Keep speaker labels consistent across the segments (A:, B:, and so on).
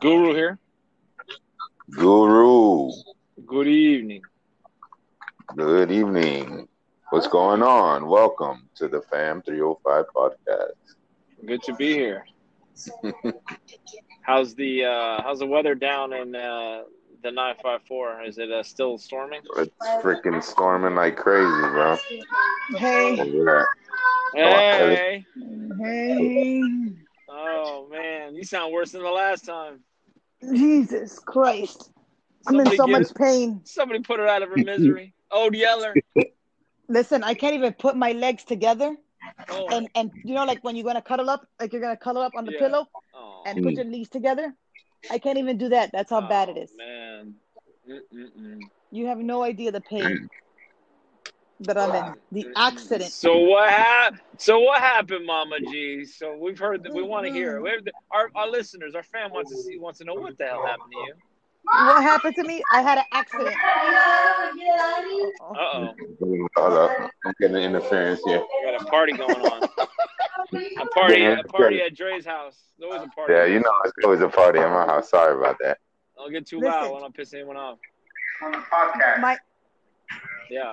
A: Guru here.
B: Guru,
A: Good evening.
B: good evening. What's going on? Welcome to the FAM 305 podcast.
A: Good to be here. how's the uh, how's the weather down in uh, the nine five four? Is it uh, still storming?
B: It's freaking storming like crazy, bro. Oh,
C: Hey,
B: Yeah.
A: Hey!
C: hey,
A: Oh man, you sound worse than the last time.
C: Jesus Christ. I'm in so
A: give-
C: much pain.
A: Somebody put her out of her misery. Old Yeller.
C: Listen, I can't even put my legs together.
A: Oh,
C: And and you know, like when you're gonna cuddle up, like you're gonna cuddle up on the
A: Yeah.
C: pillow
A: oh,
C: and put your knees together. I can't even do that. That's how bad it
A: oh,
C: is.
A: Man. Mm-mm-mm.
C: You have no idea the
B: Mm.
C: pain that I'm in. The accident.
A: So what happened? So what happened, Mama G? So we've heard that we want to hear. it. We- Our our listeners, our fan wants to see, wants to know what the hell happened to you.
C: What happened to me? I had an accident.
A: Uh oh,
B: Hold up. I'm getting interference here.
A: got a party going on. A party, a party at Dre's house. There's always a party.
B: Yeah, you know, it's always a party at my house. Sorry about that.
A: Don't get too
C: Listen.
A: loud. I don't piss anyone off.
C: My
A: Yeah.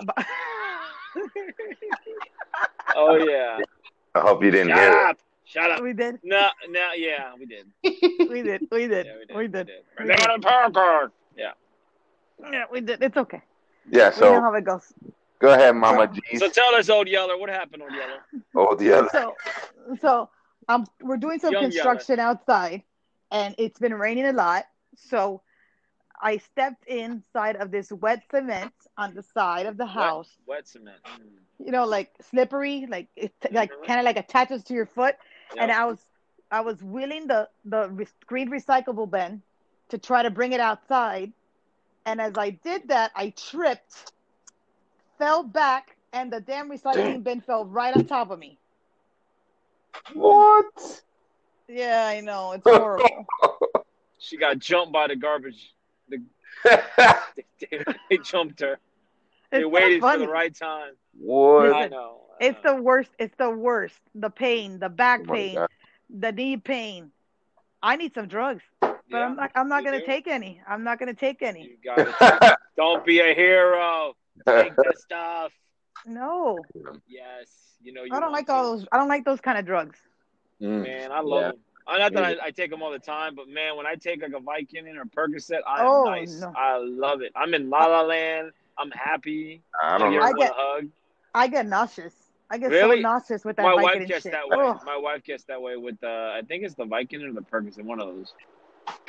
A: Oh yeah.
B: I hope you didn't
A: Shut
B: hear it.
A: up. Shut up.
C: we did.
A: No, no, yeah, we did.
C: We did. We
A: Yeah,
C: did.
A: we did.
C: We did.
A: We did. Not a power card. Yeah.
C: Yeah, we did. It's okay.
B: Yeah,
C: We know
B: so
C: how it goes.
B: go ahead, Mama G.
A: So tell us, old Yeller, what happened, old Yeller?
B: Oh, the other.
C: so so um we're doing some
A: Young Yeller.
C: construction outside and it's been raining a lot so i stepped inside of this wet cement on the side of the house
A: Wet cement. Mm.
C: you know like slippery like it like
A: Mhm.
C: kind of like attaches to your foot and
A: Yeah.
C: i was i was wheeling the the re- green recyclable bin to try to bring it outside and as i did that i tripped fell back and the damn recycling bin fell right on top of me
B: What?
C: Yeah, I know. It's horrible.
A: She got jumped by the garbage. They, they jumped her. They
C: It's
A: waited
C: so funny.
A: for the right time.
B: what?
A: I
C: Listen,
A: know. I
C: It's
A: know.
C: the worst. It's the worst. The pain, the back
B: Oh my
C: pain,
B: God.
C: the knee pain. I need some drugs, but
A: Yeah.
C: I'm not. I'm not
A: You
C: gonna
A: do?
C: take any. I'm not gonna take any.
A: You got it. Don't be a hero. Take the stuff.
C: No,
A: Yes. You know you
C: I don't
A: want
C: like
A: to.
C: all those. I don't like those kind of drugs.
B: Mm.
A: Man, I love
B: Yeah.
A: them. I not that
B: Yeah.
A: I, I take them all the time, but man, when I take like a Viking or a Percocet, I am
C: Oh,
A: nice.
C: no.
A: I love it. I'm in La La Land. I'm happy.
B: I don't
A: give
B: know.
C: I
A: everyone
C: get-
A: a hug.
C: I get nauseous. I get
A: Really?
C: so nauseous with that
A: My
C: Vicodin
A: wife gets
C: shit.
A: that way.
C: Ugh.
A: My wife gets that way with uh, I think it's the Viking or the Percocet, one of those.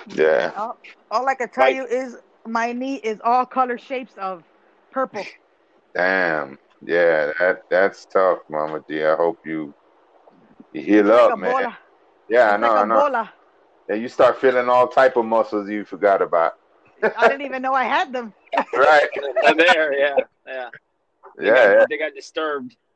B: Yeah.
C: All, all I can tell
A: Like-
C: you is my knee is all color shapes of purple.
B: Damn. Yeah, that that's tough, Mama G. I hope you you heal
C: Like
B: up,
C: a
B: Oh, man.
C: bola.
B: Yeah, I
C: It's
B: know,
C: like
B: I
C: a
B: know.
C: bola.
B: Yeah, you start feeling all type of muscles you forgot about.
C: I didn't even know I had them.
B: Right.
A: They're there, yeah, yeah. They
B: yeah,
A: got,
B: yeah.
A: They got disturbed.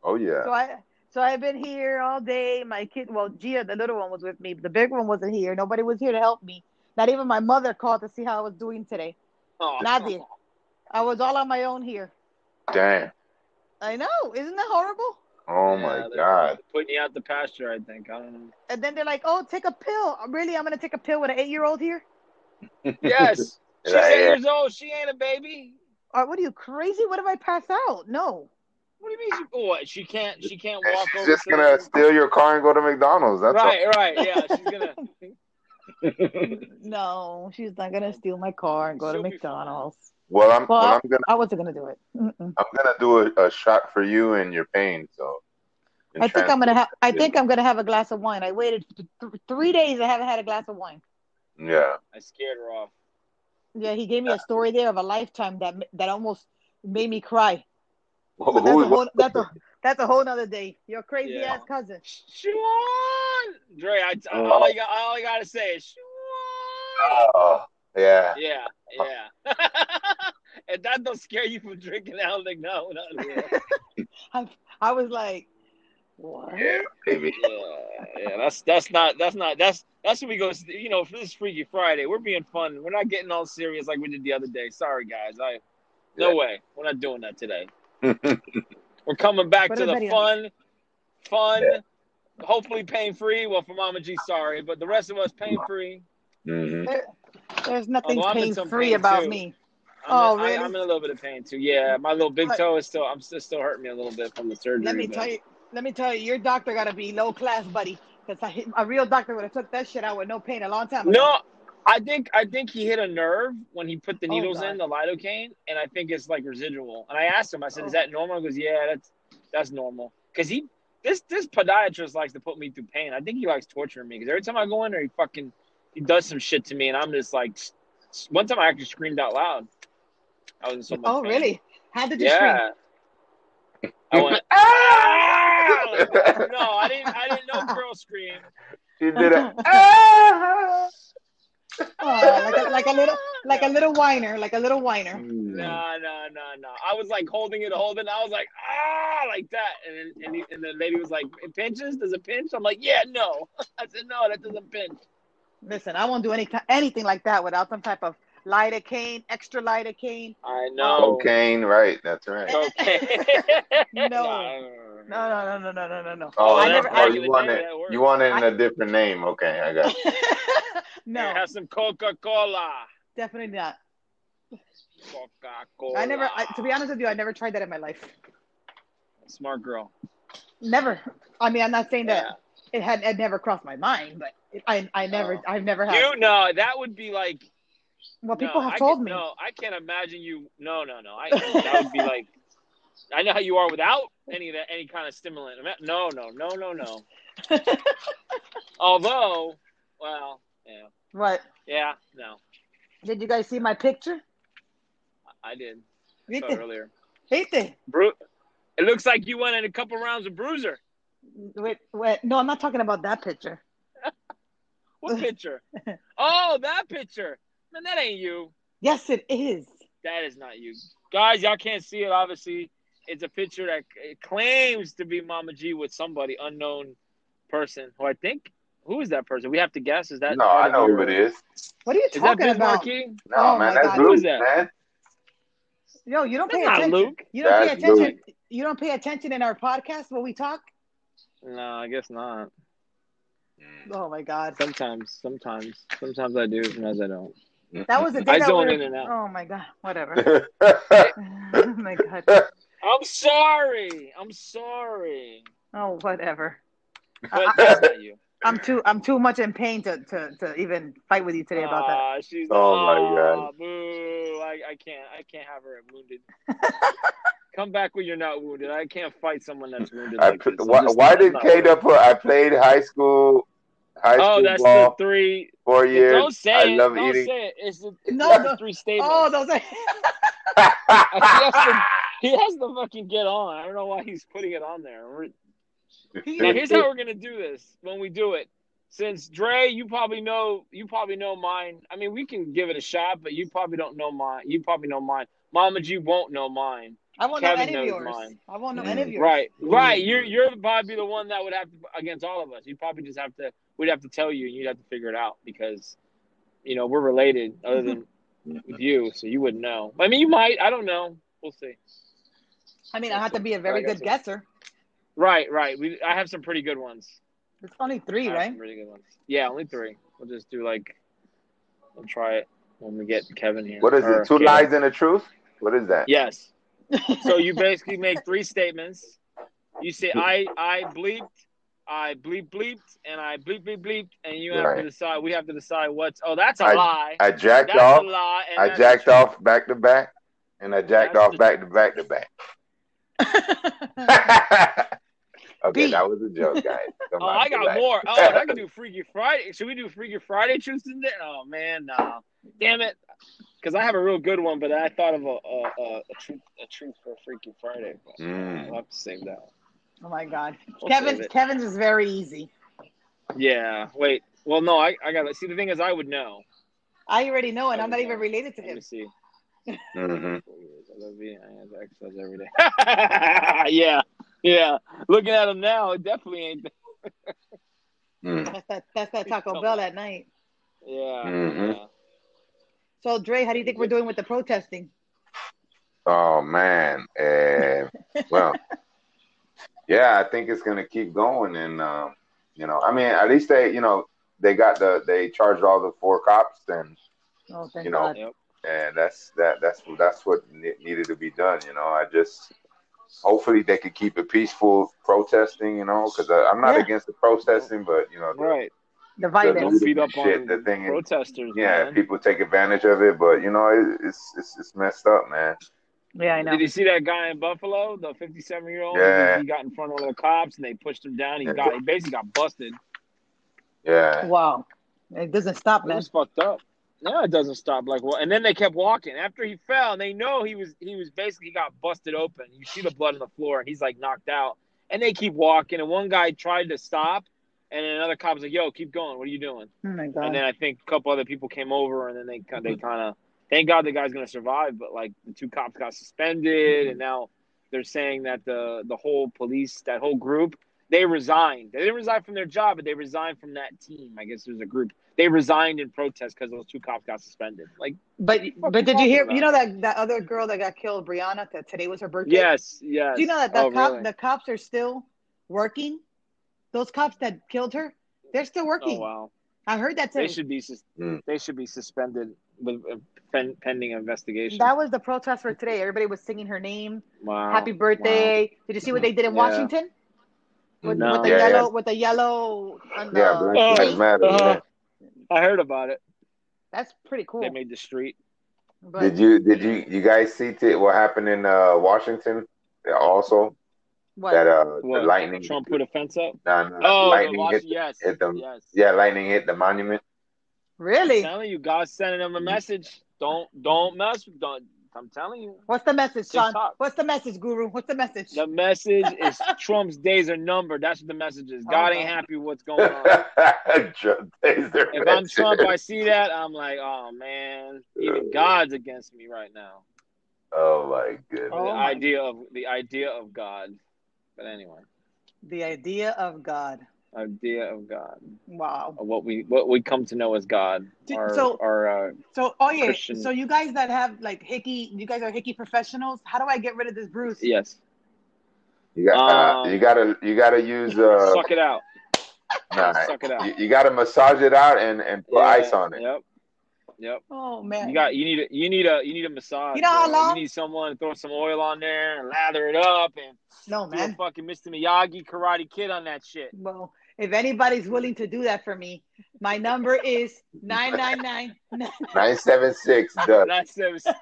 B: Oh yeah.
C: So I so I've been here all day. My kid, well, Gia, the little one was with me. The big one wasn't here. Nobody was here to help me. Not even my mother called to see how I was doing today.
A: Oh,
C: Nadie. I was all on my own here.
B: Damn.
C: I know. Isn't that horrible?
B: Oh
A: Yeah,
B: my
A: they're
B: God.
A: Putting you out the pasture, I think. I don't know.
C: And then they're like, "Oh, take a pill." Really, I'm gonna take a pill with an eight-year-old here?
A: Yes, she's
B: Yeah,
A: eight
B: yeah.
A: years old. She ain't a baby.
C: Or what are you crazy? What if I pass out? No.
A: What do you mean? She, what? She can't. She can't
B: And
A: walk
B: she's
A: over.
B: just
A: to
B: gonna
A: the-
B: steal your car and go to McDonald's. That's
A: right, right, yeah. She's gonna.
C: no, she's not gonna steal my car and go
A: She'll
C: to
A: be fine.
C: McDonald's.
B: Well, I'm
C: Well,
B: well, I'm gonna
C: I wasn't gonna do it. Mm-mm.
B: I'm gonna do a, a shot for you and your pain. So
C: I think I'm gonna have. I think I'm gonna have a glass of wine. I waited th- th- three days. I haven't had a glass of wine.
B: Yeah.
A: I scared her off.
C: Yeah, he gave me a story there of a lifetime that that almost made me cry. But that's
B: Who-
C: a whole that's a that's a whole nother day. Your crazy
A: Yeah.
C: ass cousin.
A: Shawn, Dre, I, I,
B: Oh.
A: all, I got, all I gotta say is Shawn.
B: oh, yeah.
A: Yeah, yeah. and that don't scare you from drinking out like no, not yeah.
C: I I was like, what?
B: Yeah, baby.
A: yeah, yeah. That's that's not that's not that's that's when we go. You know, for this Freaky Friday, we're being fun. We're not getting all serious like we did the other day. Sorry, guys. I no
B: Yeah.
A: way. We're not doing that today. We're coming back
C: Put
A: to the
C: everybody on
A: fun, fun,
B: Yeah.
A: hopefully pain free. Well, for Mama G, sorry, but the rest of us pain free.
B: Mm-hmm.
C: There's nothing
A: Although I'm in
C: pain
A: some
C: free
A: pain,
C: about
A: too.
C: me.
A: I'm
C: Oh,
A: in,
C: really?
A: I, am in a little bit of pain too. Yeah, my little big
C: But-
A: toe is still. I'm still still hurting me a little bit from the surgery.
C: Let me
A: but-
C: tell you. Let me tell you, your doctor gotta be low class, buddy. Cause I, a real doctor would have took that shit out with no pain a long time ago.
A: No, I think I think he hit a nerve when he put the
C: Oh,
A: needles
C: God.
A: in the lidocaine, and I think it's like residual. And I asked him, I said, "Is
C: Oh.
A: that normal?" He goes, "Yeah, that's that's normal." Because he this this podiatrist likes to put me through pain. I think he likes torturing me because every time I go in there, he fucking he does some shit to me, and I'm just like, s- s- one time I actually screamed out loud. I was in so much
C: Oh,
A: pain.
C: really? How did you scream?
A: Yeah. I went. "Ah!" No, I didn't. I didn't know girl scream.
B: she did it.
C: Oh, like a, like a little, like a little whiner, like a little whiner.
A: Mm.
B: Mm.
A: No,
C: Mm.
A: no, no, no. I was like holding it, holding. it. I was like, ah, like that. And then- and, he, and the lady was like, it pinches. Does it pinch? I'm like, yeah, no. I said, no, that doesn't pinch.
C: Listen, I won't do any anything like that without some type of lidocaine, extra lidocaine.
A: I know.
B: Cocaine, right? That's right.
A: Oh, Okay.
C: No.
A: Nah.
C: No, no, no, no, no, no, no, no.
B: Oh,
A: I
B: that's
A: never-
B: why
A: I-
B: you want it. You want it in a different name. Okay, I got it.
A: Here,
C: no,
A: Have some Coca Cola.
C: definitely not.
A: Coca Cola.
C: I never. I, to be honest with you, I never tried that in my life.
A: Smart girl.
C: Never. I mean, I'm not saying that
A: Yeah.
C: it had it never crossed my mind, but it, I I never
A: No.
C: I've never had.
A: You no, that would be like
C: well,
A: no,
C: people
A: I
C: have
A: can-
C: told me.
A: No, I can't imagine you. No, no, no. I that would be like. I know how you are without any of that, any kind of stimulant. Ima- No, no, no, no, no. Although, well, yeah,
C: What?
A: yeah, no,
C: Did you guys see my picture?
A: I did. I saw it
C: Viste?
A: earlier.
C: Viste?
A: Bru- it looks like you went in a couple rounds of Bruiser.
C: Wait, wait. No, I'm not talking about that picture.
A: What picture? oh, that picture. Man, that ain't you.
C: Yes, it is.
A: That is not you, guys. Y'all can't see it. Obviously, it's a picture that it claims to be Mama G with somebody unknown person. Who I think who is that person? We have to guess. Is that
B: No,
A: part
B: I
A: of
B: know who
A: your-
B: it is.
C: What are you
A: Is that
C: talking
A: Biz
C: about?
A: Marquis?
B: No, man,
C: Oh my
B: that's
C: God.
A: Who
B: Luke,
A: is that?
B: man.
C: No, you don't
A: That's
C: pay
A: not
C: attention.
A: Luke.
C: You don't
B: That's
C: pay attention. You don't pay attention in our podcast when we talk.
A: No, I guess not.
C: Oh my God,
A: Sometimes, sometimes, sometimes I do. Sometimes I don't.
C: Mm. that was the day
A: I
C: that
A: zone
C: we
A: in and out.
C: Oh my God, whatever.
B: was.
C: oh my God.
A: I'm sorry. I'm sorry.
C: Oh whatever.
A: But that's not you.
C: I'm too I'm too much in pain to to, to even fight with you today about that.
A: Aw, she's
B: Oh, my
A: aw,
B: God.
A: Boo! I, I can't. I can't have her wounded. Come back when you're not wounded. I can't fight someone that's wounded
B: I,
A: like
B: pl-
A: this. I'm
B: why,
A: just-
B: why
A: I'm
B: did
A: not
B: Kata
A: ready.
B: put? I played high school, high
A: Oh,
B: school
A: that's
B: ball
A: the three.
B: four years.
A: Don't say
B: I
A: it.
B: love
A: don't
B: eating.
A: say it. It's the, it's
C: No,
A: the
C: no.
A: three statements.
C: Oh, those are
A: he has to fucking get on. I don't know why he's putting it on there. We're- Now here's how we're gonna do this when we do it. Since Dre, you probably know you probably know mine. I mean, we can give it a shot, but you probably don't know mine. You probably know mine. Mama G won't know mine.
C: I won't
A: Kevin
C: know any of
A: knows
C: yours.
A: mine. Mm-hmm.
C: I won't know any of yours.
A: Right, right. You're you're probably the one that would have to against all of us. You probably just have to. We'd have to tell you, and you'd have to figure it out because, you know, we're related other than
C: Mm-hmm.
A: with you, so you wouldn't know. I mean, you might. I don't know. We'll see.
C: I mean, I have to be a very
A: Like I
C: good
A: said.
C: guesser.
A: Right, right. We I have some pretty good ones.
C: It's only three,
A: I have
C: right?
A: some really good ones. Yeah, only three. We'll just do like we'll try it when we get Kevin here.
B: What is
A: Or
B: it? Two
A: Kevin.
B: lies and a truth. What is that?
A: Yes. So you basically make three statements. You say I I bleeped, I bleep bleeped, and I bleep bleep bleeped, and you have to
B: Right.
A: decide. We have to decide what's. Oh, that's a
B: I-
A: lie.
B: I jacked
A: that's
B: off.
A: a lie. And
B: I
A: that's
B: jacked
A: the
B: off back to back, and I jacked
A: That's
B: off
A: the-
B: back to back to back. okay,
C: B.
B: that was a joke, guys. Come
A: Oh,
B: on,
A: I got
B: relax.
A: more. Oh, and I can do Freaky Friday. Should we do Freaky Friday truths in there? Oh man, no. Damn it. Because I have a real good one, but I thought of a a, a, a truth a truth for Freaky Friday. But
B: Mm.
A: I'll have to save that. one.
C: oh my God,
A: We'll save
C: Kevin.
A: it.
C: Kevin's is very easy.
A: Yeah. Wait. Well, no. I I got to see. The thing is, I would know.
C: I already know, and I'm not
A: Kevin's
C: even
A: not-
C: related to
A: Let me
C: him.
A: see. Hmm.
B: Mhm.
A: I love you. I have exercise every day. yeah. Yeah. Looking at him now, it definitely ain't.
B: Mm.
C: That's that. That's that
A: Please
C: Taco
A: tell
C: Bell
A: me.
C: at night.
A: Yeah.
B: Mhm.
A: yeah.
C: So, Dre, how do you think we're doing with the protesting?
B: Oh man. Eh, well, yeah, I think it's gonna keep going, and um, you know, I mean, at least they, you know, they got the they charged all the four cops and
C: Oh, thank
B: You know,
C: God.
B: and that's that that's that's what ne- needed to be done. You know, I just hopefully they could keep it peaceful protesting. You know, because uh, I'm not
C: Yeah.
B: against the protesting, but you know, the,
A: Right.
C: The
A: Don't
C: violence.
B: Lord-
A: beat up
B: Shit,
A: on
B: the thing is-
A: protesters.
B: yeah,
A: man.
B: people take advantage of it, but you know, it, it's, it's it's messed up, man.
C: Yeah, I know.
A: Did you see that guy in Buffalo, the 57 year old?
B: Yeah.
A: He got in front of the cops and they pushed him down. He
B: Yeah.
A: got he basically got busted.
B: Yeah,
C: Wow. It doesn't stop,
A: It
C: man.
A: was fucked up. No, it doesn't stop. Like well, and then they kept walking after he fell. And they know he was he was basically got busted open. You see the blood on the floor, and he's like knocked out. And they keep walking, and one guy tried to stop, and then another cop was like, "Yo, keep going. What are you doing?"
C: Oh my
A: And
C: God.
A: then I think a couple other people came over, and then they kind they
C: Mm-hmm.
A: kind of thank God the guy's gonna survive. But like the two cops got
C: Mm-hmm.
A: suspended, and now they're saying that the the whole police that whole group they resigned. They didn't resign from their job, but they resigned from that team. I guess there's a group they resigned in protest because those two cops got suspended. Like
C: But
A: What
C: but
A: the
C: did you hear?
A: fuck?
C: You know that that other girl that got killed, Brianna. That today was her birthday.
A: yes, yes.
C: Do you know that the,
A: Oh,
C: cop,
A: really?
C: the cops are still working? Those cops that killed her, they're still
A: Oh
C: working.
A: wow,
C: I heard that
A: they
C: today.
A: should be sus-
B: Mm.
A: they should be suspended with uh, pen- pending investigation.
C: That was the protest for today. Everybody was singing her name.
A: Oh, wow,
C: Happy birthday! Did you see what they did in
A: Yeah. Oh,
C: Washington with,
A: No.
C: with the
B: Yeah,
C: yellow with the yellow? On the
B: yeah, Black Lives
A: Oh,
B: Matter.
A: uh,
B: yeah.
A: I heard about it.
C: That's pretty cool.
A: They made the street.
C: but
B: Did you did you you guys see t- what happened in uh, Washington? Also,
C: what?
B: that uh,
A: What?
B: the lightning,
A: Trump put a fence up.
B: nah, nah,
A: Oh, the
B: lightning
A: Wash-
B: hit,
A: yes,
B: hit them.
A: yes.
B: yeah, lightning hit the monument.
A: I'm
C: really?
A: telling you, God's sending
B: Mm-hmm.
A: them a message. Don't don't mess with. Don't. I'm telling you,
C: What's the message, Sean?
A: TikTok.
C: What's the message, Guru? What's the message?
A: the message is Trump's days are numbered. That's what the message is. God ain't happy with what's going on.
B: Trump is their
A: Oh. If I'm
B: best
A: Trump,
B: shit.
A: I see that, I'm like, oh man, even God's against me right now.
B: oh my goodness.
C: Oh
A: the
C: my-
A: idea of the idea of God. But anyway,
C: The idea of God.
A: idea of God,
C: Wow.
A: of what we what we come to know as God,
C: Did-
A: our
C: so-
A: our uh,
C: So, oh yeah.
A: Christian.
C: So you guys that have like hickey, you guys are hickey professionals. How do I get rid of this bruise?
A: yes,
B: You got uh,
A: Um,
B: you gotta you gotta use uh
A: suck it out,
B: nah,
A: suck it out.
B: you, you gotta massage it out and and put
A: Yeah,
B: ice on it.
A: Yep, yep.
C: Oh man.
A: You got you need a you need a you need a massage.
C: You know how
A: bro.
C: long-
A: You need someone to throw some oil on there and lather it up and
C: no
A: do a
C: Oh, man.
A: fucking Mr. Miyagi karate kid on that shit.
C: Well, if anybody's willing to do that for me, my number is nine nine nine.
B: Nine seven six duck.
A: That's seven
B: yeah,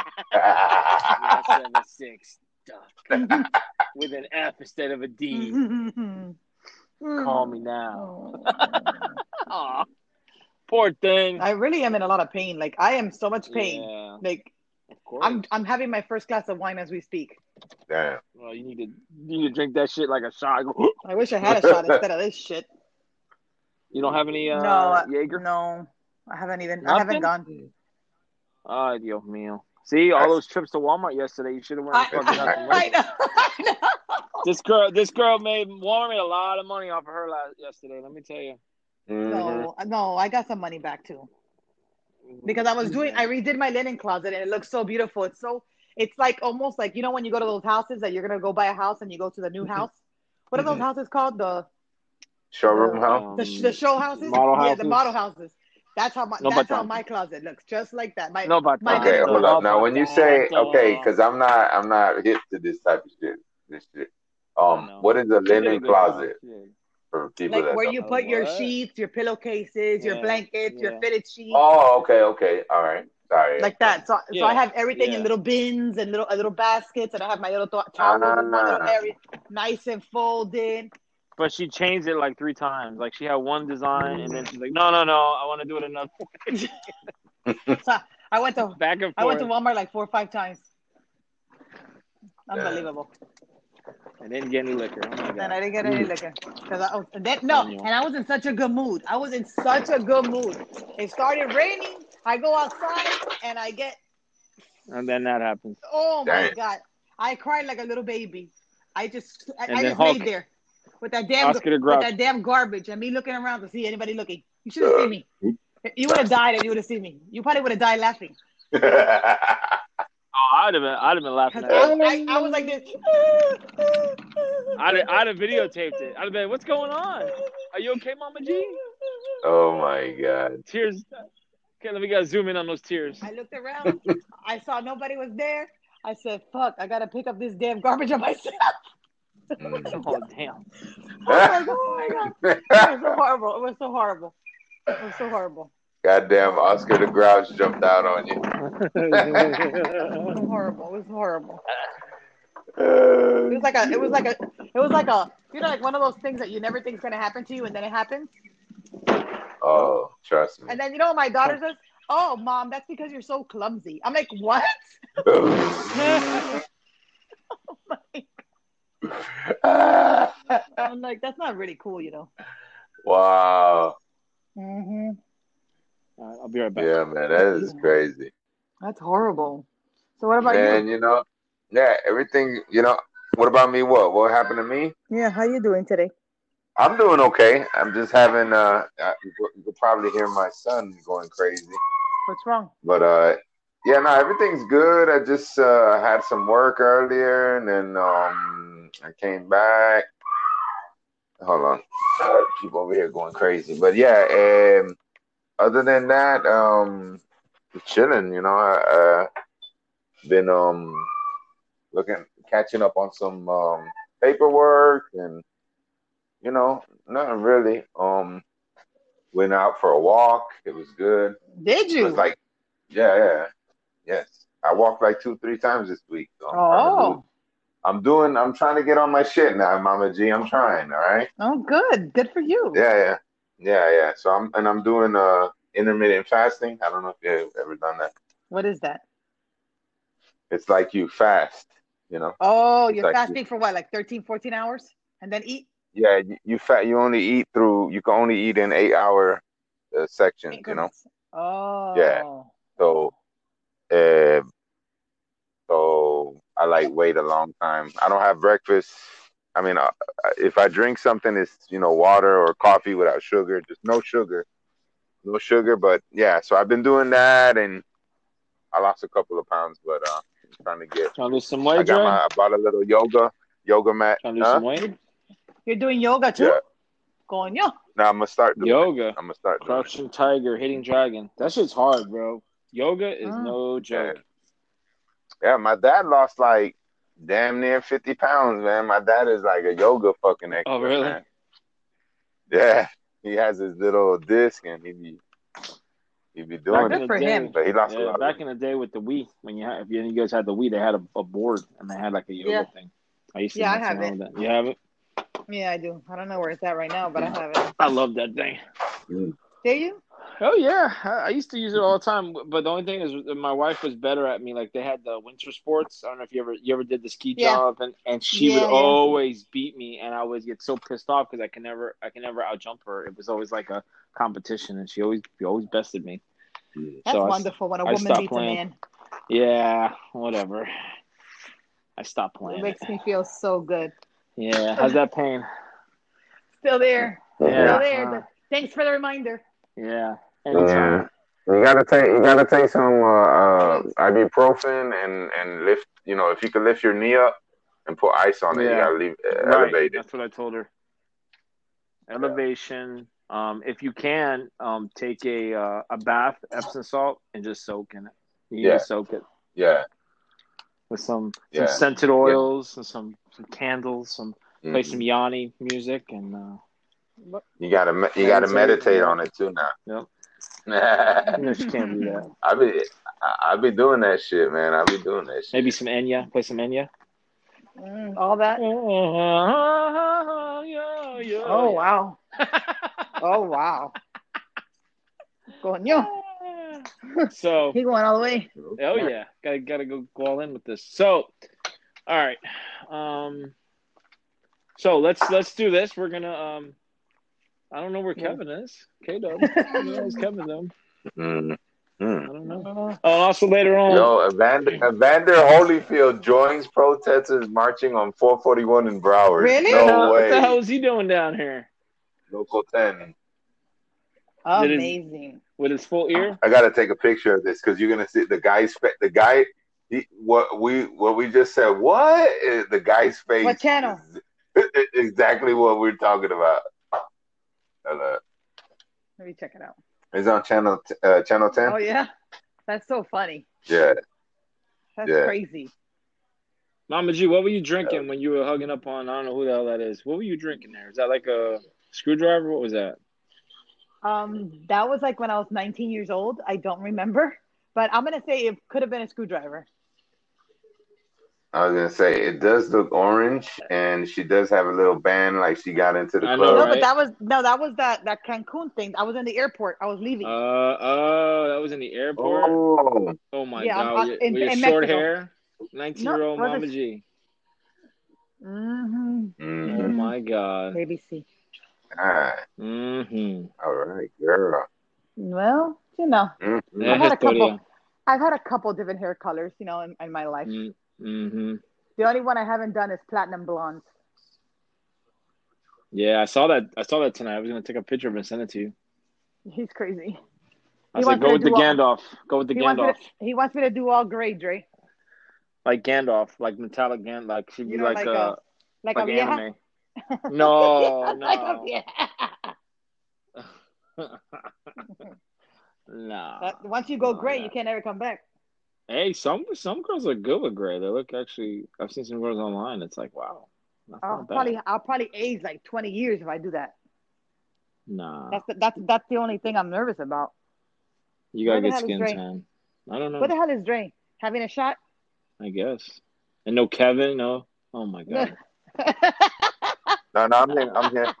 A: that's seven six duck with an F instead of a
C: Mm-hmm.
A: D. Call me now.
C: Oh,
A: Aw. Poor thing.
C: I really am in a lot of pain. Like I am so much pain.
A: Yeah,
C: Like
A: of course.
C: I'm I'm having my first glass of wine as we speak.
B: Damn.
A: Well, you need to you need to drink that shit like a shot.
C: I wish I had a shot instead of this shit.
A: You don't have any uh
C: No, I-
A: Jaeger?
C: No, I haven't even. I
A: Nothing?
C: haven't gone.
A: Ah, Dios mío. See, all those trips to Walmart yesterday, you should have went
C: I,
A: and fucking got some
C: I know. I know.
A: this girl, this girl made Warren made a lot of money off of her last, yesterday. Let me tell you. Mm-hmm.
B: Mhm.
C: No, uh, no, I got some money back too because I was doing. I
A: Mm-hmm.
C: redid my linen closet and it looks so beautiful. It's so. It's like almost like you know when you go to those houses that you're gonna go buy a house and you go to the
A: Mm-hmm.
C: new house. What are those
B: Mhm.
C: houses called? The
B: Showroom house.
A: Um,
C: the, sh the show houses.
A: model
C: Yeah, the
A: houses?
C: model houses. That's how my
A: No,
C: that's
A: but-
C: how my closet looks, just like that. My
A: no, but
C: my
B: Okay,
C: linen
B: hold
C: closet.
B: up. Now when you say okay, because I'm not I'm not hip to this type of shit. This shit. Um,
A: No.
B: what is a
A: You did a
B: linen
A: good
B: closet
A: job. Yeah.
B: for people
C: Like
B: that
C: where
B: don't
C: you
B: know?
C: put your
A: What?
C: sheets, your pillowcases, your
A: Yeah,
C: blankets, your
A: yeah.
C: fitted sheets.
B: Oh, okay, okay, all right. Sorry.
C: like that. So, so I
A: Yeah,
C: have everything in
A: yeah. Ah,
C: little bins and little uh, little baskets, and I have my little th- towels in one little
B: Ah.
C: area, nice and folded.
A: But she changed it like three times. Like she had one design, and then she's like, "No, no, no, I want to do it another."
C: So I went to
A: Back and forth.
C: I went to Walmart like four or five times. Unbelievable.
A: and didn't get any liquor. Oh my
C: And I
A: god.
C: didn't get any liquor because I was and then, no,
A: Yeah.
C: and I was in such a good mood. I was in such a good mood. It started raining. I go outside and I get
A: And then that happens.
C: oh my
B: Damn.
C: god, I cried like a little baby. I just I,
A: And
C: I
A: then
C: just
A: Hulk.
C: laid there with that damn
A: Oscar the
C: with
A: Grouch.
C: that damn garbage and me looking around to see anybody looking. You should have seen me.
A: Uh,
C: You would have died and you would have seen me. You probably would have died laughing.
A: Oh, I'd have been, I'd have been laughing.
C: 'Cause
A: At it.
C: I, I, I was like this.
A: I'd, have, I'd have videotaped it. I'd have been, "What's going on? Are you okay, Mama G?
B: Oh my god.
A: Tears. Okay, let me gotta zoom in on those tears.
C: I looked around. I saw nobody was there. I said, "Fuck! I gotta pick up this damn garbage on myself."
B: Mm.
A: Oh damn!
C: I was like, "Oh my god!" It was
B: Mm.
C: so horrible. It was so horrible. It was so horrible.
B: Goddamn, Oscar the Grouch jumped out on you.
C: It was horrible. It was horrible. It
B: Uh,
C: was like a. It was like a. It was like a. You know, like one of those things that you never think's gonna happen to you, and then it happens.
B: oh, trust me.
C: And then you know what my daughter says? Oh, mom, that's because you're so clumsy. I'm like, what? I'm like, that's not really cool, you know.
B: wow.
C: Mm-hmm.
A: All right, I'll be right back.
B: Yeah, man, that is crazy.
C: That's horrible. So what about
B: Man, you know, yeah, everything, you know, what about me? What? What happened to me?
C: you? Yeah, how you doing today?
B: I'm doing okay. I'm just having, uh, uh, you could- you could probably hear my son going crazy.
C: What's wrong?
B: But uh, yeah, no, everything's good. I just uh, had some work earlier, and then um, I came back. Hold on, uh, people over here going crazy. But yeah, um, other than that, um, chilling. You know, I uh, been um looking, catching up on some um paperwork, and you know, nothing really. Um, went out for a walk. It was good.
C: Did
B: It
C: you?
B: was like, yeah, yeah, yes. I walked like two, three times this week. So I'm trying to
C: oh,
B: do- I'm doing. I'm trying to get on my shit now, Mama G. I'm trying. All right.
C: oh, good, good for you.
B: Yeah, yeah, yeah, yeah. So I'm and I'm doing uh intermittent fasting. I don't know if you've ever done that.
C: What is that?
B: It's like you fast. You know.
C: Oh,
B: It's
C: you're
B: like-
C: fasting for what, like 13, 14 hours, and then eat
B: Yeah, you, you fat. You only eat through. You can only eat in eight hour uh, sections. You know.
C: increments. Oh,
B: So, uh, so I like wait a long time. I don't have breakfast. I mean, I, I- if I drink something, it's you know water or coffee without sugar, just no sugar, no sugar. But yeah, so I've been doing that, and I lost a couple of pounds, but uh, I'm trying to get.
A: Trying to lose some
B: I
A: weight, Dre?
B: got my. I bought a little yoga yoga mat.
A: Trying to lose
B: Huh?
A: some weight?
C: You're doing yoga too?
B: Yeah.
C: Going yo.
B: Now I'm gonna start doing. It.
A: Yoga,
B: I'm gonna start doing. it.
A: crouching tiger, hitting dragon. That shit's hard, bro. Yoga is
C: Mm.
A: no joke.
B: Yeah, my dad lost like damn near fifty pounds, man. My dad is like a yoga fucking expert.
A: Oh, really?
B: man. Yeah, he has his little disc, and he be he be doing
A: Back in
B: it.
C: Good
A: the
C: for
A: day,
C: him.
B: But he lost a
A: Yeah,
B: lot.
A: back in the day with the Wii, when you had, if you guys had the Wii, they had a, a board and they had like a yoga
C: Yeah.
A: thing. I used to
C: Yeah, I
A: mess
C: have
A: around
C: it.
A: with that. You have it?
C: Yeah, I do. I don't know where it's at right now, but I have it.
A: I love that thing.
C: Do you?
A: Oh yeah, I, I used to use it all
C: Mm-hmm.
A: the time. But the only thing is, that my wife was better at me. Like they had the winter sports. I don't know if you ever you ever did the ski
C: Yeah.
A: jump, and, and she
C: Yeah,
A: would
C: yeah.
A: always beat me, and I always get so pissed off because I can never I can never outjump her. It was always like a competition, and she always she always bested me.
C: That's
A: So I-
C: wonderful when a
A: I
C: woman
A: stopped
C: beats
A: playing.
C: a man.
A: Yeah, whatever. I stopped
C: It
A: playing. it.
C: makes me feel so good.
A: Yeah, how's that pain?
C: Still there.
A: Yeah.
C: Still there.
A: Uh-huh.
C: Thanks for the reminder.
A: Yeah,
B: Yeah.
A: anytime.
B: You gotta take you gotta take some uh, uh, ibuprofen and and lift. You know, if you can lift your knee up and put ice on it, you
A: Yeah.
B: gotta leave, uh,
A: Right,
B: elevate it.
A: That's what I told her. Elevation. Um, if you can, um, take a uh, a bath, Epsom salt, and just soak in it. You can
B: Yeah.
A: just soak it
B: Yeah,
A: with some,
B: Yeah.
A: some scented oils and some, some candles, some play
B: Mhm.
A: some Yanni music, and uh,
B: you gotta me- you gotta
A: Meditate.
B: meditate on it too now.
A: you know she can't do that.
B: I be I, I be doing that shit, man. I be doing that shit.
A: Maybe some Enya. Play some Enya.
C: Mm, all that.
A: Oh, yeah, yeah,
C: Oh wow. Oh wow. Going yo.
A: yeah. so
C: He going all the way.
A: Oh yeah, gotta gotta go, go all in with this. So, all right, um, so let's let's do this. We're gonna um, I don't know where Kevin is. K Dub, where's Kevin though?
B: Mm.
A: I
B: Mm.
A: don't know.
C: I don't know.
A: Oh, and also later on,
B: Yo, Evander, Evander Holyfield joins protesters marching on 441 in Broward.
C: Really?
A: what, the,
B: No
A: what the hell
B: way.
A: is he doing down here
B: Local 10.
A: Did his-
C: Amazing.
A: with his full ear?
B: I gotta take a picture of this because you're gonna see the guy's fa- the guy. He, what we what we just said? What is the guy's face?
C: What channel?
B: is exactly what we're talking about. Hello.
C: Let me check it out.
B: It's on channel t- uh, channel ten.
C: Oh yeah, that's so funny.
B: yeah.
C: That's
B: Yeah.
C: crazy.
A: Mama G, what were you drinking when you were hugging up on? I don't know who the hell that is. What were you drinking there? Is that like a screwdriver? What was that?
C: Um, that was like when I was 19 years old. I don't remember, but I'm gonna say it could have been a screwdriver.
B: I was gonna say it does look orange, and she does have a little band like she got into the
A: I know,
B: club.
C: no,
A: right?
C: but that was no, that was that that Cancun thing. I was in the airport. I was leaving.
A: Uh oh, that was in the airport. Oh,
B: Oh,
A: my
C: Yeah, I'm-
A: god,
C: uh,
A: with,
C: in-
A: your
C: in
A: short
C: Mexico.
A: hair, nineteen year old
C: No, brother.
A: Mama G.
C: hmm
A: Oh
B: mm,
C: Mhm.
A: my god.
C: Maybe see.
B: all right,
A: Mm-hmm.
B: all right, girl.
C: Well, you know,
B: Mm,
A: Yeah,
C: I've had a
A: Historia.
C: I've had a couple different hair colors, you know, in, in my life.
A: Mm-hmm.
C: The only one I haven't done is platinum blonde.
A: Yeah, I saw that. I saw that tonight. I was gonna take a picture of it and send it to you.
C: He's crazy.
A: I
C: He
A: was like,
C: wants me
A: go
C: to
A: with the
C: do all-
A: Gandalf. Go with the
C: He wants, me
A: Gandalf.
C: to, he wants me to do all gray, Dre.
A: Like Gandalf, like metallic Gandalf. Like she'd be
C: You know,
A: like,
C: like
A: uh,
C: a-
A: like
C: Like, a vieja.
A: anime. No,
C: like a
A: no,
C: vieja.
A: no.
C: But once you go
A: no,
C: gray,
A: no.
C: you can't ever come back.
A: Hey, some some girls are good with gray. They look actually. I've seen some girls online. It's like, wow, that's
C: I'll
A: not bad.
C: Oh, probably I'll probably age like 20 years if I do that.
A: Nah,
C: That's the, that's that's the only thing I'm nervous about.
A: you gotta
C: where the
A: get
C: hell is
A: skin
C: Dre?
A: tan. I don't know.
C: What the hell is Dre having a shot?
A: I guess. And no Kevin. No. Oh my
C: No.
A: god.
B: No, no, I'm here. I'm here.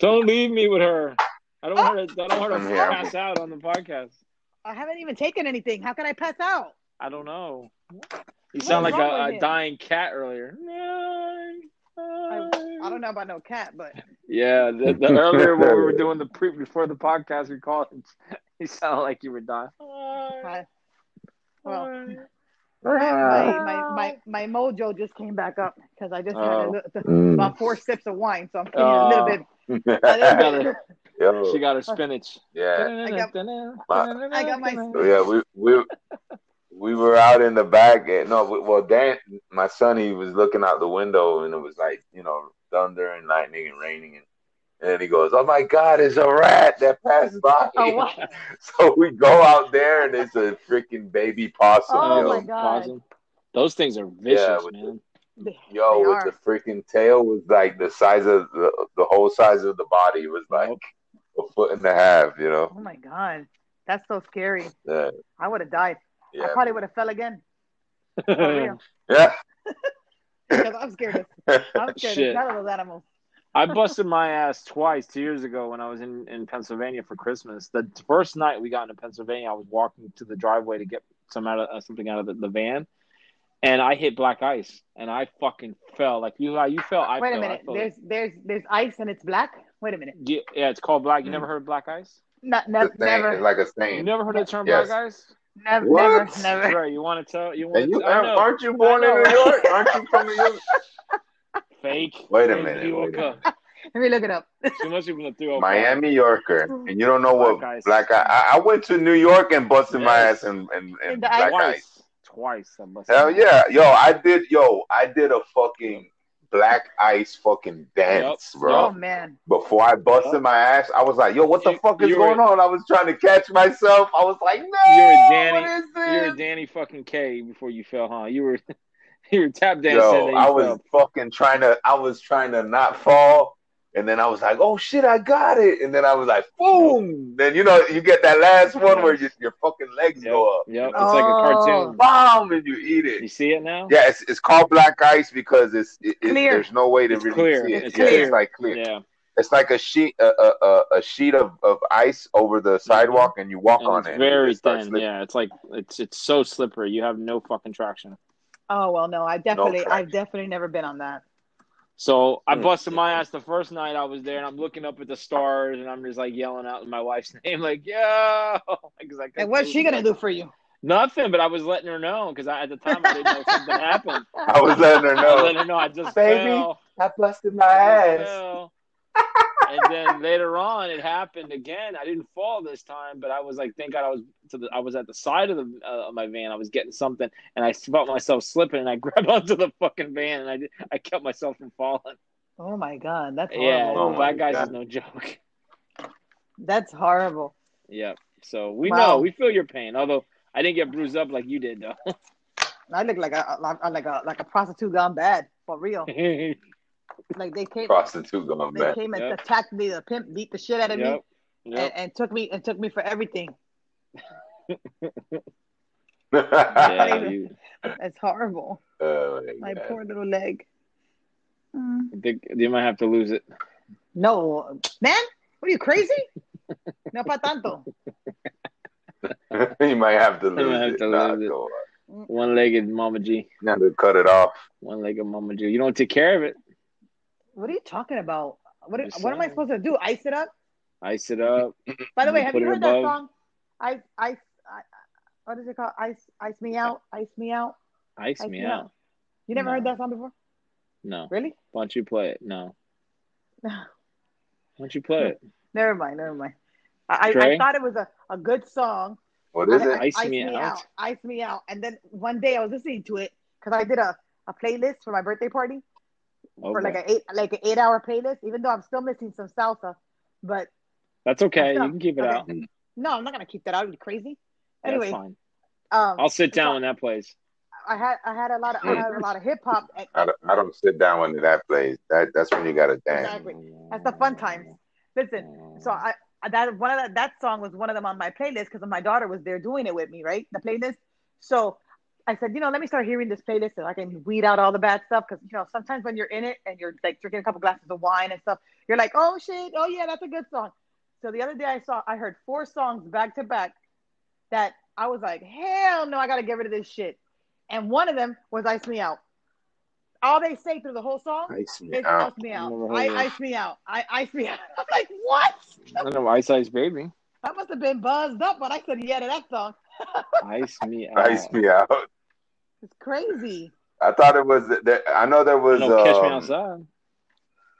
A: Don't leave me with her. I don't want her. To, I don't want her
B: I'm
A: to
B: here, I'm
A: pass out on the podcast.
C: I haven't even taken anything. How can I pass out?
A: I don't know. You
C: What
A: sound
C: is
A: like
C: wrong with
A: a, a
C: him?
A: dying cat earlier.
C: I don't know about no cat, but
A: Yeah, the, the earlier when we were doing the pre before the podcast, we called. It, you sounded like you were dying.
C: I, well, my,
A: Right.
C: my, my, my mojo just came back up because I just had a
A: Oh.
C: little,
B: Mm.
C: about four sips of wine, so I'm feeling a little
A: Oh.
C: bit. a little
A: Got
C: bit-
A: it.
B: Yo,
A: She got her spinach.
B: yeah,
A: I
C: got- I got my-
B: yeah. We we we were out in the back. And, no, we, well, Dan, my son, he was looking out the window, and it was like you know thunder and lightning and raining, and, and then he goes, "Oh my God, it's a rat that passed by."
C: Oh, what?
B: So we go out there, and it's a freaking baby possum.
C: Oh,
B: yo.
C: my God.
A: Possum. Those things are vicious,
B: with the-
A: man.
C: They,
B: Yo,
C: they
B: with
C: are.
B: the freaking tail was like the size of the, the whole size of the body was like
A: Nope.
B: a foot and a half, you know?
C: Oh my God. That's so scary.
B: Yeah,
C: I would have died. I
B: yeah.
C: probably would have fell again. For real.
B: yeah.
C: Because I'm scared of I'm scared
A: Shit.
C: of none of those animals.
A: I busted my ass twice two years ago when I was in, in Pennsylvania for Christmas. The first night we got into Pennsylvania, I was walking to the driveway to get some out of uh, something out of the, the van, and I hit black ice, and I fucking fell. Like you, how you fell. I
C: Wait a
A: fell, I
C: minute.
A: fell.
C: There's there's there's ice and it's black. Wait a minute.
A: yeah, yeah, it's called black. You
B: Mm.
A: never heard of black ice?
C: Not
B: It's
C: never
B: a thing. It's
C: never
B: like a
A: You
B: stain.
A: never heard the term
B: Yes.
A: black ice?
C: never never
B: What?
C: never.
A: Right? You want to tell? You want?
B: And
A: to
B: you
A: I know.
B: aren't you born
A: I know.
B: in New York? Aren't you from New York?
A: Fake.
B: Wait a
A: fake
B: minute,
A: New
B: wait a
A: Yorker.
C: Let me look it up.
A: She must be from the 305.
B: Miami Yorker. And you don't know what
A: Black ice.
B: black eye. I, I went to New York and busted my
A: Yes.
B: ass in, in, in,
C: In the
B: black
A: Twice.
B: ice.
A: Twice. I busted
B: Hell
A: my
B: yeah. Yo, I did yo, I did a fucking black ice fucking dance,
A: Yup,
B: bro.
A: yup.
C: Oh man.
B: before I busted
A: Yup.
B: my ass, I was like, yo, what the
A: You-
B: fuck is
A: you
B: going
A: were-
B: on? I was trying to catch myself. I was like, no,
A: You're a Danny-
B: what is
A: You were
B: this?
A: Danny fucking K before you fell, huh? You were you were tap dancing.
B: Yo,
A: and
B: I
A: you
B: was
A: fell.
B: fucking trying to, I was trying to not fall. And then I was like, oh shit, I got it. And then I was like, boom. Then, you know, you get that last one where you, your fucking legs
A: Yep,
B: go up. you
A: yep.
B: know?
A: It's like a
C: Oh.
A: cartoon.
B: Bomb and you eat it.
A: You see it now?
B: Yeah, it's, it's called black ice because it's it, it-
C: Clear.
B: there's no way to
A: It's
B: really
A: clear.
B: see it.
A: It's
B: yeah,
A: clear.
B: it's like clear.
A: Yeah.
B: It's like a sheet, a, a, a- a sheet of, of ice over the sidewalk, and you walk
A: Mm-hmm. And
B: on
A: it's
B: it. and it
A: very
B: just starts
A: thin.
B: slipping.
A: Yeah. It's like it's it's so slippery. You have no fucking traction.
C: Oh well no, I definitely
B: traction.
C: I've definitely never been on that.
A: So I
B: Mm.
A: busted my ass the first night I was there, and I'm looking up at the stars, and I'm just like yelling out my wife's name, like "Yo!" Because I couldn't
C: And what's she
A: believe
C: gonna
A: it.
C: do for you?
A: Nothing, but I was letting her know because at the time I didn't know something happened.
B: I was letting her
A: I let
B: know.
A: her know I just
B: Baby,
A: fell.
B: I busted my
A: I just
B: ass.
A: fell. and then later on, it happened again. I didn't fall this time, but I was like, thank God I was to the, I was at the side of the uh, of my van. I was getting something, and I felt myself slipping, and I grabbed onto the fucking van, and I did, I kept myself from falling.
C: Oh my god, that's
A: Yeah,
C: horrible.
B: Oh my
A: black guys
B: God.
A: is no joke.
C: That's horrible.
A: Yeah. So we
C: Wow.
A: know we feel your pain. Although I didn't get bruised up like you did though.
C: I look like a a- like a like a prostitute gone bad for real. Like they came,
B: Prostitute going
C: they
B: back.
C: came and
A: Yep.
C: attacked me. The pimp beat the shit out of me
A: yep.
C: and,
A: Yep.
C: and took me and took me for everything. Eh,
A: yeah.
C: Later.
A: You,
C: That's horrible.
B: Oh,
C: My
B: God.
C: poor little leg. Mm.
A: I think you might have to lose it.
C: No, man, what are you crazy? no pa tanto.
B: you might have to
A: might
B: lose
A: have
B: it.
A: to
B: Nah,
A: lose it.
B: go on.
A: One-legged Mama G.
B: You have to cut it off.
A: One-legged Mama G. You don't take care of it.
C: What are you talking about? What
A: Just
C: what am I
A: saying.
C: supposed to do? Ice it up?
A: Ice it up.
C: By the way,
A: You
C: have
A: put
C: you
A: it
C: heard that
A: above.
C: song? Ice ice. I, what is it called? Ice ice me out. Ice me out.
A: Ice me out.
C: You never
A: No.
C: heard that song before?
A: No.
C: Really?
A: Why don't you play it? No.
C: No.
A: Why don't you play it?
C: Never mind. Never mind. I, I, I
A: Trey?
C: thought it was a, a good song.
B: What is
C: I-
B: it?
C: I-
A: Ice Me Out?
C: Ice me out. And then one day I was listening to it because I did a, a playlist for my birthday party
A: Oh,
C: for like
A: boy.
C: an eight like an eight hour playlist. Even though I'm still missing some salsa, but
A: That's okay.
C: What's
A: You
C: up?
A: can keep it
C: Okay.
A: out.
C: no, I'm not gonna keep that out. Are you crazy?
A: That's
C: Anyway,
A: fine.
C: um,
A: I'll sit down when that plays.
C: I had I had a lot of I had a lot of hip hop. and-
B: I don't, I don't sit down when that plays. That that's when you gotta dance.
C: Exactly. That's the fun times. Listen, so I I- that one of the, that song was one of them on my playlist because my daughter was there doing it with me, right? The playlist. So I said, you know, let me start hearing this playlist so I can weed out all the bad stuff because you know sometimes when you're in it and you're like drinking a couple glasses of wine and stuff, you're like, oh shit, oh yeah, that's a good song. So the other day I saw I heard four songs back to back that I was like, hell no, I gotta get rid of this shit. And one of them was Ice Me Out. All they say through the whole song
B: Ice me
C: is
B: out.
C: Ice Me Out.
A: Never heard
C: I
A: of it.
C: ice me out. I ice me out. I'm like, what?
A: I don't know. Ice Ice Baby.
C: I must have been buzzed up when I said yeah to that song.
A: Ice Me Out.
B: Ice me out.
C: It's crazy.
B: I thought it was. That, I know there
A: I
B: was.
A: know, catch me
B: um,
A: outside.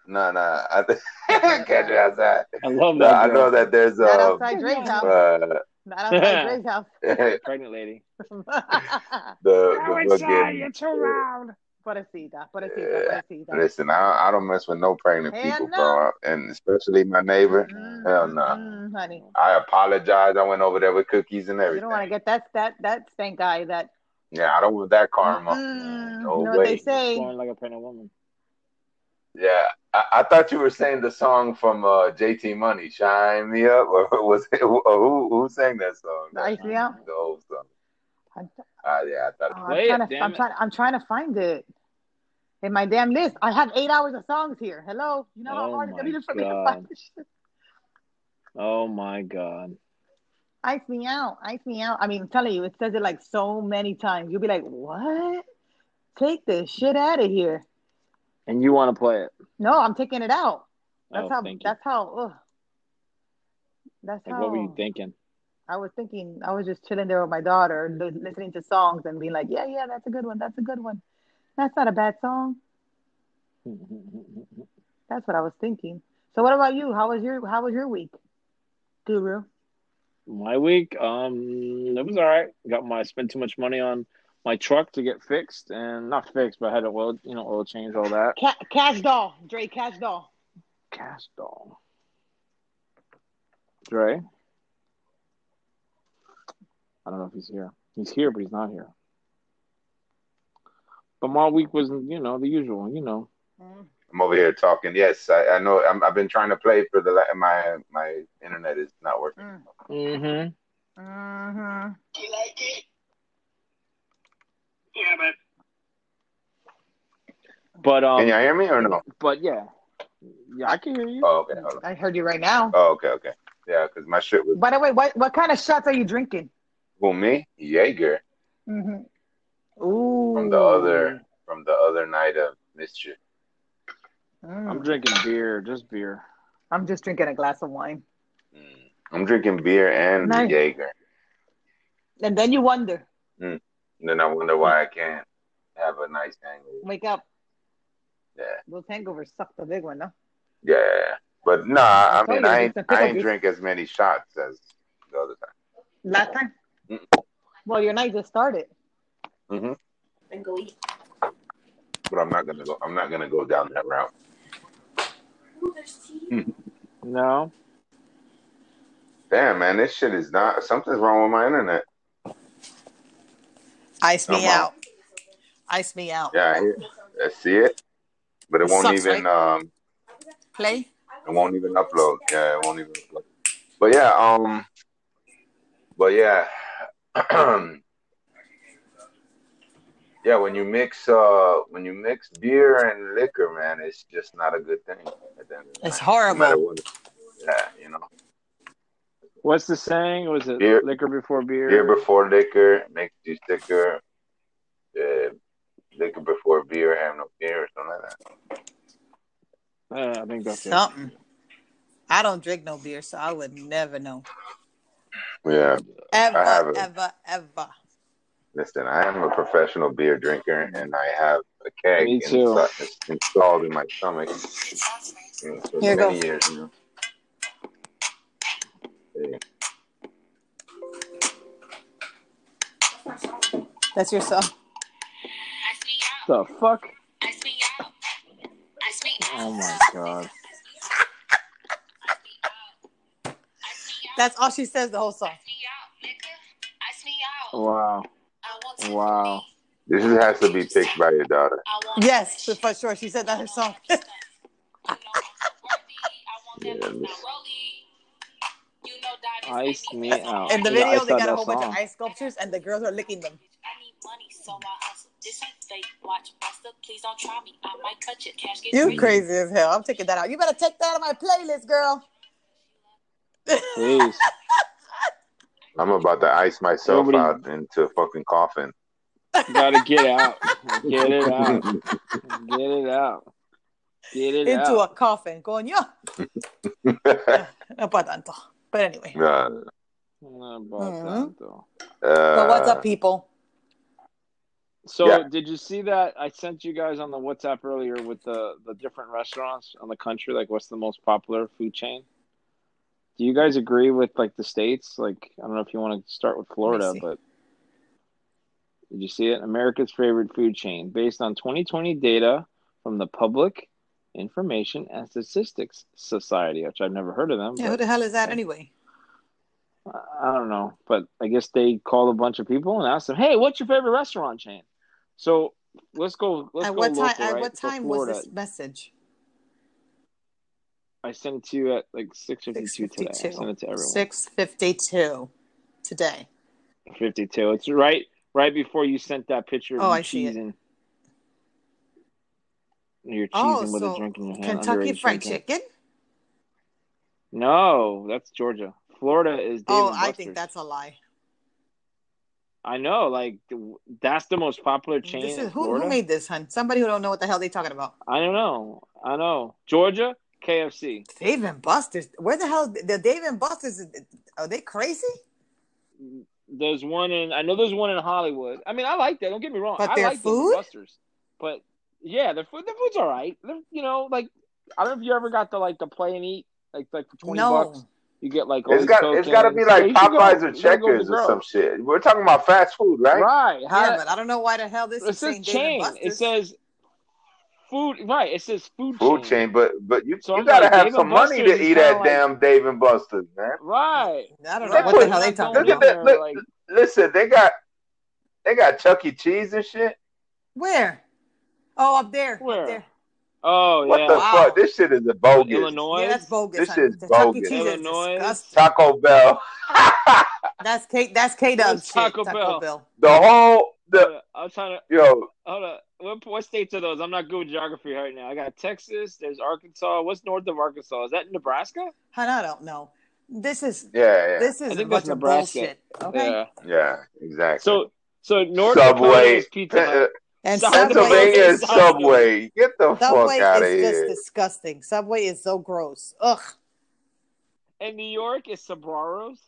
B: No, no. I th- catch me outside.
A: I love
B: No,
A: that.
B: I
A: girl.
B: know that there's
C: Not
B: um,
C: outside Drake's house.
B: uh,
C: Not outside Drake's house.
B: the
A: Pregnant lady.
B: the fucking.
A: too loud.
C: Pobrecita, pobrecita, pobrecita.
B: Listen, I, I don't mess with no pregnant
C: Hell
B: people,
C: no.
B: bro, and especially my neighbor.
C: Mm,
B: Hell no.
C: mm, honey.
B: I apologize. I went over there with cookies and
C: You
B: everything.
C: don't want to get that that that stank eye that
B: yeah, I don't want that karma. Mm-hmm.
C: Mm,
B: no
C: you know what
B: way.
C: they say.
A: Born like a pregnant woman.
B: Yeah, I, I thought you were saying the song from uh, JT Money, "Shine Me Up," or was it, or who who sang that song?
C: Ice me out.
B: The old song.
C: I'm,
B: Uh, yeah, I
C: oh,
B: thought.
C: I'm
A: Play it,
C: trying to
A: damn
C: I'm
A: it.
C: trying I'm trying to find it. In my damn list. I have eight hours of songs here. Hello. You know how
A: Oh
C: hard it's gonna
A: my
C: be for me to
A: God.
C: find this shit.
A: Oh my god.
C: Ice me out, ice me out. I mean, I'm telling you, it says it like so many times. You'll be like, what? Take this shit out of here.
A: And you want to play it?
C: No, I'm taking it out. That's
A: oh,
C: how,
A: thank you.
C: that's how, ugh. That's
A: Like,
C: how.
A: what were you thinking?
C: I was thinking, I was just chilling there with my daughter, li- listening to songs and being like, yeah, yeah, that's a good one. That's a good one. That's not a bad song. That's what I was thinking. So what about you? How was your, how was your week? Guru.
A: My week, um, it was all right. Got my spent too much money on my truck to get fixed, and not fixed, but I had a oil, you know, oil change, all that.
C: Ca- cash doll, Dre, cash doll.
A: Cast doll. Dre. I don't know if he's here. He's here, but he's not here. But my week was, you know, the usual. You know,
C: Mm.
B: I'm over here talking. Yes, I, I know. I'm, I've been trying to play for the la- my my internet is not working.
C: Mm.
A: mm-hmm.
C: Mm-hmm.
D: You like it? Yeah, but
A: But um,
B: Can y'all hear me or no?
A: but yeah, yeah, I can hear you.
B: Oh, okay, hold on.
C: I heard you right now.
B: oh, okay, okay. Yeah, because my shit was
C: By the way, what, what kind of shots are you drinking?
B: who me Jaeger
C: Mm-hmm. Ooh.
B: from the other from the other night of mischief.
C: Mm.
A: I'm
C: I'm,
A: drinking beer, just beer.
C: just drinking a glass of wine.
B: Mm. I'm drinking beer and
C: Nice.
B: Jaeger.
C: And then you wonder,
B: And then I wonder why I can't have a nice hangover.
C: wake up,
B: Yeah,
C: those hangovers suck the big one, no?
B: yeah. But nah, I
C: told
B: mean,
C: you,
B: I
C: it's
B: ain't
C: a pickle
B: I ain't
C: juice.
B: drink as many shots as the other time.
C: Last time? Well, your night just started.
B: Mm-hmm.
D: then go eat.
B: But I'm not gonna go. I'm not gonna go down that route.
D: Ooh, there's tea.
A: No,
B: Damn, man, this shit is not. Something's wrong with my internet.
C: Ice me
B: Come on.
C: out. Ice me out.
B: Yeah, I, hear, I see it, but it,
C: It
B: won't
C: sucks,
B: even. Um,
C: Play.
B: it won't even upload. Yeah, it won't even. Upload. But yeah, um, but yeah, yeah. When you mix, uh, when you mix beer and liquor, man, it's just not a good thing. At the end of the
C: It's
B: night, no matter
C: horrible.
B: what. Yeah, you know,
A: What's the saying? Was it
B: Beer-
A: liquor before beer?
B: beer before liquor makes you sicker. Uh, liquor before beer, have no beer, or something like that.
A: Uh, I think that's it.
C: Something. I don't drink no beer, so I would never know.
B: Yeah, I
C: Ever,
B: haven't.
C: ever, ever.
B: listen, I am a professional beer drinker, and I have a keg
A: Me too.
B: insi- installed in my stomach for
C: Here you go.
B: many years now. Yeah.
C: That's your song.
A: The fuck?
E: Oh
A: Oh my god.
C: That's all she says the whole song.
A: Wow. Wow.
B: This is- has to be picked by your daughter.
C: Yes, for sure. She said that her song.
A: Ice me out.
C: In the
A: Yeah, I
C: video, they
A: saw
C: got a
A: that
C: whole bunch of
A: song.
C: ice sculptures, and the girls are licking them.
E: I need money, so I hustle. This ain't fake. Watch, I still please don't try me. I might cut your cash. Get
C: You
E: free.
C: crazy as hell. I'm taking that out. You better take that out of my playlist, girl.
A: Jeez.
B: I'm about to ice myself
A: Nobody-
B: out into a fucking coffin.
A: You gotta get out. Get it out. Get it out. Get it
C: Into
A: out.
C: a coffin. Going, yeah. But anyway.
B: Nah,
A: Not
C: Hmm?
A: about that, though.
C: So what's
B: uh,
C: up, people?
A: So
B: Yeah.
A: did you see that I sent you guys on the WhatsApp earlier with the the different restaurants on the country? Like, what's the most popular food chain? Do you guys agree with like the states? Like, I don't know if you want to start with Florida,
C: see.
A: but did you see it? America's favorite food chain, based on 2020 data from the Public Information and Statistics Society, which I've never heard of them.
C: Yeah,
A: but-
C: who the hell is that anyway?
A: I don't know, but I guess they called a bunch of people and asked them, "Hey, what's your favorite restaurant chain?" So let's go. Let's
C: at
A: go
C: what time?
A: local,
C: At
A: right?
C: what
A: So
C: time
A: Florida.
C: was this message?
A: I sent it to you at like six
C: Six
A: fifty-two today. I sent
C: fifty-two.
A: it to everyone.
C: Six fifty-two today.
A: Fifty-two. It's right, right before you sent that picture of
C: Oh,
A: you
C: I see it.
A: cheesing. You're cheesing
C: Oh,
A: with
C: so
A: a drink in your hand.
C: Kentucky
A: underage
C: Fried
A: drinking.
C: Chicken.
A: No, that's Georgia. Florida is Dave
C: Oh,
A: and
C: I
A: Buster's.
C: think that's a lie.
A: I know, like that's the most popular chain
C: This
A: in
C: is who,
A: Florida.
C: who made this, hun? Somebody who don't know what the hell they talking about.
A: I don't know. I know Georgia KFC.
C: Dave and Buster's. Where the hell the Dave and Buster's? is- Are they crazy?
A: There's one in I know there's one in Hollywood. I mean, I like that. Don't get me wrong.
C: But
A: I
C: their
A: like Dave and
C: food?
A: Buster's. But yeah, their food their food's all right. They're- you know, like I don't know if you ever got the like the play and eat like like for twenty
C: no.
A: bucks you get like all
B: it's
A: these
B: got
A: Coke
B: it's got to be
A: cans.
B: like
A: You should go-
B: Popeyes
A: you gotta go
B: or
A: with
B: Checkers
A: the
B: or some
A: girls.
B: shit. We're talking about fast food, right?
A: Right? How,
C: Yeah, but I don't know why the hell this
A: it
C: is
A: says
C: saying
A: chain.
C: Dave and
A: It
C: Buster's.
A: says food. Right? It says food,
B: Food chain, but but you
A: So
B: you
A: I'm
B: gotta
A: like,
B: have
A: Dave
B: some
A: and
B: money
A: Buster's
B: to
A: is
B: eat at
A: kinda like-
B: damn Dave and Buster's, man.
A: Right?
C: I don't know
A: Right.
C: what the
A: They're
C: hell they
A: not
C: talking
A: going
B: Look
C: about.
B: at
A: in
B: that-
A: there
B: look-
A: like
B: Listen, they got they got Chuck E. Cheese and shit.
C: Where? Oh, up there.
A: Where?
C: Up there.
A: oh
B: What
A: yeah,
B: the
C: Wow.
B: fuck? This shit is a bogus.
A: Illinois.
C: Yeah, that's bogus.
B: This
C: honey.
B: is
C: The Chuck E.
B: bogus.
C: Cheese is
A: Illinois.
C: disgusting.
B: Taco Bell.
C: That's K. That's K. Dub
A: That's
C: shit.
A: Taco
C: Taco,
A: Bell.
C: Bell.
B: the whole the
A: Hold on, I'm trying to
B: yo
A: Hold on. What, what states are those? I'm not good with geography right now. I got Texas. There's Arkansas. What's north of Arkansas? Is that Nebraska?
C: Hun, I don't know. This is
B: yeah yeah
C: this is
A: think
C: a
A: that's
C: bunch of
A: Nebraska.
C: bullshit. Okay.
A: Yeah.
B: yeah exactly.
A: So so North Dakota
B: Subway, Uh,
A: is Pizza
B: Pe-
A: Hut.
C: And
A: South
C: Subway
B: Pennsylvania
C: is
B: is
A: Dakota Subway.
C: disgusting.
B: Subway. Get the
C: Subway
B: fuck out of
C: is just
B: here.
C: disgusting. Subway is so gross. Ugh.
A: and New York is Sabroros.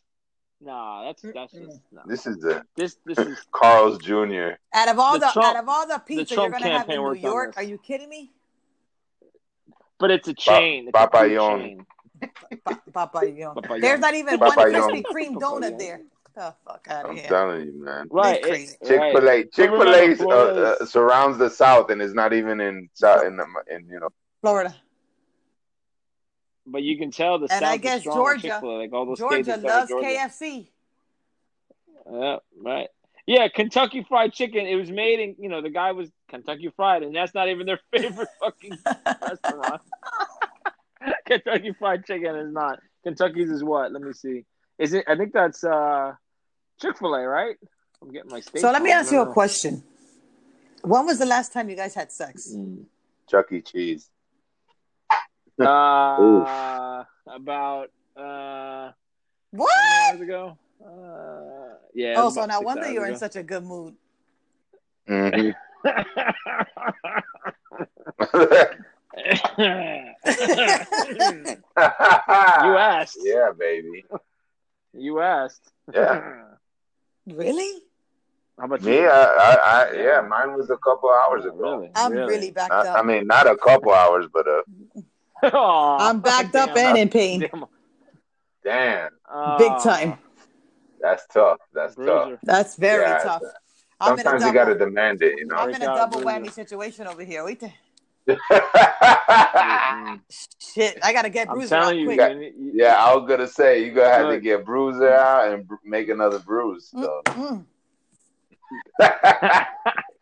A: Nah, that's that's
C: Mm-mm.
A: just no.
B: This is a
A: This this is
B: Carl's Jr.
C: Out of all
A: The
C: the,
A: Trump-
C: out of all the pizza you're
A: Trump
C: gonna have
A: campaign
C: in New
A: worked on
C: York,
A: this.
C: are you kidding me?
A: but it's a chain. It's a
B: Papa
A: food
B: Yon.
A: chain.
C: Pa- Papa Young.
A: Papa Yon.
C: There's not even
B: Papa
C: one
B: Young.
C: Krispy Kreme
A: Papa
C: donut
A: Yon.
C: there. The fuck out of
B: I'm
C: here.
B: telling you, man.
A: Right.
C: They're
A: it-
C: crazy.
B: Chick Fil
A: right.
B: A, Chick Fil
A: remember,
B: A uh,
A: Florida
B: uh,
A: is-
B: surrounds the South, and it's not even in South in, the, in you know
C: Florida.
A: But you can tell the
C: And I
A: South
C: guess
A: is strong with
C: Georgia-
A: Chick-fil-A, like all those states
C: Georgia
A: that started
C: loves
A: Georgia.
C: KFC.
A: Yeah, right. Yeah, Kentucky Fried Chicken. It was made in, you know, the guy was Kentucky Fried, and that's not even their favorite fucking restaurant. Kentucky Fried Chicken is not. Kentucky's is what? Let me see. Is it? I think that's uh, Chick Fil A, right? I'm getting my steak.
C: So let me
A: wrong.
C: ask you a
A: No, no.
C: question. When was the last time you guys had sex?
A: Mm.
B: Chuck E. Cheese.
A: Uh, about uh,
C: What?
A: hours ago. Uh, yeah. it
C: Oh,
A: was
C: so
A: about
C: no
A: six
C: wonder
A: hours
C: you're
A: ago.
C: in such a good mood.
B: Mhm.
A: you asked.
B: Yeah, baby.
A: You asked.
B: Yeah.
C: Really?
A: How about you?
B: Me, uh, I, I, I, yeah, mine was a couple hours ago.
A: Really?
C: I'm really, backed
B: Not,
C: up.
B: I mean, not a couple hours, but a
A: Aw,
C: I'm backed up
A: damn.
C: and in pain.
A: Damn.
B: damn.
A: Aw,
C: Big time.
B: That's tough. That's tough.
A: Bruiser.
C: That's very
B: Yeah,
C: tough.
B: it's
C: I'm in a
B: Sometimes you got to
C: double,
B: demand it, you know.
C: I'm in a
A: Breakout
C: double
A: bruiser.
C: whammy situation over here. We t-
A: Mm-mm.
C: shit, I gotta get
A: I'm
C: bruised out
A: telling you,
C: quick.
B: Yeah.
A: you- you-
B: yeah, I was gonna say you gonna have to
A: Good.
B: get bruiser out and br- make another bruise. So.
C: Mm-mm.
A: Mm.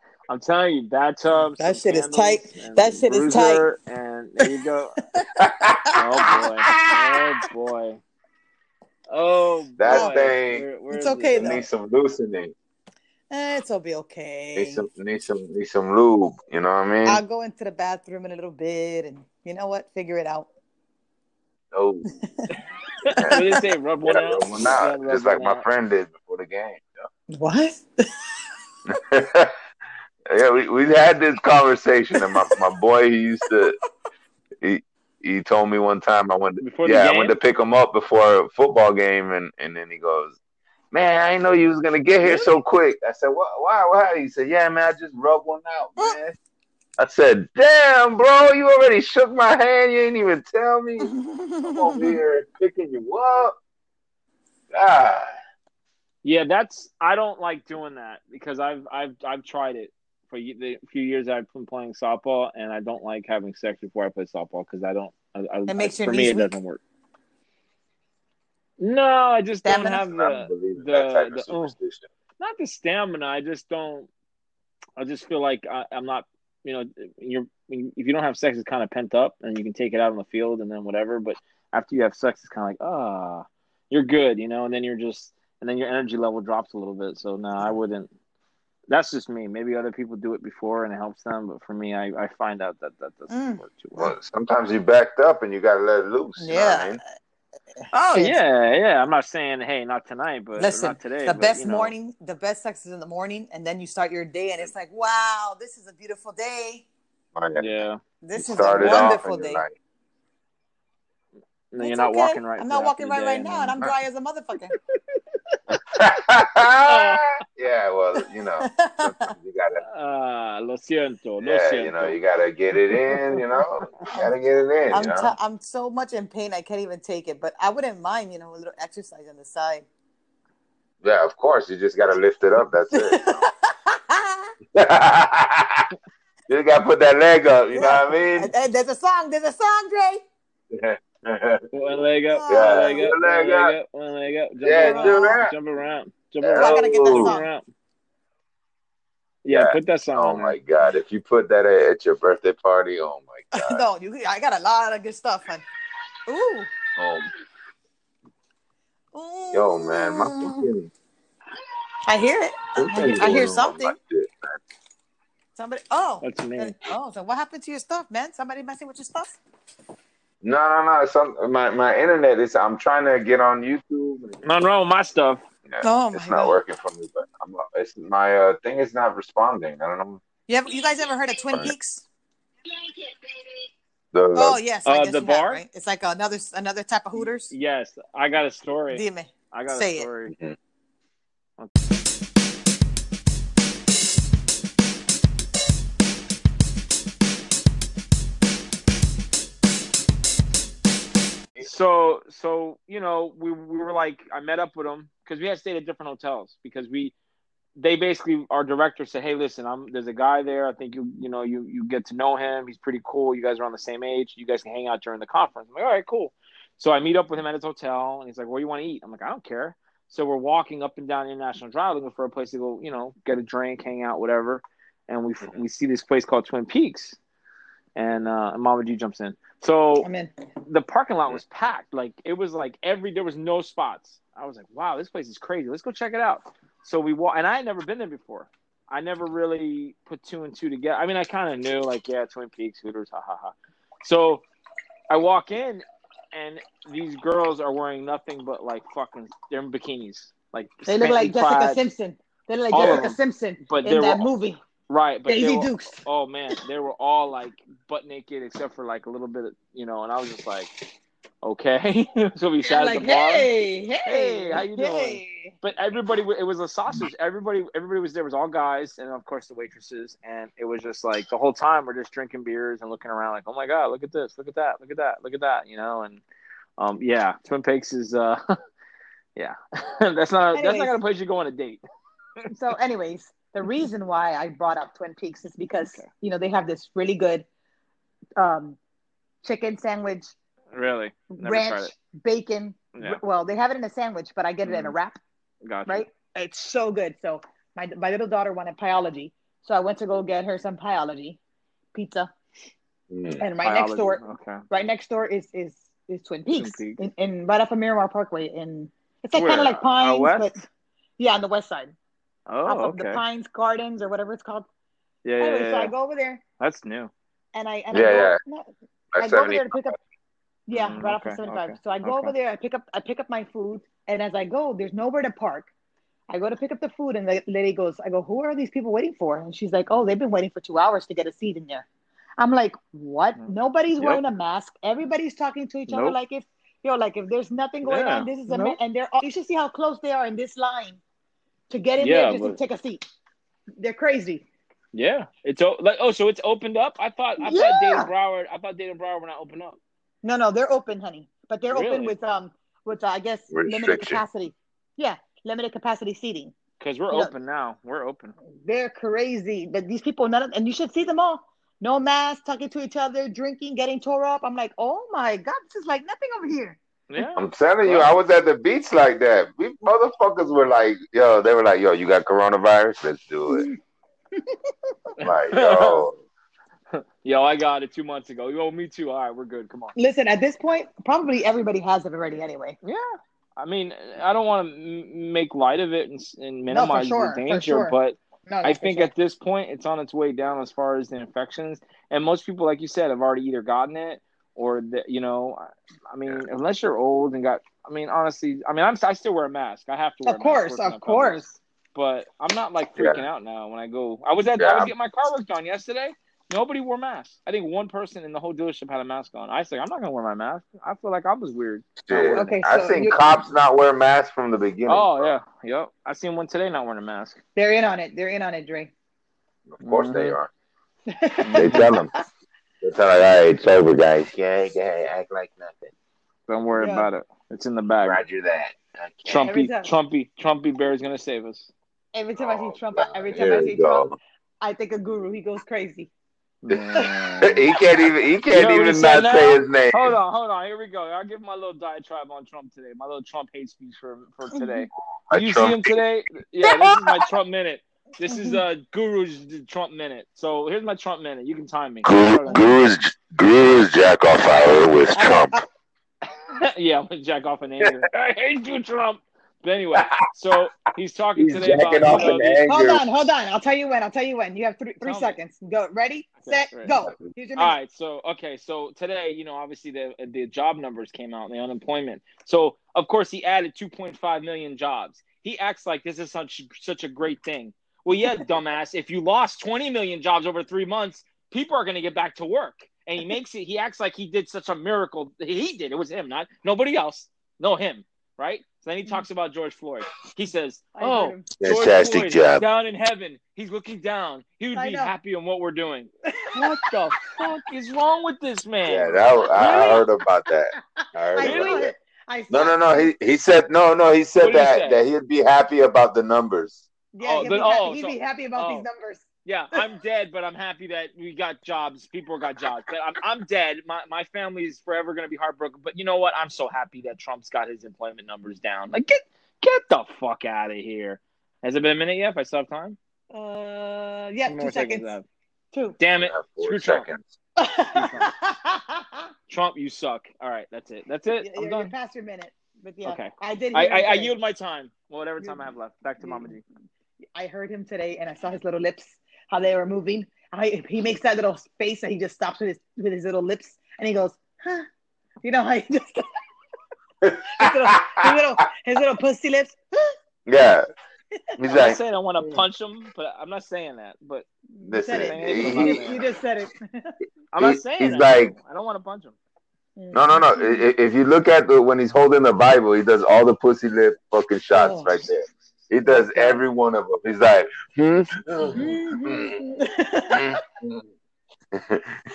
A: I'm telling you, bathtub.
C: That
A: some
C: shit is
A: candles,
C: tight.
A: and
C: That shit is tight.
A: bruiser, And there you go. Oh boy. Oh boy. Oh boy.
B: That thing-
A: Where- where
C: It's
A: is
C: okay,
A: it?
C: though.
B: need some loosening.
C: Eh, it'll be
B: Need
C: okay.
B: some. Need some. Need some lube. You know what I mean?
C: I'll go into the bathroom in a little bit, and you know what? Figure it out.
B: Oh,
A: What did it say? Rub one
B: yeah,
A: out.
B: rub one out,
A: Yeah, rub
B: just like
A: one
B: my
A: out.
B: friend did before the game.
C: What?
B: yeah, we we had this conversation, and my, my boy he used to he he told me one time I went to,
A: Before the
B: yeah I
A: game?
B: went to pick him up before a football game, and and then he goes, man, I didn't know you was gonna get here so quick. I said, why why why? He said, yeah, man, I just rubbed one out, man. I said, damn, bro, you already shook my hand. You ain't even tell me. I'm over here picking you up. Ah, God.
A: Yeah, that's. I don't like doing that because I've I've I've tried it for y- the few years I've been playing softball, and I don't like having sex before I play softball because I don't. I, I,
C: It makes
A: I,
C: your
A: for me
C: knees
A: it
C: weak?
A: doesn't work. No, I just don't
C: Stamina?
A: have
B: And I don't
A: the
B: believe in
A: the-
B: that type
A: the
B: of superstition.
A: not the stamina. I just don't. I just feel like I, I'm not. You know, you're when- if you don't have sex, it's kind of pent up, and you can take it out on the field and then whatever. But after you have sex, it's kind of like ah, you're good, you know. And then you're just, and then your energy level drops a little bit. So no, I wouldn't. That's just me. Maybe other people do it before and it helps them, but for me, I, I find out that that doesn't
C: Mm.
A: work too well.
B: Well, sometimes you backed up and you got to let it loose. You know what I
C: Yeah.
B: mean?
A: Oh
C: Shit.
A: yeah, yeah. I'm not saying hey, not tonight, but or
C: Listen,
A: not today.
C: the
A: but,
C: best
A: you know.
C: morning, the best sex is in the morning, and then you start your day, and it's like, wow, this is a beautiful day.
B: Like,
A: Yeah,
C: This
B: you
C: is a
B: started off
C: wonderful
B: and
C: day.
B: you're like,
A: and then you're
C: It's
A: not
C: okay.
A: walking right.
C: I'm
A: for
C: not
A: half
C: walking
A: the
C: right
A: day,
C: right now,
A: then-
C: and I'm dry as a motherfucker.
B: yeah, well, you know, sometimes you got to,
A: Ah, lo siento, lo
B: yeah,
A: siento.
B: you know, you got to get it in, you know, you got to get it in,
C: I'm
B: you
C: t-
B: know.
C: I'm so much in pain I can't even take it. But I wouldn't mind, you know, a little exercise on the side.
B: Yeah, of course, you just got to lift it up. That's it. you just got to put that leg up, you know
C: And- and there's a song. There's a song, Dre.
B: what I mean?
A: One leg up,
C: Yeah.
A: one leg up,
B: One
A: one
B: leg
A: leg up, one leg up. Jump
B: Yeah,
A: around,
B: do that.
A: jump around, jump
B: Yeah.
C: So I
A: around,
C: gotta get that
B: Oh.
A: jump
C: song.
A: around. Yeah,
B: Yeah.
A: put that song
B: Oh
A: on
B: my
A: there.
B: God. If you put that at, at your birthday party, oh my God.
C: no, you. I got a lot of good stuff, man. Ooh.
B: Oh,
C: Ooh.
B: yo, man, my freaking
C: I hear it. I hear,
B: something's
C: I
B: going
C: hear
B: on with
C: something.
B: my shit.
C: Somebody. Oh.
A: That's me.
C: Oh. So what happened to your stuff, man? Somebody messing with your stuff?
B: No, no, no. Some my my internet is. I'm trying to get on YouTube. And,
A: Nothing wrong with my stuff.
B: yeah,
C: Oh my
B: it's not
C: god.
B: working for me. But I'm. It's my uh, thing is not responding. I don't know.
C: You ever, you guys ever heard of Twin Peaks?
B: The,
C: Oh yes, I
A: Uh,
C: guess
A: the
C: you have,
A: bar?
C: right? It's like another another type of Hooters.
A: Yes, I got a story.
C: Dime.
A: I got
C: say
A: a
C: it.
A: story. So, so you know, we we were like, I met up with him because we had stayed at different hotels because we they basically our director said, "Hey, listen, I'm there's a guy there. I think you you know you you get to know him. He's pretty cool. You guys are on the same age. You guys can hang out during the conference." I'm like, "All right, cool." So I meet up with him at his hotel, and he's like, "What do you want to eat?" I'm like, "I don't care." So we're walking up and down International Drive looking for a place to go, you know, get a drink, hang out, whatever. And we we see this place called Twin Peaks, and uh, Mama G jumps in. So
C: I'm in.
A: the parking lot was packed. Like it was like every there was no spots. I was like, wow, this place is crazy. Let's go check it out. So we walk, and I had never been there before. I never really put two and two together. I mean, I kind of knew, like, yeah, Twin Peaks, Hooters, ha ha ha. So I walk in, and these girls are wearing nothing but like fucking they're in bikinis, like
C: They look like
A: scantily
C: Jessica
A: clad,
C: Simpson. They look
A: All
C: like
A: of
C: Jessica
A: them.
C: Simpson
A: But they
C: in that
A: were
C: movie,
A: right, but they
C: Daisy
A: were-
C: Dukes.
A: oh man, they were all like butt naked except for like a little bit, of, you know. And I was just like, okay. so we
C: I'm
A: sat
C: like,
A: at the bar.
C: hey, hey,
A: Hey, how you doing?
C: hey.
A: but everybody it was a sausage everybody everybody was there It was all guys and of course the waitresses and it was just like the whole time we're just drinking beers and looking around like oh my god look at this look at that look at that look at that you know and um yeah twin peaks is uh yeah that's not that's not
C: Anyways.
A: gonna place you go on a date
C: so anyways the reason why i brought up twin peaks is because
A: Okay.
C: you know they have this really good um chicken sandwich
A: really Never tried
C: ranch bacon
A: Yeah.
C: well they have it in a sandwich but i get it in a
A: Mhm.
C: wrap
A: gotcha
C: right it's so good so my, my little daughter wanted pyology so i went to go get her some pyology pizza
B: Mm.
C: and right next door
A: Biology. okay
C: right next door is is is Twin Peaks,
A: Twin Peaks.
C: In, in right off of Miramar Parkway. In it's like
A: Where?
C: kind of like
A: Out
C: Pines,
A: west?
C: but yeah, on the west side, off
A: oh
C: of the
A: okay
C: Pines Gardens or whatever it's called.
A: yeah, yeah,
C: Anyway, so
A: yeah.
C: I go over there
A: that's new
C: and I and
B: Yeah,
C: I go,
B: yeah.
C: no,
B: At
C: I go over
B: 70,
C: there to pick up. Yeah,
A: Mm,
C: right off
A: okay,
C: of seventy five.
A: okay,
C: so I go
A: okay.
C: over there. I pick up. I pick up my food, and as I go, there's nowhere to park. I go to pick up the food, and the lady goes, "I go, who are these people waiting for?" And she's like, "Oh, they've been waiting for two hours to get a seat in there." I'm like, "What?
A: Mm.
C: Nobody's
A: Yep.
C: wearing a mask. Everybody's talking to each other
A: Nope.
C: like if you know, like if there's nothing going
A: Yeah,
C: on. This is a
A: nope.
C: ma- and they're all, you should see how close they are in this line to get in
A: Yeah,
C: there just
A: but-
C: to take a seat. They're crazy.
A: yeah it's o- like oh so it's opened up i thought i thought
C: Yeah.
A: david broward i thought david broward when I opened up
C: No, no, they're open, honey. But they're open
A: Really?
C: with um with uh, I guess limited
B: Restriction.
C: capacity. Yeah, limited capacity seating.
A: Because we're
C: Yeah.
A: open now. We're open.
C: They're crazy. But these people none of, and you should see them all. No masks, talking to each other, drinking, getting tore up. I'm like, oh my god, this is like nothing over here.
A: Yeah.
B: I'm telling you, I was at the beach like that. We motherfuckers were like, yo, they were like, yo, you got coronavirus? Let's do it. like, yo,
A: Yo, I got it two months ago. Yo, me too. All right, we're good. Come on.
C: Listen, at this point, probably everybody has it already anyway.
A: Yeah. I mean, I don't want to m- make light of it and, s- and minimize
C: sure, for
A: the danger,
C: sure.
A: but
C: No,
A: I think at this point it's on its way down as far as the infections. And most people, like you said, have already either gotten it or, the, you know, I- I mean, unless you're old and got, I mean, honestly, I mean, I'm, I still wear a mask. I have to wear
C: of
A: a mask
C: course,
A: working
C: of
A: up under it.
C: course.
A: but I'm not like freaking out now when I go. I was at I
B: Yeah.
A: was getting my car worked on yesterday. Nobody wore masks. I think one person in the whole dealership had a mask on. I was like, I'm not gonna wear my mask. I feel like I was weird.
B: shit.
C: Okay,
B: I
C: so
B: seen
C: you-
B: cops not wear masks from the beginning.
A: Oh yeah, yep. I seen one today not wearing a mask.
C: They're in on it. They're in on it, Dre.
B: Of course they
C: Mm-hmm.
A: Mhm.
B: are. They tell them. They tell them, all right, it's over, guys. Yeah, yeah, act like nothing.
A: Don't worry
C: Yeah.
A: about it. It's in the bag.
B: Roger that. Okay.
A: Trumpy,
C: Every time-
A: Trumpy, Trumpy Bear is gonna save us.
C: Every time I
B: Oh,
C: see Trump,
B: God,
C: every time
B: here
C: I
B: we
C: see
B: go.
C: Trump, I think a guru. He goes crazy.
A: Yeah.
B: he can't even. He
A: You know
B: can't
A: what he
B: even
A: said
B: not say
A: now? Oh,
B: his name.
A: Hold on, hold on. Here we go. I'll give my little diatribe on Trump today. My little Trump hate speech for for today.
B: A
A: you
B: Trump
A: see him today? Yeah, this is my Trump minute. This is uh Guru's Trump minute. So here's my Trump minute. You can time me.
B: Guru- Guru's Guru's jack off hour with
C: I-
B: Trump.
C: I-
A: yeah, I'm gonna jack off in anger. I hate you, Trump. But anyway, so he's talking
B: He's
A: today about uh, you
B: jacking off
A: know,
B: in
A: these-
B: anger.
C: hold on, hold on. I'll tell you when. I'll tell you when. You have three, three
A: Tell me.
C: seconds. Go. Ready,
A: Okay,
C: set,
A: right.
C: go. Here's your
A: All
C: minute.
A: right, so okay, so today, you know, obviously the the job numbers came out, and the unemployment. So of course he added 2.5 million jobs. He acts like this is such such a great thing. Well, yeah, dumbass. If you lost 20 million jobs over three months, people are going to get back to work, and he makes it. He acts like he did such a miracle. He did. It was him, not nobody else. No, him. Right. So then he talks about George Floyd. He says,
C: Mm-hmm. I heard
A: "Oh,
C: him.
A: George
B: Fantastic
A: Floyd
B: job.
A: is down in heaven. He's looking down. He would
C: I
A: be
C: know.
A: happy on what we're doing. What the fuck is wrong with this man?
B: Yeah, that, was- I, I
A: Really?
B: heard about that. I heard
C: I
A: Really?
C: saw
B: about that.
C: it. I saw
B: No, no,
C: it.
B: no. He he said no, no. He
A: What
B: said
A: did he
B: that
A: say?
B: that he'd be happy about the numbers.
C: Yeah,
A: Oh,
C: he'd,
A: then-
C: be, ha-
A: oh,
C: he'd
A: so-
C: be happy about
A: oh.
C: these numbers.
A: Yeah, I'm dead, but I'm happy that we got jobs. People got jobs. But I'm, I'm dead. My, my family is forever going to be heartbroken. But you know what? I'm so happy that Trump's got his employment numbers down. Like, get get the fuck out of here. Has it been a minute yet? If I still have time?
C: Uh, yeah,
A: Two
C: two
A: more
C: seconds.
A: left.
C: Two.
A: Damn it.
B: have four
A: Screw Trump.
B: seconds.
A: Trump, you suck. All right, that's it. That's it.
C: you're,
A: I'm
C: you're
A: done.
C: past your minute, but yeah,
A: Okay.
C: I did.
A: I,
C: hear
A: I,
C: him
A: I
C: today.
A: yield my time. Whatever time I have left. Back to
C: You-
A: Mama G.
C: I heard him today, and I saw his little lips, how they were moving. I, he makes that little space, and he just stops with his with his little lips, and he goes, "Huh," you know how he just his, little, his little his little pussy lips. "Huh?"
B: yeah. He's
A: I'm not
B: like,
A: saying I want to punch him, but I'm not saying that. But
C: You said
B: listen,
C: it.
A: he-
C: You just- you just said it.
A: I'm not
B: He-
A: saying
B: he's
A: that.
B: like-
A: I don't want to punch him.
B: no, no, no. I- i- If you look at the, when he's holding the Bible, he does all the pussy lip fucking shots
C: Oh.
B: right there. He does
C: Okay.
B: every one of them. He's like, hmm? Mm-hmm.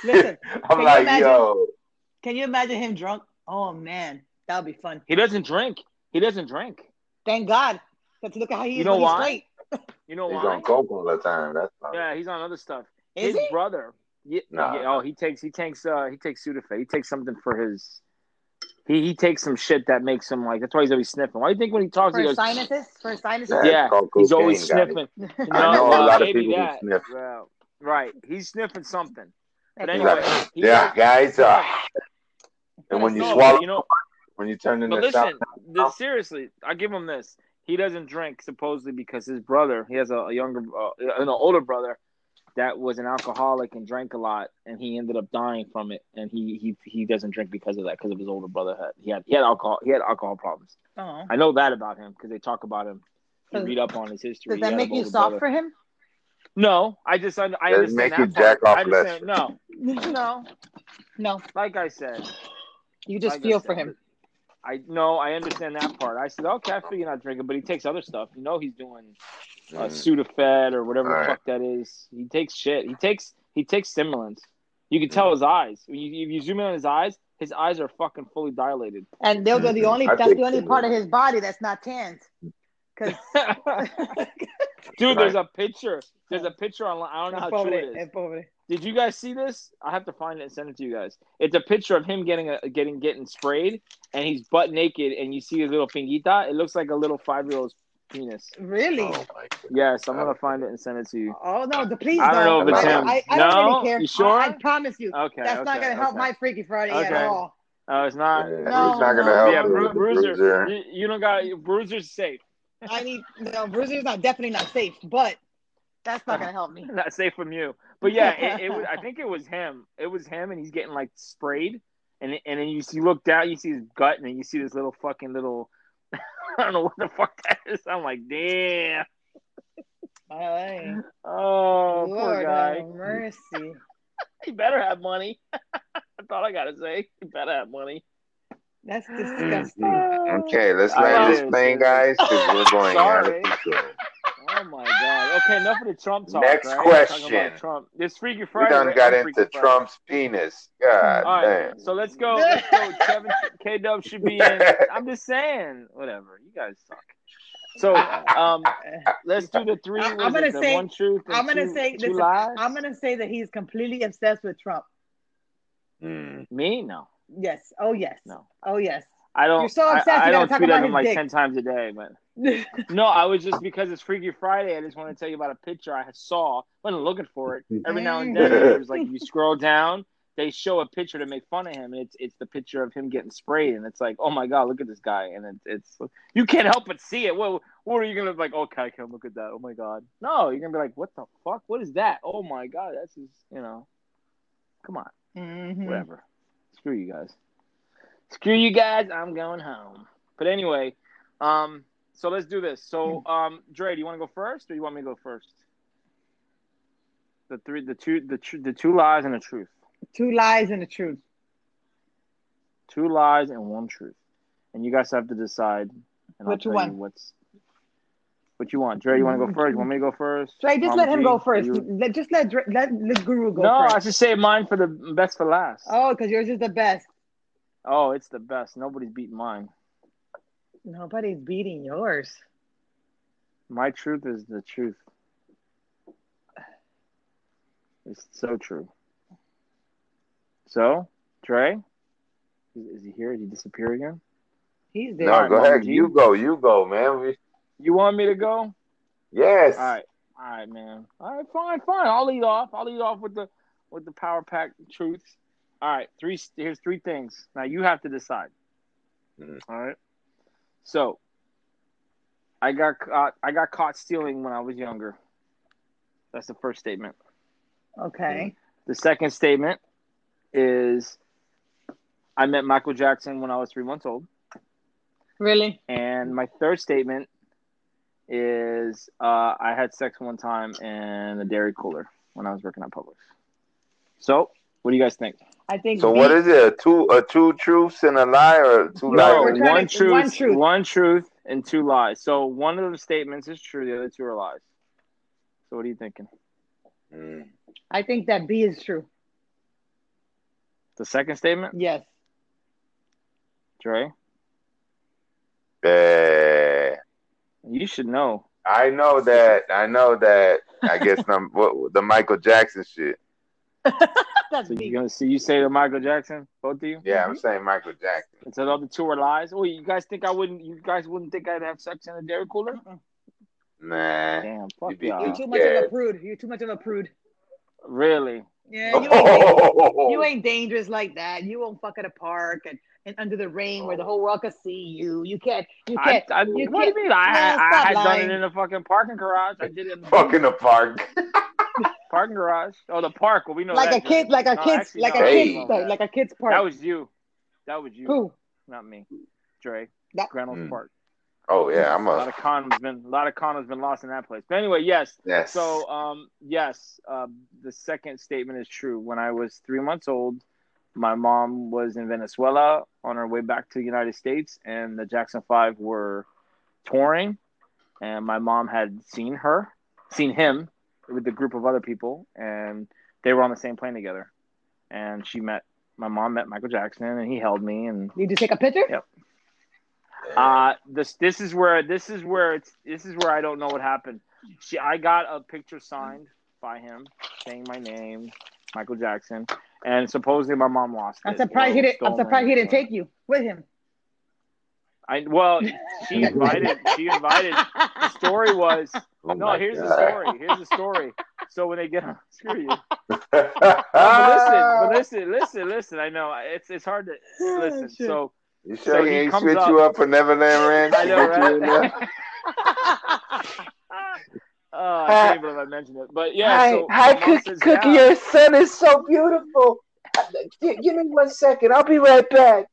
C: Listen,
B: I'm
C: you
B: like,
C: imagine?
B: yo,
C: can you imagine him drunk? Oh man, that would be fun.
A: He doesn't drink. He doesn't drink.
C: Thank God. Because look at how he is
A: You know
C: when
A: why?
C: he's straight.
A: You know
B: he's
A: why?
B: on coke all the time. That's not.
A: Yeah, he's on other stuff.
C: Is
A: his
C: he?
A: brother. Yeah,
B: Nah.
A: yeah, Oh, he takes he takes uh he takes Sudafed. He takes something for his. He he takes some shit that makes him like. That's why he's always sniffing. Why do you think when he talks,
C: For
A: he
C: his
A: goes?
C: sinuses? For his sinuses?
B: Yeah.
A: Yeah,
B: it's called
A: he's always
B: cocaine, guys.
A: sniffing.
B: I know
A: No,
B: a
A: uh,
B: lot of
A: maybe
B: people who
A: that.
B: sniff.
A: Well, right, he's sniffing something. But
B: He's
A: anyway,
B: like,
A: he-
B: yeah, guys. Uh, and when you
A: No,
B: swallow,
A: but you know,
B: when you turn in
A: But
B: the south,
A: listen, th- seriously, I give him this. He doesn't drink supposedly because his brother, he has a, a younger, uh, an older brother that was an alcoholic and drank a lot, and he ended up dying from it. And he he, he doesn't drink because of that because of his older brother had he had he had alcohol he had alcohol problems.
C: Oh.
A: I know that about him because they talk about him. You
C: Does-
A: read up on his history.
C: Does
A: He
C: that
A: had
C: make
A: an
C: you
A: older brother.
C: soft for him?
A: No, I just I, I
B: Does it
A: understand
B: make
A: that
B: you
A: part.
B: jack off
A: I understand. No,
C: No. No.
A: like I said,
C: You just
A: Like I
C: feel
A: said,
C: for him.
A: I no, I understand that part. I said, okay, I feel you're not drinking, but he takes other stuff. You know, he's doing uh,
B: Mm.
A: Sudafed or whatever the
B: Alright.
A: fuck that is. He takes shit. He takes he takes stimulants. You can
B: Mm.
A: tell his eyes. When you, if you zoom in on his eyes, his eyes are fucking fully dilated.
C: And they'll go the
B: Mhm.
C: only
B: I
C: that's
B: think
C: the only
B: so.
C: part of his body that's not tanned. Cause
A: Dude, there's
B: Right.
A: a picture. There's a picture online. I don't know how true it is.
C: Pobre.
A: Did you guys see this? I have to find it and send it to you guys. It's a picture of him getting a getting getting sprayed, and he's butt naked, and you see his little finguita. It looks like a little five year old's penis.
C: Really?
B: Oh my god.
A: Yes, I'm gonna find it and send it to you.
C: Oh no, the please
A: I don't know
C: don't.
B: if it's
C: I,
B: him.
C: I, I don't
A: No?
C: really care.
A: You sure?
C: I, I promise you.
A: Okay,
C: that's not
A: okay,
C: gonna help
A: okay.
C: my Freaky Friday
A: Okay.
C: at all.
A: Oh, it's not.
B: Yeah,
C: No,
B: it's not gonna
C: no,
B: help
A: yeah,
B: you
A: Bru-
B: with the
A: Bruiser,
B: bruiser.
A: You, you don't got Bruiser's safe.
C: I need no bruiser's not definitely not safe, but that's not gonna help me.
A: Not safe from you. But yeah, it, it was. I think it was him. It was him, and he's getting like sprayed, and and then you see look down, you see his gut, and then you see this little fucking little. I don't know what the fuck that is. I'm like, damn.
C: Ay,
A: Oh, poor
C: Lord
A: guy.
C: have mercy.
A: He better have money. That's all I gotta say. He better have money.
C: That's
A: Mm.
C: disgusting.
B: Mhm. okay, let's
A: I
B: land
A: love
B: this
A: it.
B: plane, guys, because we're going out
A: Sorry.
B: of control.
A: Oh my god. Okay, enough of the Trump talk.
B: Next
A: right? We're talking
B: question.
A: about Trump. This Freaky
B: We
A: Friday.
B: done
A: right?
B: got
A: I'm Freaky
B: into
A: Friday.
B: Trump's penis. God
A: All right, so let's go. Let's go. Kevin K Dub should be in. I'm just saying, whatever. You guys suck. So, um, let's do the three.
C: I-
A: was
C: I'm gonna
A: it the
C: say-
A: one truth. and
C: I'm gonna
A: two-
C: say-
A: two
C: listen,
A: lies.
C: I'm gonna say that he's completely obsessed with Trump.
B: damn. Mm.
A: Me no,
C: Yes. Oh yes.
A: no.
C: Oh yes.
A: I don't.
C: You're so obsessed,
A: I, I
C: you gotta
A: don't
C: talk
A: tweet
C: about
A: at him
C: his
A: like
C: dick.
A: ten times a day, but no, I was just because it's Freaky Friday. I just want to tell you about a picture I saw. wasn't looking for it. Every now and then, it was like if you scroll down, they show a picture to make fun of him, and it's it's the picture of him getting sprayed, and it's like, oh my god, look at this guy, and it's it's you can't help but see it. What what are you gonna be like? Okay, Kim, look at that. Oh my god, no, you're gonna be like, what the fuck? What is that? Oh my god, that's just you know, come on,
C: Mhm.
A: whatever. Screw you guys. Screw you guys. I'm going home. But anyway, um, so let's do this.
C: Mm.
A: So, um, Dre, do you want to go first, or you want me to go first? The three, the two, the tr- the two lies and the truth.
C: Two lies and the truth.
A: Two lies and one truth, and you guys have to decide. And
C: What you
A: tell
C: want?
A: what's what you want, Dre? You want to go first? You want me to go first?
C: Mm-hmm. Dre, just
A: Mama
C: let him
A: G,
C: go first.
A: you-
C: Let, just let Dre- let the guru go
A: no, I
C: first.
A: should say mine for the best for last. Oh,
C: Oh, because yours is the best.
A: it's the best. Nobody's beating mine.
C: Nobody's beating yours.
A: My truth is the truth. It's so true. So, Trey, is, is he here? Did he disappear again?
C: He's there.
B: No, go
A: Mama
B: ahead.
A: G.
B: You go. You go, man. We,
A: You want me to go?
B: yes.
A: All right, all right, man. All right, fine, fine. I'll lead off. I'll lead off with the with the power pack truths. All right, three. Here's three things. Now you have to decide.
B: Mhm.
A: All right. So, I got caught. I got caught stealing when I was younger. That's the first statement.
C: Okay.
A: The second statement is, I met Michael Jackson when I was three months old.
C: Really?
A: And my third statement is uh, I had sex one time in a dairy cooler when I was working at Publix. So, what do you guys think?
C: I think.
B: So
C: B-
B: what is it? A two a two truths and a lie or two
C: No,
B: lies?
C: we're
B: and-
C: trying
A: one
C: to-
A: truth,
C: one truth.
A: one truth, and two lies. So one of the statements is true, the other two are lies. So what are you thinking?
B: Mm.
C: I think that B is true.
A: The second statement,
C: Yes.
A: Dre,
B: Eh,
A: you should know.
B: I know that. I know that. I guess num- what, the Michael Jackson shit.
C: That's
A: So
C: B.
A: you're gonna see you say to Michael Jackson, both of you.
B: Yeah, I'm saying Michael Jackson.
A: And so the other two are lies. Oh, you guys think I wouldn't? You guys wouldn't think I'd have sex in a dairy cooler?
C: Mm-mm.
B: Nah.
A: Damn, fuck
B: You'd be
C: You're
A: y'all.
C: too much of
B: Yeah.
C: a prude. You're too much of a prude.
A: Really?
C: Yeah, you ain't, dan- you
B: Oh,
C: ain't dangerous like that. You won't fuck at a park and, and under the rain where the whole world could see you. You can't. You
A: I,
C: can't.
A: I,
C: you
A: what do you mean? I, had-
C: Man,
A: I
C: stop
A: had done it
C: lying.
A: in a fucking parking garage. I did it in the
B: fuck in the park.
A: parking garage. Oh, the park. Well, we know
C: like
A: that
C: a kid,
A: joint.
C: like a
A: No,
C: kid's,
A: actually,
C: like
A: no,
C: a
A: I
B: Hey.
C: kid's,
A: love
C: like,
A: that.
C: like a kid's park.
A: That was you. That was you,
C: Who?
A: not me. Dre.
C: That-
A: Grenells
B: Mm.
A: Park.
B: Oh yeah, I'm
A: A lot
B: a
A: of condoms been a lot of condoms been lost in that place. But anyway, yes.
B: yes.
A: So um yes, uh, the second statement is true. When I was three months old, my mom was in Venezuela on her way back to the United States, and the Jackson Five were touring, and my mom had seen her, seen him with a group of other people, and they were on the same plane together, and she met my mom met Michael Jackson, and he held me, and
C: Did you take a picture?
A: Yeah.
B: Oh
A: uh, this this is where this is where it's this is where I don't know what happened. She I got a picture signed by him saying my name, Michael Jackson, and supposedly my mom lost
C: I'm
A: it
C: surprised he
A: or
C: didn't. I'm
A: stolen
C: surprised he
A: it
C: didn't
A: or-
C: take you with him.
A: I well, she invited. She invited. The story was
B: Oh
A: no.
B: my
A: Here's the
B: God.
A: story. Here's the story. So when they get screw you. No,
B: Ah,
A: but listen, but listen, listen, listen. I know it's it's hard to listen.
C: Ah, shit.
A: So
B: you
A: so
B: sure
A: he
B: he ain't
A: comes
B: switch
A: up-
B: you up for Neverland Ranch?
A: I know,
B: Get you in
A: right?
B: there?
A: oh,
B: Ah.
A: I can't believe I mentioned it. But yeah, so my mom sits down.
B: son is so beautiful. Give me one second. I'll be right back.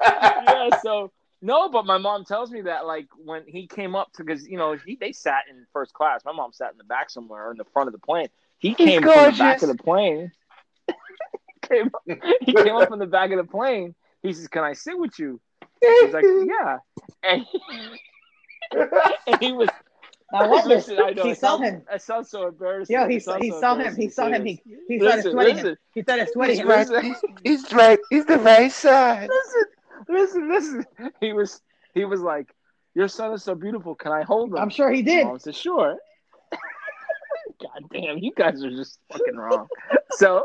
A: yeah, so no, but my mom tells me that like when he came up to because you know he they sat in first class. My mom sat in the back somewhere or in the front of the plane. He came from the back
B: gorgeous.
A: of the plane. came, he came up from the back of the plane. He says, "Can I sit with you?" He's like, "Yeah," and, and he was.
C: Now what?
A: Listen, I know
C: he
A: it
C: saw
A: sounds-
C: him.
A: It sounds so embarrassing.
C: Yo,
A: It
C: he,
A: sounds
C: he
A: so
C: saw him.
A: embarrassing
C: He
A: to
C: saw
A: say
C: him.
A: this.
C: He, he started
A: Listen,
C: sweating
A: listen.
C: him. He started sweating him.
B: He's right. He's the right side.
A: listen, listen, listen. He was he was like, Your son is so beautiful. Can I hold him?
C: I'm sure he did.
A: Mom said, Sure. God damn, you guys are just fucking wrong. so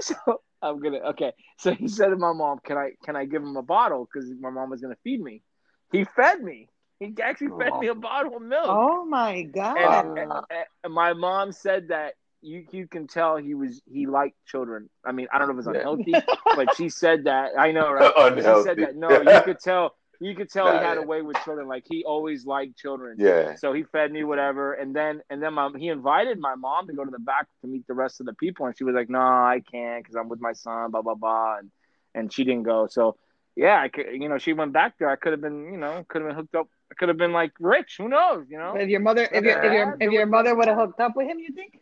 A: so I'm gonna okay. So he said to my mom, Can I can I give him a bottle? Because my mom was gonna feed me. He fed me. He actually fed me a bottle of milk.
C: Oh my god.
A: And, and- and- and my mom said that you you can tell he was he liked children. I mean, I don't know if it's
B: Yeah.
A: unhealthy, but she said that. I know, right? She said
B: Unhealthy.
A: that. No, you could tell. You could tell he
B: Nah,
A: had a
B: yeah.
A: way with children. Like he always liked children.
B: Yeah.
A: So he fed me whatever, and then and then my, he invited my mom to go to the back to meet the rest of the people, and she was like, "No, I can't because I'm with my son." Blah blah blah, and and she didn't go. So yeah, I could, you know, she went back there. I could have been, you know, could have been hooked up. I could have been like rich. Who knows? You know.
C: But if your mother, if your, if your, if your mother would have hooked up with him, you think?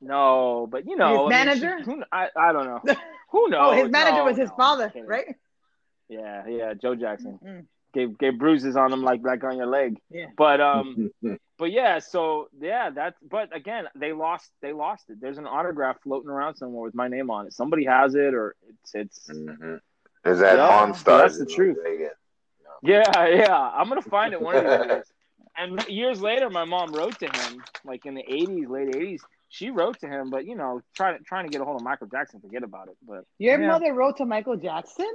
A: No, but you know,
C: His
A: I mean, she-
C: manager?
A: who, I, I don't know. Who knows?
C: oh, his manager
A: No,
C: was his
A: no, I'm
C: father,
A: kidding.
C: right?
A: Yeah, yeah, Joe Jackson
C: Mm-mm.
A: gave gave bruises on him like like on your leg.
C: Yeah.
A: But um, but yeah, so yeah, that's. But again, they lost. They lost it. There's an autograph floating around somewhere with my name on it. Somebody has it, or it's it's.
B: Mhm. Is that
A: Yeah,
B: OnStar?
A: that's the truth.
B: Vegas? No.
A: Yeah, yeah. I'm gonna find it one of these days. And years later, my mom wrote to him, like in the '80s, late '80s. She wrote to him, but you know, trying trying to get a hold of Michael Jackson, forget about it. But
C: Your
A: yeah.
C: mother wrote to Michael Jackson?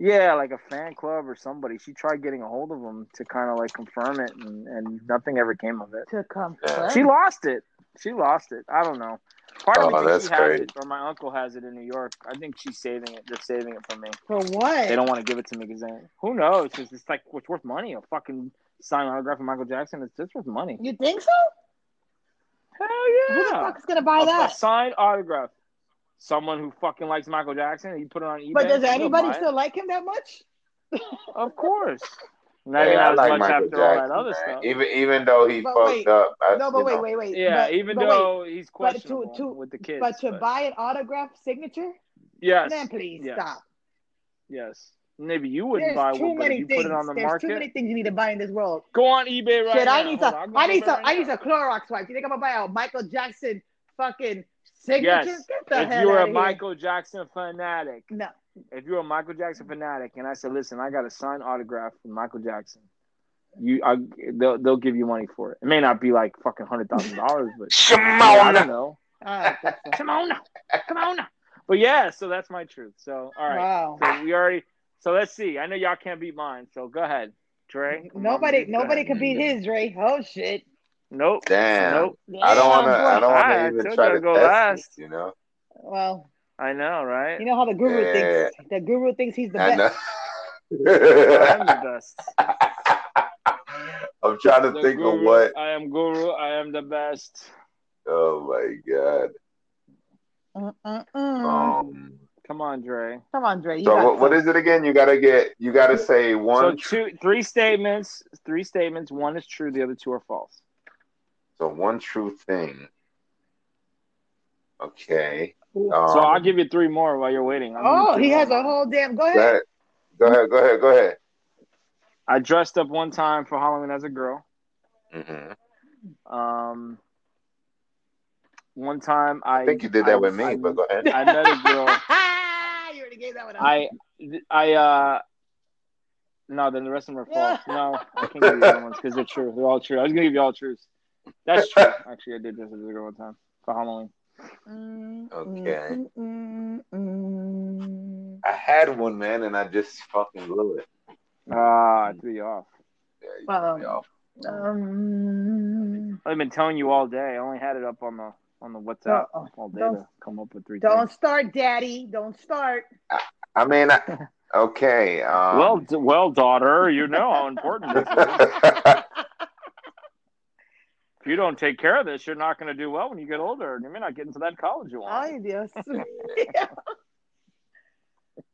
A: yeah, like a fan club or somebody. She tried getting a hold of him to kind of like confirm it, and, and nothing ever came of it.
C: To come.
B: Yeah.
A: She lost it. She lost it. I don't know. Part of me
B: Oh,
A: thinks
B: that's
A: she has
B: crazy.
A: it, or my uncle has it in New York. I think she's saving it. They're saving it for me.
C: For what?
A: They don't want to give it to me because who knows? It's, it's like it's worth money. A fucking signed autograph of Michael Jackson. It's it's worth money.
C: You think so?
A: Hell
C: Who the
A: yeah!
C: fuck's gonna buy
A: a, a
C: that?
A: signed autograph. Someone who fucking likes Michael Jackson, and you put it on eBay.
C: But does
A: you'll
C: anybody
A: buy it.
C: still like him that much?
A: Of course. Maybe
B: Hey, I
A: not as much
B: like Michael
A: after all that
B: Jackson,
A: other
B: man.
A: stuff.
B: Even even though he
C: But
B: fucked
C: wait.
B: up, I,
C: No, but
B: you
C: wait,
B: know.
C: wait, wait.
A: yeah,
C: but,
A: even
C: but wait,
A: though he's
C: but to-
A: questionable
C: to-
A: with the kids.
C: but to buy an autograph signature,
A: yes,
C: man, please
A: yes.
C: stop.
A: yes. Maybe you wouldn't buy
C: There's too
A: one, but if
C: many
A: you put
C: things.
A: it on the
C: There's
A: market,
C: too many things you need to buy in this world.
A: go on eBay right
C: Shit,
A: now.
C: I need
A: Hold on,
C: some.
A: I'll go
C: I
A: on
C: need
A: eBay
C: some.
A: right
C: I need
A: now.
C: some Clorox wipes. You think I'm gonna buy a Michael Jackson fucking signature?
A: Yes.
C: Get the
A: if
C: hell
A: you were
C: out
A: a
C: of
A: Michael Jackson fanatic,
C: here. No,
A: if you're a Michael Jackson fanatic, and I said, "Listen, I got a signed autograph from Michael Jackson," you, I, they'll they'll give you money for it. It may not be like fucking hundred thousand dollars, but yeah, I don't
B: Shimona.
A: know.
C: I don't think so.
A: Come on, now. come on. now. But yeah, so that's my truth. So all right,
C: Wow.
A: so we already. So let's see. I know y'all can't beat mine, so go ahead, Dre. Come on,
C: Nobody,
A: dude. Go
C: nobody
A: ahead.
C: could beat his Dre. Oh shit.
A: Nope.
B: Damn.
A: Nope.
B: I don't want to.
C: Yeah,
B: I
C: boy.
B: don't want
A: I
B: to even
A: told
B: try
A: you
B: to
A: I'd go
B: test
A: last.
B: it. You know.
C: Well,
A: I know, right?
C: you know how the guru
B: Yeah.
C: thinks. The guru thinks he's the
B: I
C: best.
B: know.
A: I am the best.
B: I'm trying to
A: The
B: think of
A: guru.
B: what.
A: I am guru. I am the best.
B: Oh my god.
C: Mm-mm-mm.
B: Um.
A: Come on, Dre.
C: Come on, Dre. Mm. You
B: So
C: got
B: what, what
C: some.
B: is it again? You gotta get. You gotta say
A: So
B: one.
A: two, three statements. Three statements. One is true. The other two are false.
B: So one true thing. Okay. Um,
A: so I'll give you three more while you're waiting. I'll give you
C: Oh,
A: three
C: he
A: more.
C: has a whole damn. Go
B: Go
C: ahead.
B: ahead. Go ahead. Go ahead. Go ahead.
A: I dressed up one time for Halloween as a girl.
B: Mhm.
A: Um, one time I,
B: I think you did that
A: I-
B: with me,
A: I-
B: but go ahead.
A: I met a girl.
C: you already gave that one. up.
A: I I uh. No, then the rest of them are false. No, I can't give you the other ones because they're true. They're all true. I was gonna give you all truths. That's true. Actually, I did dress up as a girl one time for Halloween.
C: Mm,
B: Okay.
C: mm, mm, mm, mm.
B: I had one man, and I just fucking blew it.
A: Ah, I threw you off.
B: Yeah, you
C: Well,
B: blew me off.
C: Um,
A: I've been telling you all day. I only had it up on the on the WhatsApp
C: uh-oh.
A: all day
C: Don't-
A: to come up with 3
C: don't
A: things.
C: start, Daddy. Don't start.
B: I mean, I, okay. Um,
A: Well, d- well, daughter, you know how important this is.
C: Oh,
A: If you don't take care of this, you're not going to do well when you get older, and you may not get into that college you want.
C: Ay, Dios.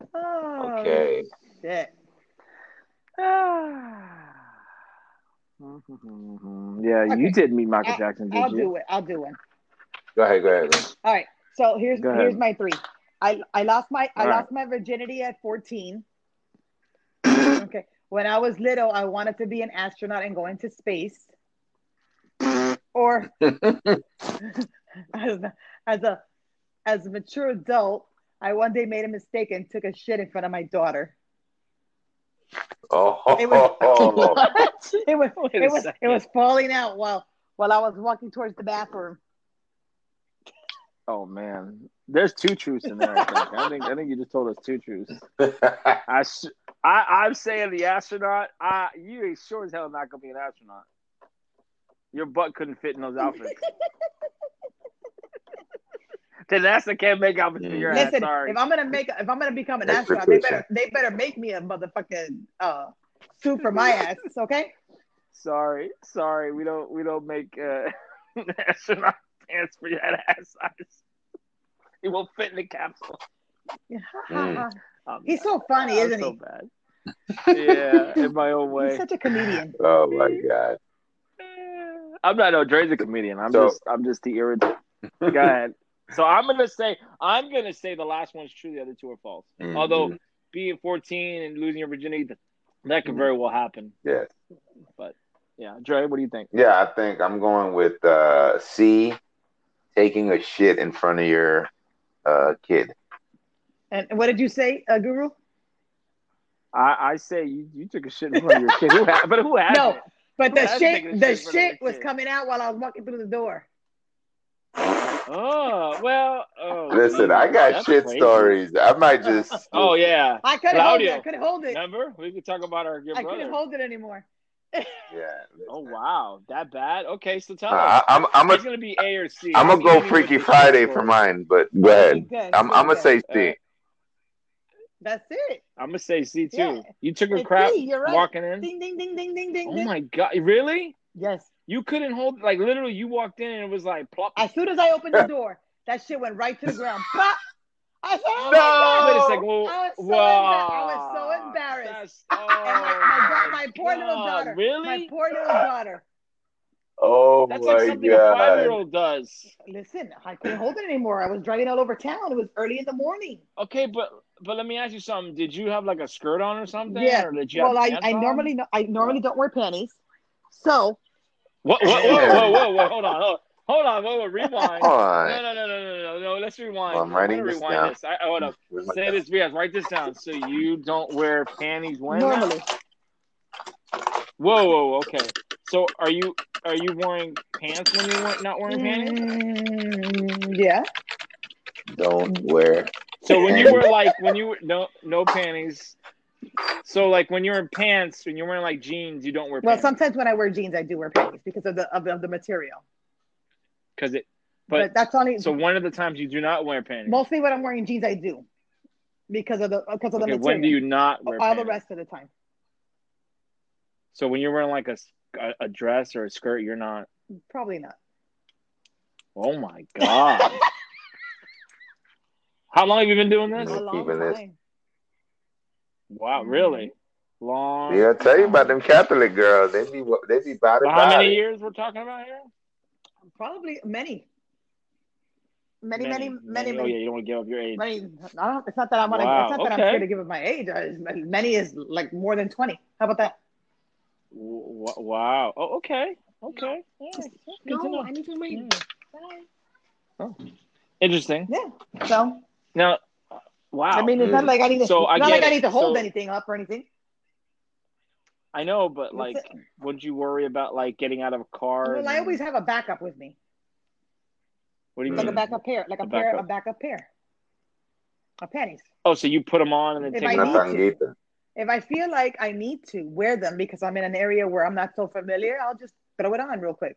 C: oh,
B: okay.
C: Shit.
A: yeah,
C: Okay.
A: you did meet Michael Jackson, did
C: I'll
A: you?
C: do it. I'll do it.
B: Go ahead. Go ahead.
C: All right. So here's
A: Go ahead.
C: here's my three. I I lost my I
A: All right.
C: lost my virginity at 14. okay. When I was little, I wanted to be an astronaut and go into space. or as, a- as a as a mature adult, I one day made a mistake and took a shit in front of my daughter.
B: Oh,
C: It was- It was
A: Wait a
C: it was it
A: second.
C: was falling out while while I was walking towards the bathroom.
A: Oh man, there's two truths in there. I think. I think I think you just told us two truths. I, s- I I'm saying the astronaut. I you ain't sure as hell not gonna be an astronaut. Your butt couldn't fit in those outfits. then that's the can't make outfits for your ass.
C: Listen,
A: Sorry.
C: if I'm gonna make if I'm gonna become an
B: That's
C: astronaut, they
B: recruiting.
C: better they better make me a motherfucking uh suit for my ass, okay?
A: Sorry, sorry. We don't we don't make uh, astronaut pants for your ass size. It won't fit in the capsule.
B: Mm.
A: Um,
C: He's so funny,
A: I'm
C: isn't
A: so
C: he?
A: Bad. Yeah, in my own
C: He's
A: way.
C: such a comedian.
B: oh my god.
A: I'm not no Dre's a comedian. I'm
B: So-
A: just I'm just the irritant. Go ahead. So I'm gonna say I'm gonna say the last one's true, the other two are false.
B: Mhm.
A: Although being 14 and losing your virginity, that, that could very well happen.
B: Yes.
A: Yeah, Dre, what do you think?
B: Yeah, I think I'm going with uh, C, taking a shit in front of your uh, kid.
C: And what did you say, uh, Guru?
A: I, I say you, you took a shit in front of your kid. Who ha- but who has
C: No, but the
A: That's taking
C: shit,
A: a shit
C: the
A: in front of
C: shit
A: the
C: was
A: kid.
C: coming out while I was walking through the door.
A: Oh well. Oh,
B: Listen,
A: geez,
B: I got
A: that's
B: shit
A: crazy.
B: stories. I might just.
A: Oh yeah.
C: I couldn't hold it. I
A: Claudio.
C: couldn't hold it.
A: Remember we could talk about our good
C: I
A: brother.
C: couldn't hold it anymore.
B: Yeah.
A: oh
B: listen.
A: wow, that bad? Okay, so tell
B: I,
A: us.
B: I'm Uh, I'm
A: It's
B: a
A: gonna be A or C.
B: I'm
A: Let's
B: gonna go
A: continue with
B: Freaky
A: the
B: Friday for
A: story.
B: mine, but go ahead.
C: Good,
B: I'm
C: good,
B: I'm gonna
C: good.
B: say
A: All
B: C.
A: right.
C: That's it.
A: I'm gonna say C too.
C: Yeah.
A: You took a
C: It's
A: crap
C: C, you're right.
A: walking in.
C: Ding, ding, ding, ding, ding, ding,
A: Oh
C: ding.
A: my god, really?
C: Yes.
A: You couldn't hold like literally. You walked in and it was like plop.
C: As soon as I opened the door, that shit went right to the ground. Pop! I said, oh
A: Oh,
C: my God.
A: Wait a second. Well,
C: I was so
A: wow.
C: embar- I was so embarrassed.
A: That's-
C: And my,
A: oh
C: my, da- my poor little
A: God,
C: daughter.
A: Really?
C: My poor little daughter.
B: Oh
A: That's like
B: my
A: something a five year
B: god.
A: old does.
C: Listen, I couldn't hold it anymore. I was driving all over town. It was early in the morning.
A: Okay, but but let me ask you something. Did you have like a skirt on or something?
C: Yeah.
A: Or did you
C: Well,
A: have
C: I,
A: pants
C: I
A: on?
C: normally no- I normally don't wear panties. So
A: Whoa, whoa, whoa, whoa, whoa, whoa, hold on, hold- hold on, whoa, whoa, rewind.
B: Hold
A: No,
B: on.
A: no, no, no, no, no, no. Let's rewind.
B: I'm
A: I'm gonna
B: writing this
A: rewind
B: down.
A: this. I I- hold up.
B: Where's my
A: Say
B: pen?
A: this, Riaz. Write this down. So you don't wear panties when? now?
C: normally,
A: Whoa, whoa, whoa, okay. So are you are you wearing pants when you weren't not wearing
C: Mm-hmm.
A: panties?
C: Mm, yeah.
B: Don't wear.
A: So when you
B: Panties.
A: were like when you were no no panties. So like when you're in pants, when you're wearing like jeans, you don't wear
C: Well,
A: pants
C: sometimes when I wear jeans, I do wear panties because of the of, the- of the material.
A: because it.
C: But,
A: But,
C: that's only
A: so one of the times you do not wear panties.
C: mostly when I'm wearing jeans, I do because of the because of the
A: okay,
C: material.
A: when do you not wear
C: all
A: panties?
C: the rest of the time?
A: So when you're wearing like a, s- a- a dress or a skirt, you're not.
C: Probably not.
A: Oh my god! How long have you been doing this?
C: A
B: We're
C: long
B: keeping this.
C: time.
A: Wow, really? Long.
B: Yeah, I tell you about
A: time.
B: them Catholic girls. They be they be body
A: But how many
B: body.
A: years we're talking about here?
C: Probably many. Many, many, many, many.
A: Oh yeah, you don't want to give up your age.
C: many. I don't, it's not that I want to.
A: Wow,
C: It's not that I'm
A: okay.
C: scared to give up my age. I, many is like more than twenty. How about that?
A: W- w- wow. Oh, okay. Okay. All right. Good to know.
D: No, I need to read.
A: Yeah. Interesting.
C: Yeah. So
A: Now, uh, wow.
C: I mean, it's not
B: Mm.
C: like I need. To,
A: So I
C: it's not
A: get
C: like I
A: it.
C: need to hold
A: So-
C: anything up or anything.
A: I know, but
C: That's
A: like,
C: it.
A: would you worry about like getting out of a car?
C: Well, I always have a backup with me,
A: What do you
C: like a
A: mean?
C: backup pair, like a,
A: Mm. A
C: pair,
A: backup.
C: a backup pair of panties.
A: Oh, so you put them on and then
C: If
A: take
C: I
A: them
C: need
A: off?
C: to.
B: Natanguita.
C: If I feel like I need to wear them because I'm in an area where I'm not so familiar, I'll just throw it on real quick.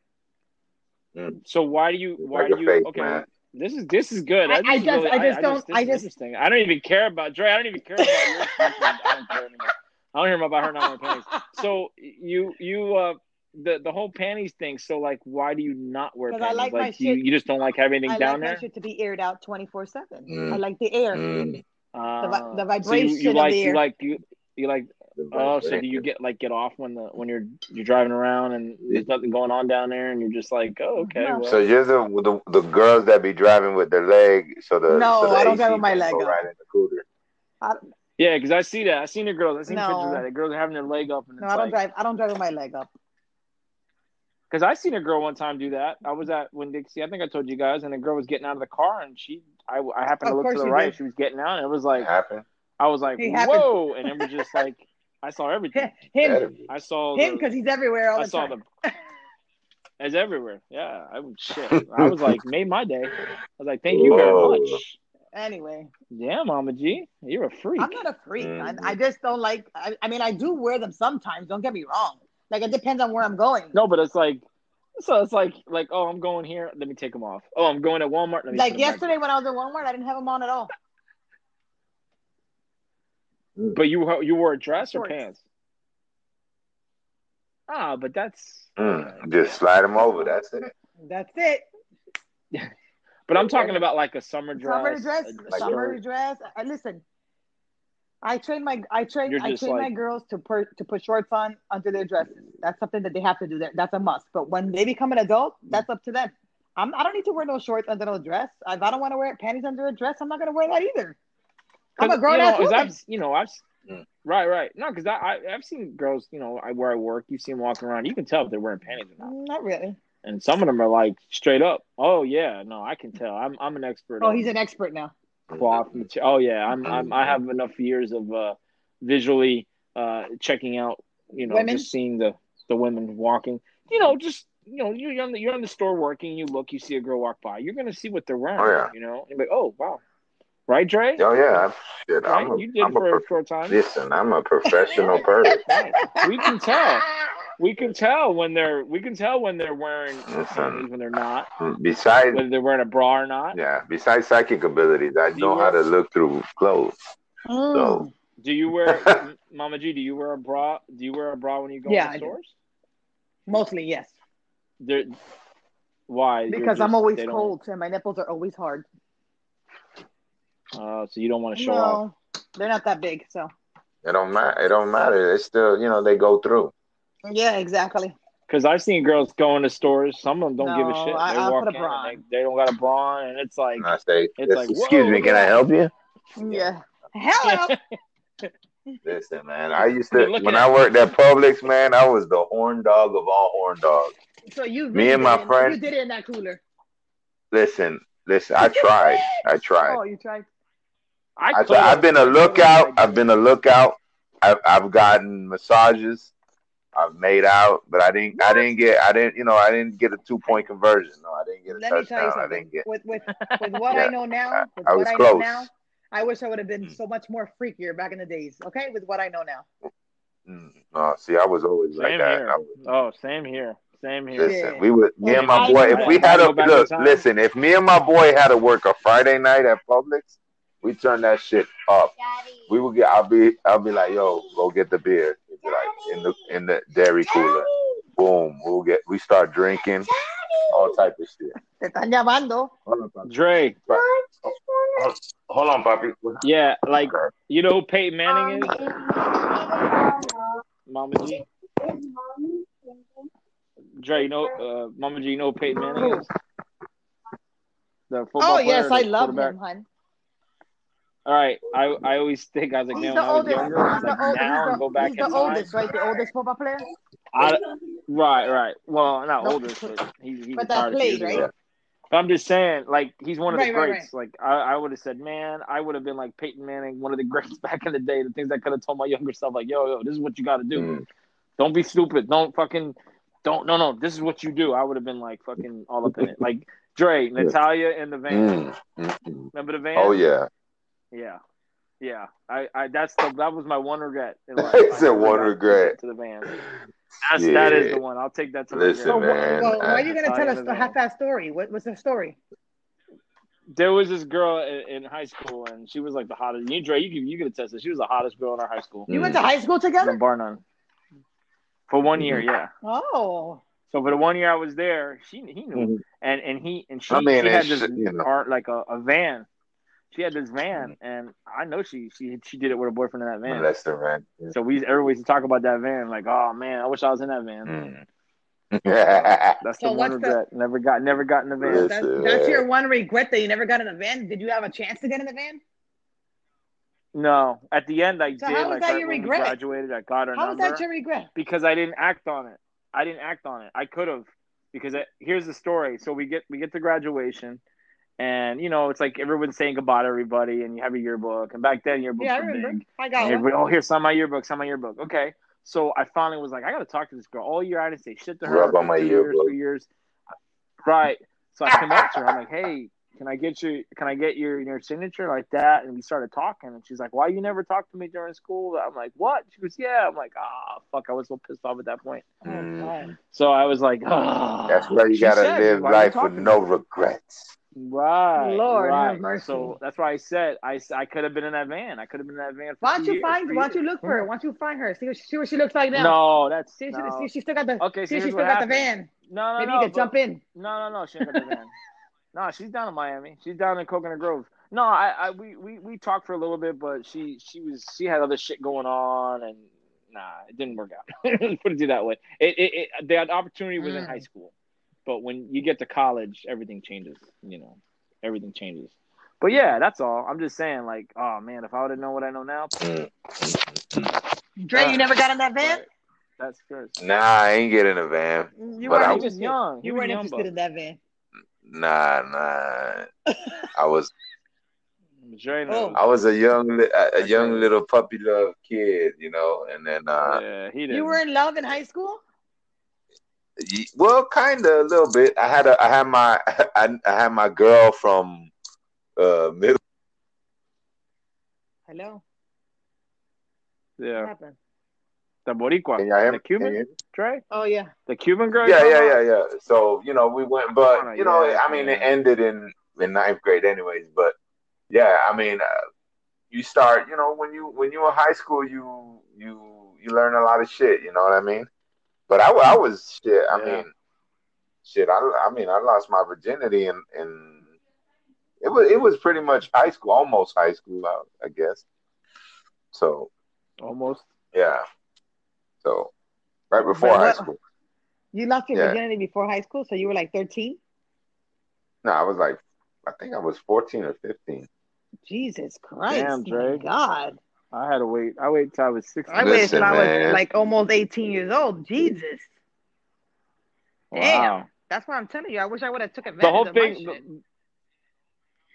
A: So why do you? Why
B: Like
A: do
B: a
A: you?
B: fake
A: okay,
B: man.
A: this is this is good.
C: I-
A: This
C: I
A: is
C: just- I just don't-
A: this
C: I
A: is
C: just-
A: interesting. I don't even care about Dre. I don't even care about your. I don't care anymore. I don't hear about her not wearing panties. So you you uh the the whole panties thing. So like, why do you not wear
C: 'Cause
A: panties?
C: I like my
A: you
C: shit-
A: you just don't like having anything
C: I like
A: down
C: my
A: there.
C: shit to be aired out 24 seven.
B: Mm.
C: I like the air.
B: Mm.
A: Uh,
C: the
A: So you,
C: vibration
A: you
C: of
A: like
C: the
A: you
C: air.
A: like you you like
B: The
A: Oh, so do you
B: vibration.
A: get like get off when the when you're you're driving around and there's nothing going on down there and you're just like, oh, okay,
C: No.
A: well,
B: So you're the, the the girls that be driving with the leg, so the
C: No,
B: so the
C: I don't
B: AC
C: drive with my
B: can
C: leg
B: go
C: up.
B: right in the cooter.
A: yeah, because I see that. I seen the girls. I seen
C: No.
A: pictures of that. The girls are having their leg up and
C: No,
A: it's
C: I don't
A: like
C: drive. I don't drive with my leg up.
A: because I seen a girl one time do that. I was at Winn Dixie. I think I told you guys, and the girl was getting out of the car and she, I, I happened
C: Of
A: to look
C: course
A: to the
C: you
A: right.
C: did.
A: She was getting out and it was
B: Like,
A: like
B: happen?
A: I was like,
C: It happened.
A: whoa, and it was just like I saw everything.
C: Him,
B: That'd be-
A: I saw
C: him,
A: the-
C: because he's everywhere all
A: I
C: the
A: saw
C: time.
A: them. As everywhere, yeah. I would shit. I was like, made my day. I was like, thank you
B: Whoa.
A: very much.
C: Anyway,
A: Yeah, Mama G, you're a freak.
C: I'm not a freak.
B: Mhm.
A: Mm-hmm.
C: I, I just don't like. I, I mean, I do wear them sometimes. Don't get me wrong. Like it depends on where I'm going.
A: No, but it's like, so it's like, like, oh, I'm going here. Let me take them off. Oh, I'm going to Walmart. Let me put
C: like
A: 'em back
C: yesterday when I was at Walmart, I didn't have them on at all.
A: on. But you you wore a dress or
C: Shorts.
A: pants? Ah, but that's.
B: Mm. Just slide them over. That's it.
C: That's it.
A: But I'm talking about like a summer dress.
C: summer dress,
A: a
B: like
C: summer
A: shirt.
C: dress. I, listen, I train my I train
A: You're
C: I
A: just
C: train my
A: like-
C: girls to per, to put shorts on under their dresses. That's something that they have to do. That that's a must. But when they become an adult, that's up to them. I'm I don't need to wear no shorts under no dress. If I don't want to wear panties under a dress, I'm not gonna wear that either. I'm a
A: 'Cause,
C: grown
A: you
C: ass
A: know, 'cause
C: woman.
A: I've, you know, I've.
B: Mm.
A: Right, right. No, because I, I I've seen girls, you know, I where I work, you see them walking around, you can tell if they're wearing panties or not.
C: Not really.
A: And some of them are like straight up. Oh yeah, no, I can tell. I'm I'm an expert.
C: Oh,
A: on
C: he's an expert now.
A: cloth. mate- Oh yeah, I'm,
B: Mhm.
A: I'm I have enough years of uh, visually uh, checking out, you know,
C: Women?
A: just seeing the the women walking. You know, just you know, you're on the you're on the store working. You look, you see a girl walk by. You're gonna see what they're wearing.
B: Oh, yeah.
A: You know, and be like, oh wow, right, Dre?
B: Oh yeah, I'm, shit,
A: right?
B: I'm a,
A: you did
B: I'm
A: for
B: a
A: a short time.
B: prof- listen. I'm a professional person.
A: Right. We can tell. We can tell when they're we can tell when they're wearing panties, when they're not,
B: Mm, Besides,
A: whether they're wearing a bra or not.
B: yeah, besides psychic abilities, I
A: Do you
B: know how to
A: wear-
B: look through clothes.
C: Mm.
B: So
A: Do you wear Mama G, do you wear a bra do you wear a bra when you go
C: Yeah,
A: in
C: I
A: the
C: do.
A: stores?
C: Mostly, yes.
A: There, why? You're
C: Because I'm
A: just-
C: always
A: they don't-
C: cold and my nipples are always hard.
A: Uh, so you don't want to show off.
C: No, they're not that big. So,
B: it don't matter. It don't matter. It's still, you know, they go through.
C: yeah, exactly.
A: Because I've seen girls go into stores. Some of them don't give a
C: No,
A: shit. They
C: I- I'll
A: walk
C: put a
A: in
C: bra
A: and
C: on.
A: they, they don't got a bra on, and it's like,
B: And I say,
A: It's like,
B: excuse
A: whoa,
B: me,
A: look
B: can
A: at
B: I
A: that."
B: help you?
C: Yeah. Hello.
B: Listen, man, I used
A: You're
B: to
A: looking
B: when
A: at
B: I worked at Publix, man, I was the horn dog of all horn dogs.
C: so you
B: Me and
C: did
B: my
C: it in-
B: friend-
C: you did it in that cooler.
B: Listen, listen, I tried. I tried.
C: Oh, you tried.
A: I
B: I
A: could
B: tried. I've been a
A: have-
B: lookout.
A: I
B: I've been a lookout. I've I've gotten massages. I've made out, but I didn't. I didn't get. I didn't. You know, I didn't get a two point conversion. No, I didn't get a
C: Let me tell
B: touchdown.
C: you
B: I
C: something.
B: didn't get.
C: With with with what
B: Yeah,
C: I know now,
B: I-
C: with
B: I
C: what
B: was
C: I know
B: close.
C: now, I wish I would have been
B: Mm.
C: so much more freakier back in the days. Okay, with what I know now.
B: Mm, no, see, I was always
A: Same
B: like that.
A: here.
B: I was,
A: Oh, same here. Same here.
B: listen,
C: Yeah.
B: we would. Me
A: Well,
B: and my
A: I-
B: boy. If we
A: I-
B: had
A: I
B: a
A: go back in
B: look,
A: time.
B: listen. If me and my boy had to work a Friday night at Publix, we turn that shit up. We would get. I'll be. I'll be like, yo, go get the beer. He'd be like in the in the dairy cooler. Boom. We'll get. We start drinking. All type of shit.
C: Te están llamando.
B: Hold on, Poppy.
A: Dre,
B: Hold- Hold on, Poppy.
A: yeah, like you know who Peyton Manning is, Mama G. Dre, you know, uh, Mama G, you know who Peyton Manning is. The football
C: Oh
A: player,
C: yes, I
A: the
C: love
A: quarterback.
C: him, hon.
A: All right, I I always think I was like,
C: He's
A: man,
C: the
A: when I was
C: oldest.
A: younger, I was like, now and
C: He's the oldest. He's
A: go
C: the,
A: back
C: he's
A: in
C: the
A: time.
C: oldest, right? The oldest football player.
A: I, right, right. Well, not
C: Nope.
A: oldest, but he, he
C: But
A: retired
C: that
A: a few
C: played,
A: years
C: right?
A: ago. But I'm just saying, like he's one of the
C: Right, right,
A: greats. Like I, I would have said, man, I would have been like Peyton Manning, one of the greats back in the day. The things I could have told my younger self, like, yo, yo, this is what you got to do.
B: Mm.
A: Don't be stupid. Don't fucking. Don't. No, no. This is what you do. I would have been like fucking all up in it. Like Dre, Natalia in the van.
B: Mm. Mm. mm.
A: Remember the van?
B: Oh yeah.
A: Yeah. Yeah. I, I that's the that was my one regret. in life.
B: It's
A: I
B: a one
A: forgot to
B: regret.
A: To the van. That's that is
B: Yeah.
A: the one. I'll take that to
B: Listen,
A: the
C: So
A: van.
C: wh-
B: Man,
C: well, why
B: I-
C: are you gonna tell us the
A: Italian
C: half ass story? What was the story?
A: There was this girl in, in high school and she was like the hottest. You Dre, you could you could attest this. She was the hottest girl in our high school.
C: You
B: Mm.
C: went to high school
A: No
C: together?
A: bar none. For one year,
B: Mm-hmm.
A: yeah.
C: Oh,
A: So for the one year I was there, she he knew.
B: Mhm.
A: And and he and she,
B: I mean,
A: she had
B: it's,
A: this
B: you know. Mm-hmm.
A: art like a, a van. She had this van and I know she she she did it with a boyfriend in that van.
B: Molester, man.
A: So we everybody used to talk about that van, like, oh man, I wish I was in that van.
B: Mm.
A: That's
C: So
A: the one
C: what's the-
A: regret. Never got never got in the van.
B: Yes.
C: that's,
B: sir.
C: that's your one regret that you never got in the van. Did you have a chance to get in the van?
A: No. At the end I
C: So
A: did
C: how is
A: like
C: that
A: right
C: your
A: when we
C: regret?
A: graduated, I got her
C: How is
A: number
C: that your regret?
A: because I didn't act on it. I didn't act on it. I could have because I, here's the story. So we get we get to graduation and you know, it's like everyone's saying goodbye to everybody and you have a yearbook and back then yearbooks
C: Yeah, I
A: were big.
C: remember. I
A: And
C: got one.
A: everybody, oh, here, sign my yearbook, sign my yearbook. Okay. So I finally was like, I got to talk to this girl. All year, I didn't say shit to her.
B: Rub
A: for
B: on my
A: two Years,
B: yearbook.
A: three years. Right. So I came up to her. I'm like, hey, can I get your, can I get your, your signature like that? And we started talking. And she's like, why you never talked to me during school? I'm like, what? She goes, yeah. I'm like, ah, fuck. I was so pissed off at that point.
B: Mm.
C: Oh, God.
A: So I was like, ah.
B: That's why you
A: She
B: gotta
A: said,
B: live
A: "Why you
B: life with
A: talking to
B: no
A: me?"
B: regrets.
A: Right.
C: Lord have
A: right.
C: mercy.
A: So that's why I said, I, I could have been in that van. I could have been in that van for
C: Why don't
A: two
C: you
A: years,
C: find?
A: three
C: Why don't you
A: years.
C: look for her? Why don't you find her? See what she, see what she looks like now.
A: No, that's
C: See, if she,
A: no.
C: see if she still got the.
A: Okay, so
C: see, if she
A: here's
C: still
A: what
C: got the
A: happened.
C: van.
A: No, no,
C: Maybe
A: no.
C: you can
A: but-
C: jump in.
A: No, no, no. She ain't got the van. no, she's down in Miami. She's down in Coconut Grove. No, I, I, we, we, we talked for a little bit, but she, she was, she had other shit going on, and nah, it didn't work out. Put it that way. It, it, it the opportunity was in
C: Mm.
A: high school, but when you get to college, everything changes. You know, everything changes. But yeah, that's all. I'm just saying, like, oh man, if I would have known what I know now,
B: Mm.
C: Dre,
A: Uh,
C: you never got in that van.
A: right, that's good.
B: Nah, I ain't getting a van.
C: You
B: But
C: weren't
B: I-
A: he was
C: interested.
A: young. He
C: you
A: was
C: weren't
A: young,
C: interested
A: but-
C: in that van.
B: Nah, nah. I was
A: Missouri
C: Oh.
A: knows.
B: I was a young, li- a, a
A: That's
B: young
A: right.
B: little puppy love kid, you know, and then uh,
A: yeah, he didn't.
C: You were in love in high school?
B: Ye- Well, kind of a little bit. I had a, I had my, I, I had my girl from uh middle.
C: Hello. What
A: yeah,
C: happened?
A: the Boricua,
B: Can y'all hear
A: the
B: me?
A: Cuban,
B: Can you-
A: Trey,
C: Oh yeah.
A: the Cuban girl.
B: Yeah,
A: you
B: yeah,
A: talking
B: yeah,
A: about?
B: yeah. So you know, we went, but you know,
A: Yeah,
B: I mean, it
A: yeah.
B: ended in in ninth grade, anyways. But yeah, I mean, uh, you start, you know, when you when you in high school, you you you learn a lot of shit. You know what I mean? But I, wa- I was shit. I
A: Yeah.
B: mean, shit. I, I mean, I lost my virginity and and it was it was pretty much high school, almost high school, I, I guess. So
A: Almost.
B: yeah, so right before
C: But
B: high
C: what-
B: school.
C: You lost your
B: Yeah.
C: virginity before high school, so you were like 13?
B: No, I was like, I think I was fourteen or fifteen.
C: Jesus Christ.
A: Damn,
C: my
A: Drake.
C: God.
A: I had to wait. I waited till I was sixteen.
C: I waited till
B: Listen,
C: I
B: man.
C: was like almost 18 years old. Jesus. Damn.
A: Wow.
C: That's what I'm telling you. I wish I would have took advantage
A: The whole
C: of
A: thing.
C: my shit.
A: the-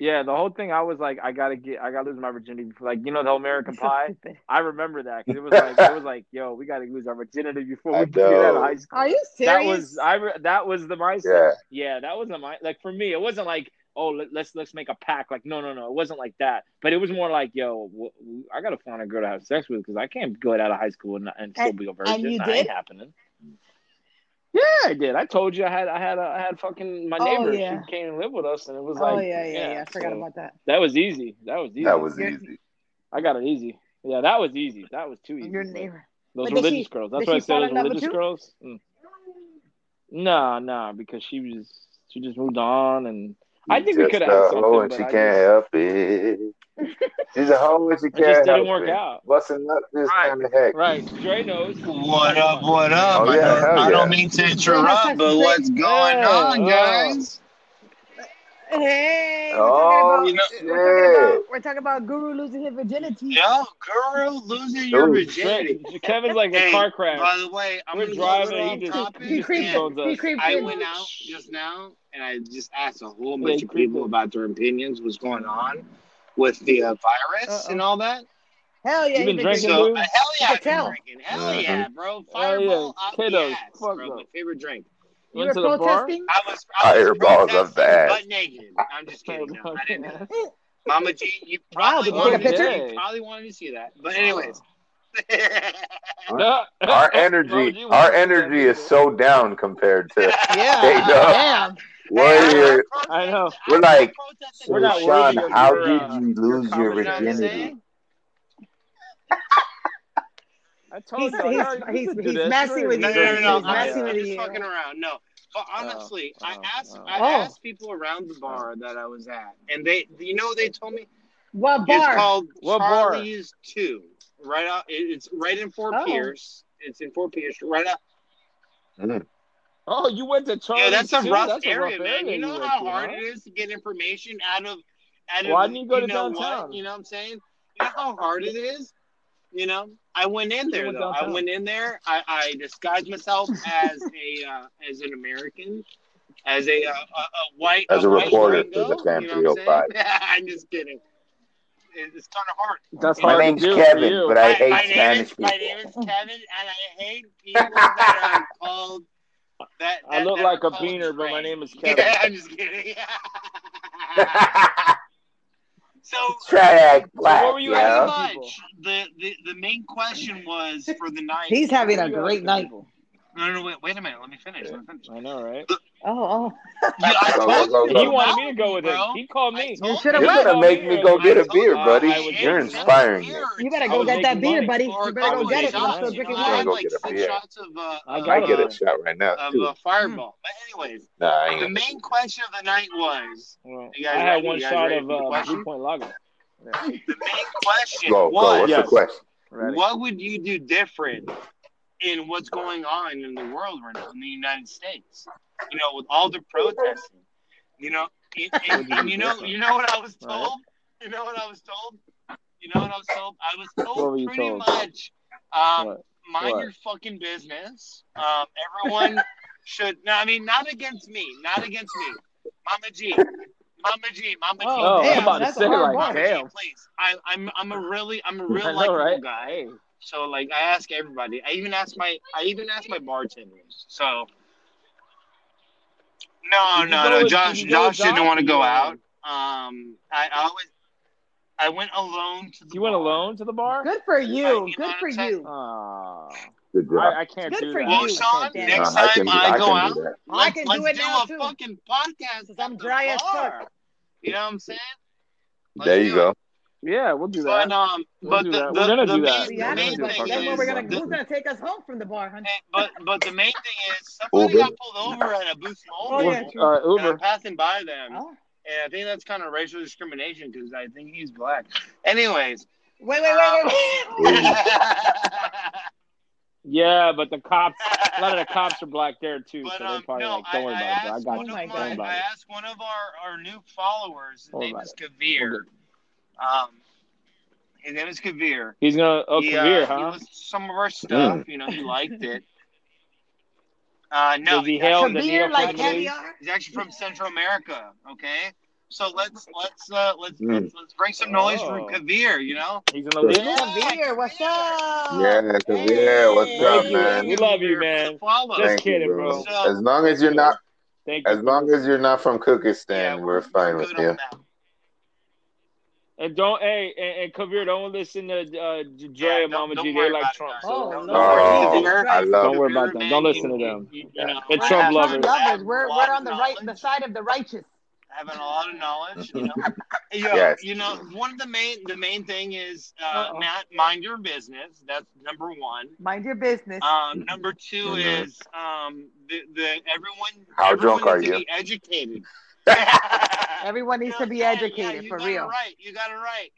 A: yeah, the whole thing. I was like, I gotta get. I gotta lose my virginity. before- Like you know the whole American
C: So
A: Pie.
C: stupid.
A: I remember that 'cause it was like it was like, yo, we gotta lose our virginity before
B: I
A: we can get out
B: know.
A: of high school.
C: Are you
A: that
C: serious?
A: was I. Re- that was the mindset. Yeah. that was the mind. Like for me, it wasn't like oh let, let's let's make a pack. Like no no no, it wasn't like that. But it was more like yo, w- w- I gotta find a girl to have sex with because I can't go out of high school and, and still be a virgin.
C: you
A: That
C: did?
A: ain't happening. Yeah, I did. I told you I had I had a, I had fucking my
C: Oh,
A: neighbor.
C: yeah.
A: She came and lived with us, and it was
C: oh
A: like
C: yeah, yeah, yeah. I forgot
A: so
C: about that.
A: that was easy. That was easy.
B: That was
C: You're-
B: easy.
A: I got it easy. Yeah, that was easy. That was too easy.
C: Your neighbor.
A: Those
C: But did
A: religious
C: she-
A: girls. That's
C: did
A: why I
C: she
A: said
C: fall
A: those
C: in love with
A: religious
C: you?
A: girls. Mm. Nah, nah, because she was she just moved on, and I think we
B: Just
A: could have
B: a
A: had something,
B: hoe and
A: but
B: she
A: I
B: can't
A: just
B: help it. She's a hoe and she
A: it just
B: can't
A: didn't
B: help
A: work
B: it.
A: out.
B: Busting up this
A: Right.
B: kind of heck.
A: Right, Dre knows.
D: What up, what up?
B: Oh
D: I
B: yeah,
D: don't
B: hell
D: I
B: yeah.
D: don't mean to
C: Drake,
D: interrupt, but what's going on,
A: Yeah, oh.
D: guys?
C: Hey, we're
B: Oh
C: talking
D: You know-
C: about
B: shit.
C: we're talking about we're talking about Guru losing his virginity.
D: Yo, girl, losing your
B: Dude.
A: Dre,
D: virginity.
A: Kevin's like a
D: Hey,
A: car
D: By
A: crash.
D: the way, I'm
A: We're
D: gonna go a little
A: driving,
D: off
A: he just-
D: topic.
A: he
C: He
A: just
C: creeped
D: and
A: controls
C: in. He
A: us.
C: creeped
D: I
C: in.
D: went out just now and I just asked a whole
A: Yeah,
D: bunch
A: he
D: of
A: creeped
D: people
A: in.
D: about their opinions, what's going on with the uh, virus
C: Uh-oh.
D: and all that.
C: Hell yeah,
A: You
C: he
A: been
C: been
A: drinking,
C: drinking.
D: So,
A: dude?
D: uh, hell
C: You
D: yeah,
C: could
D: I've been
C: tell.
D: drinking. Hell
B: Uh-huh.
D: yeah, bro.
A: Hell yeah,
D: Fireball up the
A: kiddos,
D: ass,
A: fuck
D: bro.
A: no.
D: My favorite drink.
C: You
A: Went
C: were
A: to the bar.
C: protesting.
D: I was I was
B: Fireballs up the
D: protesting
B: ass.
D: butt naked. I'm just kidding. No, I didn't do that.
A: Fuck
D: Mama G, you
C: Wow,
D: probably
C: did you take a
D: wanted to
C: picture?
D: see, you
A: Yeah.
D: probably wanted to see that. But anyways.
B: Our
A: Why
B: energy,
A: would Oh, you want to see
B: our
A: that
B: energy is
A: nigga?
B: so down compared to
C: Yeah,
B: Hey, dog.
C: damn.
D: Hey, I,
B: warrior.
D: protest,
A: I know.
B: We're
D: I
B: like,
D: protest
A: We're
B: so
A: not
D: butt
A: worthy
B: Sean,
D: naked.
A: of
B: how
A: your
B: did
A: uh,
B: you
A: your
B: lose your
D: You know what I'm
A: commentary,
B: virginity?
A: dude.
D: saying?
A: I told
C: He's
A: you, I
C: he's
A: already you could
C: he's
A: do
C: he's
A: that. You
C: messing
A: don't
C: with
A: even
D: No,
C: you.
D: no,
A: deserve
D: no,
A: to take my ass.
D: no. I'm just,
C: He's messing with
D: I'm just
C: you.
D: fucking around. No, but honestly, I
A: oh,
D: asked,
A: oh,
D: I
C: Oh.
D: asked people around the
A: oh.
D: bar that I was at, and they, you know, what they told me
C: What
D: it's
C: bar?
D: called
A: What bar?
D: Charlie's Two. Right out, it- it's right in Fort
C: Oh.
D: Pierce. It's in Fort Pierce, right out.
B: Mm.
A: Oh, you went to Charlie's
D: Yeah, that's a
A: too?
D: rough
A: That's a rough
D: area, man.
A: area
D: You
A: you
D: know
A: went
D: how
A: to,
D: hard
A: huh?
D: it is to get information out of, out of,
A: Why didn't you go to
D: know what?
A: downtown?
D: You know what I'm saying? You know how hard it is. You know, I went in
A: You
D: there
A: went
D: though. I
A: downtown.
D: went in there. I, I disguised myself as a uh, as an American, as a uh, a, a white
B: As a
D: white
B: reporter for the
D: gringo.
B: Fan
D: You know what I'm saying?
B: 305.
D: I'm just kidding. It, it's kind of hard.
A: That's
B: My
A: hard to
B: name's
A: do for
B: Kevin,
A: you.
B: but I
D: My, my
B: hate
D: name is
B: Spanish
D: my
B: people.
D: name is Kevin, and I hate people that are called that.
A: I
D: that-
A: look
D: that
A: like
D: are
A: a
D: called
A: beaner, but my
D: Dre.
A: name is Kevin.
D: Yeah, I'm just kidding. so
A: So
B: Triac
A: what
B: Black,
A: were you
D: pretty
B: yo.
A: asking people?
D: much the, the the main question was for the night.
C: He's having
A: What were
C: a
A: you
C: great
A: asking
C: night.
A: people?
D: No, no, wait, wait a minute. Let me finish. Let me finish.
A: I know, right?
C: Oh, oh.
D: Yeah, I
B: Go, go,
D: told
B: go,
D: you
A: He
D: it's
A: wanted me to
B: go.
D: Mountain
A: go
D: Dew,
A: with him.
D: bro.
A: He called
D: I
A: me.
C: You
D: told
C: should have
A: He
B: You're
D: you.
C: went.
B: gonna
A: called
B: make
A: me
B: me go
A: earlier.
D: I
B: get a
D: told
B: beer,
D: you.
A: Uh,
B: buddy.
A: I
D: I
A: was
B: You're
D: am
A: making
D: selling
A: money.
B: inspiring me.
D: beer.
C: You better
A: I
C: go
A: was
C: get
D: Tell
C: that
A: making
D: me.
C: beer,
A: money.
C: buddy.
D: Or
C: You
D: a
C: better go
A: I
D: couple
A: was
C: get
D: of
C: it.
A: making
C: You're
A: money.
B: I'm gonna
D: shots. You know, I
C: still drinking beer.
D: had
B: go
D: like
B: get a
D: six
B: beer.
D: shots of uh,
A: I
D: of,
B: I
A: got a
B: get
D: uh,
B: a
A: beer.
B: shot right now
D: of
B: too.
D: a fireball. But anyways,
B: Nah, I ain't gonna
D: the
B: do
D: main question of the night was,
A: Well,
D: you
A: I
D: guys
A: had
D: ready?
A: one
D: You guys
A: shot
D: ready
A: of
D: for the
A: uh, Blue
D: question?
A: Point Lager. Yeah,
D: The main question
B: Go, go. What's the
D: was,
A: Yes.
B: question?
A: ready.
D: what would you do different in what's going on in the world right now in the United States? You know, with all the protesting. You know, and, and,
A: Would you
D: and
A: do
D: you know,
A: different?
D: you know what I was
A: All right.
D: told. You know what I was told. You know what I was told. I was
A: What
D: told
A: were you
D: pretty
A: told?
D: much, um,
A: What?
D: mind
A: What?
D: your fucking business. Um, everyone should. No, I mean, not against me. Not against me. Mama G. Mama G, Mama G.
C: Oh,
A: Oh,
C: damn,
A: I'm about to
C: that's a
A: say
C: hard
A: like,
C: one.
D: Mama
A: damn.
D: G, please. I, I'm I'm a really I'm a
A: I
D: real
A: know,
D: likable
A: right?
D: guy.
A: Hey.
D: So like I ask everybody. I even ask my I even ask my bartenders. So no,
A: Did you
D: Oh, no,
A: go
D: no.
A: with- did
D: Josh
A: you go
D: Josh
A: with
D: didn't
A: Josh
D: want
A: or
D: to
A: you uh,
D: go
A: went
D: out.
A: alone?
D: Um, I always I went alone to the.
A: You went
D: bar.
A: alone to the bar?
C: Good for
D: I-
C: you.
D: you know
C: Good
D: what
C: for
D: I'm saying?
C: you.
A: Oh,
B: Good job.
A: I, I can't
C: Good
A: do
C: for
A: that.
D: Well,
C: you.
A: I
D: Sean,
A: can't do
C: Damn.
D: next
B: No, I
D: time
B: can do.
D: I
B: I
D: go
B: can do
D: out,
B: that.
C: I
D: let's,
C: can
D: let's
C: do it
D: do
C: now,
D: a
C: too.
D: fucking podcast
C: Since
D: at
C: I'm
D: the
C: dry as
D: bar.
C: fuck.
D: You know what I'm saying? Let's
B: There you
D: do it.
B: go.
A: that. Yeah, we'll do
D: But
A: that.
D: um,
A: We'll
D: but
A: do
D: the,
A: that.
D: the,
A: We're gonna
D: the
A: do
D: main
A: that.
C: See,
D: the
C: I
A: We're
C: don't
A: gonna do a
D: main thing
C: like that's
A: fucking
C: where we're
D: is
C: gonna
D: the,
C: who's gonna take us home from the bar, hun?
D: but but the main thing is somebody
B: Uber.
D: got pulled over at a boost mobile,
C: Oh, yeah,
A: Well,
C: true.
A: uh,
D: and I'm
A: Uber.
D: passing by them,
C: Oh.
D: and I think that's kind of racial discrimination because I think he's black. Anyways, Um,
C: Wait, wait, wait, wait, wait.
B: Ooh.
A: Yeah, but the cops. A lot of the cops are black there too,
D: But
A: so they're
D: um,
A: probably
D: no,
A: like, "Don't worry
D: I, I
A: about it, bro. I
D: asked
A: got
D: one
A: you.
C: Oh my
D: of
A: Don't worry
D: my,
C: God.
A: about
D: I
A: it.
D: asked one of our, our new followers. His
A: Don't worry
D: name
A: about
D: is
A: We'll
D: Kavir.
A: get-
D: Um, his name is Kavir.
A: He's gonna. Oh,
D: he,
A: Kavir,
D: uh, he
A: huh?
D: listened to some of our stuff. You know, he liked it. Uh, no,
A: Does he
D: he's
A: hail?
D: actually
A: Does he
C: Kavir
A: hail from
C: like
A: the Middle East?
C: caviar?
D: he's actually from Central America. Okay, so let's let's uh, let's,
B: Mm.
D: let's let's bring some noise
A: Oh.
D: from Kavir. You know,
A: He's in the league.
D: Yeah,
C: Kavir, what's
D: Kavir.
C: up?
B: Yeah, Kavir, what's
C: Hey.
A: Thank
B: up,
A: you.
B: man?
D: Thank
A: We
D: you,
A: love you,
D: Kavir, for the
A: man.
D: follow.
A: Just
B: Thank you,
A: kidding,
B: bro.
A: bro.
D: So
B: As long as
A: Just
B: you're not,
A: kidding. Thank you
B: as
A: for
B: long as
A: listening.
B: you're not from
D: yeah,
B: Kyrgyzstan,
D: we're
B: we're
D: we're
B: fine with
D: good on
B: you.
D: that.
A: And don't, hey, and, and Kavir, don't listen to uh, J- Dre
D: Yeah,
A: and
D: don't
A: Mama G.
D: don't
A: They
D: worry
A: like
D: about it,
A: Trump,
D: guys.
A: so
C: Oh
A: don't
D: Don't
A: don't
C: Lord
A: worry about them.
B: Oh,
C: Jesus
D: Kavir,
B: I
C: Christ.
B: love
A: Don't
B: it.
A: worry about
D: Kavir,
A: them. Don't
D: man,
A: listen
D: you
A: to
D: you,
A: them.
D: you, you
A: Yeah.
D: know
A: They're
C: We're
A: Trump
C: not Trump
A: lovers.
C: lovers.
D: having a
C: We're
D: lot
C: we're
D: of
C: on the right the
D: knowledge,
C: side of the righteous.
D: having a lot of knowledge. You know. Yo,
B: yes.
D: you know, one of the main the main thing is uh,
C: Uh-oh.
D: Matt, mind your business. That's number one.
C: Mind your business.
D: Um, number 2
B: Mhm.
D: is um, the the everyone
B: How
D: everyone
B: drunk are
D: needs to
B: you?
D: be educated.
C: Everyone
D: You
C: needs
D: know what
C: to
D: I'm
C: be
D: saying? Yeah,
C: educated
D: you
C: for
D: got it
C: real.
D: right. You got it right.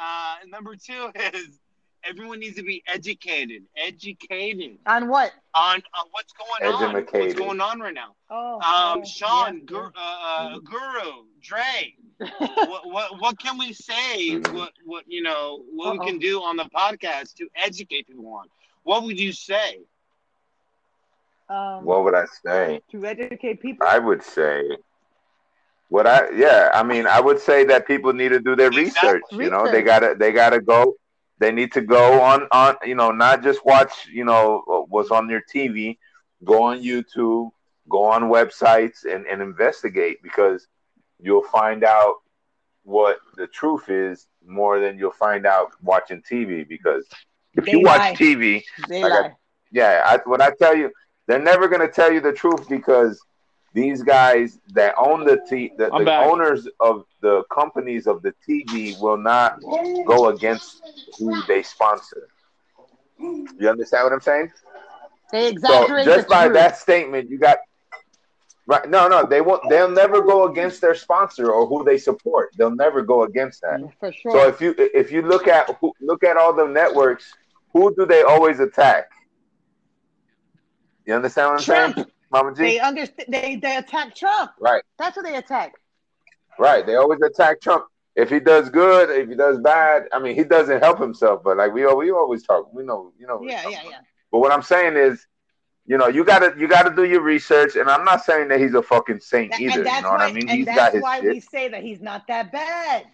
D: Uh, and number two is everyone needs to be educated, educated
C: On what?
D: on uh, what's going on, what's
B: Educated.
D: going on right now.
C: Oh,
D: Um,
C: oh yeah, Mm-hmm.
D: Sean, Gur-
C: yeah.
D: uh, uh, Guru, Dre, what what what can we say?
B: Mhm.
D: What what you know? What we
C: Uh-oh.
D: can do on the podcast to educate people on? What would you say?
C: Um,
B: What would I say?
C: to educate people.
B: I would say what I yeah. I mean, I would say that people need to do their research.
D: Exactly.
B: You know, they
C: Research.
B: gotta they gotta go. They need to go on on you know not just watch you know what's on your TV. Go on YouTube. Go on websites and and investigate because you'll find out what the truth is more than you'll find out watching TV. Because if you
C: They
B: watch
C: lie.
B: TV,
C: They
B: like I,
C: lie.
B: yeah, I, what I tell you, they're never gonna tell you the truth because these guys that own the t the,
A: I'm
B: the
A: back.
B: owners of the companies of the TV will not go against who they sponsor. You understand what I'm saying?
C: They
B: So
C: exaggerate the
B: just by
C: truth.
B: that statement, you got right. No, no, they won't. They'll never go against their sponsor or who they support. They'll never go against that.
C: For
B: So
C: sure.
B: if you if you look at who- look at all the networks, who do they always attack? You understand what I'm saying,
C: Trump.
B: Mama G?
C: They understand. They they attack Trump.
B: Right,
C: That's what they attack.
B: right. They always attack Trump. If he does good, if he does bad, I mean, he doesn't help himself. But like we al- we always talk, we know you know what we're
C: Yeah,
B: talking
C: yeah,
B: about.
C: yeah.
B: But what I'm saying is, you know, you gotta you gotta do your research. And I'm not saying that he's a fucking saint
C: Tha- and
B: either. You know
C: that's
B: what I
C: why.
B: mean?
C: And
B: He's got
C: that's
B: his
C: why
B: shit.
C: we say that he's not that bad.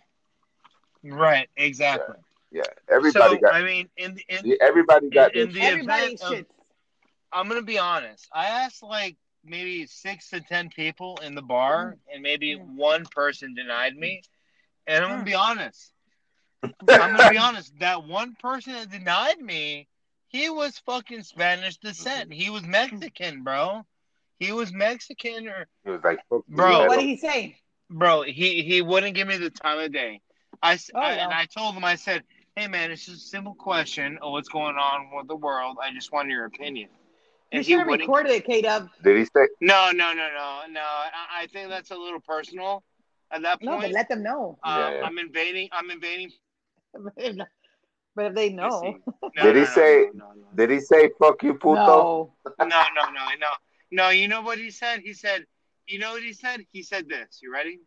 D: Right.
B: Yeah,
D: Exactly.
B: yeah. Everybody
D: So
B: got
D: I mean, in in
B: everybody
D: in,
B: got their
D: in the
B: shit.
C: Everybody
D: event of
C: shits.
D: I'm gonna be honest. I asked like maybe six to ten people in the bar, and maybe
C: Mm.
D: one person denied me. And I'm gonna
C: Mm.
D: be honest. I'm gonna be honest. That one person that denied me, he was fucking Spanish descent. He was Mexican, bro. He was Mexican, or
B: He was like, "Fuck you,
D: Bro.
C: Well, what
B: pedo."
C: did he say?
D: bro, he he wouldn't give me the time of day. I, s-
C: Oh
D: I- and
C: well.
D: I told him I said, hey man, it's just a simple question of what's going on with the world. I just want your opinion.
C: You
D: And
C: should
D: he
C: have
D: wouldn't
C: recorded it, K Dub.
B: Did he say?
D: No, no, no, no, no. I, I think that's a little personal at that
C: No, but
D: point.
C: let them know.
B: Yeah,
D: Um,
B: yeah.
D: I'm invading. I'm invading
C: but if they know,
D: privacy. No,
B: Did
D: no,
B: he
D: no,
B: say?
D: no, no,
B: Did he say "fuck you, puto"?
C: no.
D: no, no, no, no, no. No, you know what he said? He said, you know what he said? He said this. You ready?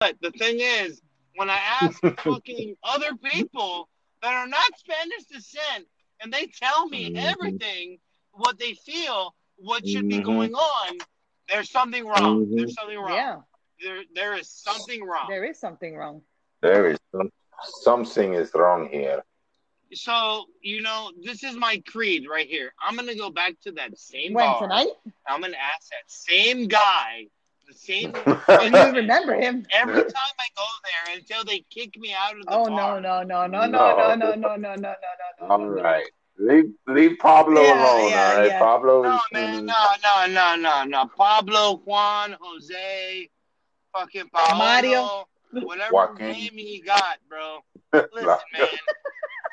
D: But the thing is, when I ask fucking other people that are not Spanish descent and they tell me everything, what they feel, what should be
B: Mhm.
D: going on. There's something wrong.
B: Mhm.
D: There's something wrong.
C: Yeah,
D: There, there is something wrong.
C: there is something wrong.
B: There is some, something is wrong here.
D: So you know, this is my creed right here. I'm gonna go back to that same
C: When
D: bar.
C: tonight,
D: I'm gonna ask that same guy, the same.
C: I don't even remember him.
D: Every time I go there, until they kick me out of the
C: Oh no
D: bar.
C: no no no no no
B: No.
C: no no no no no no.
B: all right, leave leave Pablo
C: Yeah,
B: alone.
C: yeah,
B: all right,
C: yeah.
B: Pablo.
D: No,
B: is-
D: man, no, no, no, no, no. Pablo, Juan, Jose, fucking Paolo,
C: Mario.
D: whatever
B: Joaquin.
D: name he got, bro. Listen, man,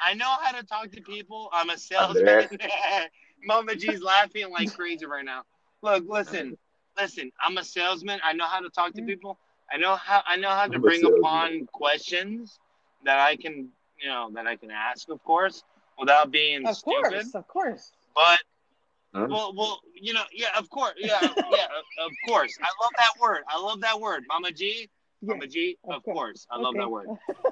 D: I know how to talk to people. I'm a salesman. Mama G's laughing like crazy right now. Look, listen, listen. I'm a salesman. I know how to talk to people. I know how I know how
B: I'm
D: to
B: a
D: bring
B: salesman.
D: upon questions that I can, you know, that I can ask, of course, without being
C: Of
D: stupid.
C: course, of course.
D: But
B: Huh?
D: well, well, you know, yeah, of course, yeah, yeah, of- of course. I love that word. I love that word, Mama G.
C: Yeah.
D: Mama G.
C: of
D: Of
C: course.
D: course, I love
C: Okay.
D: that word.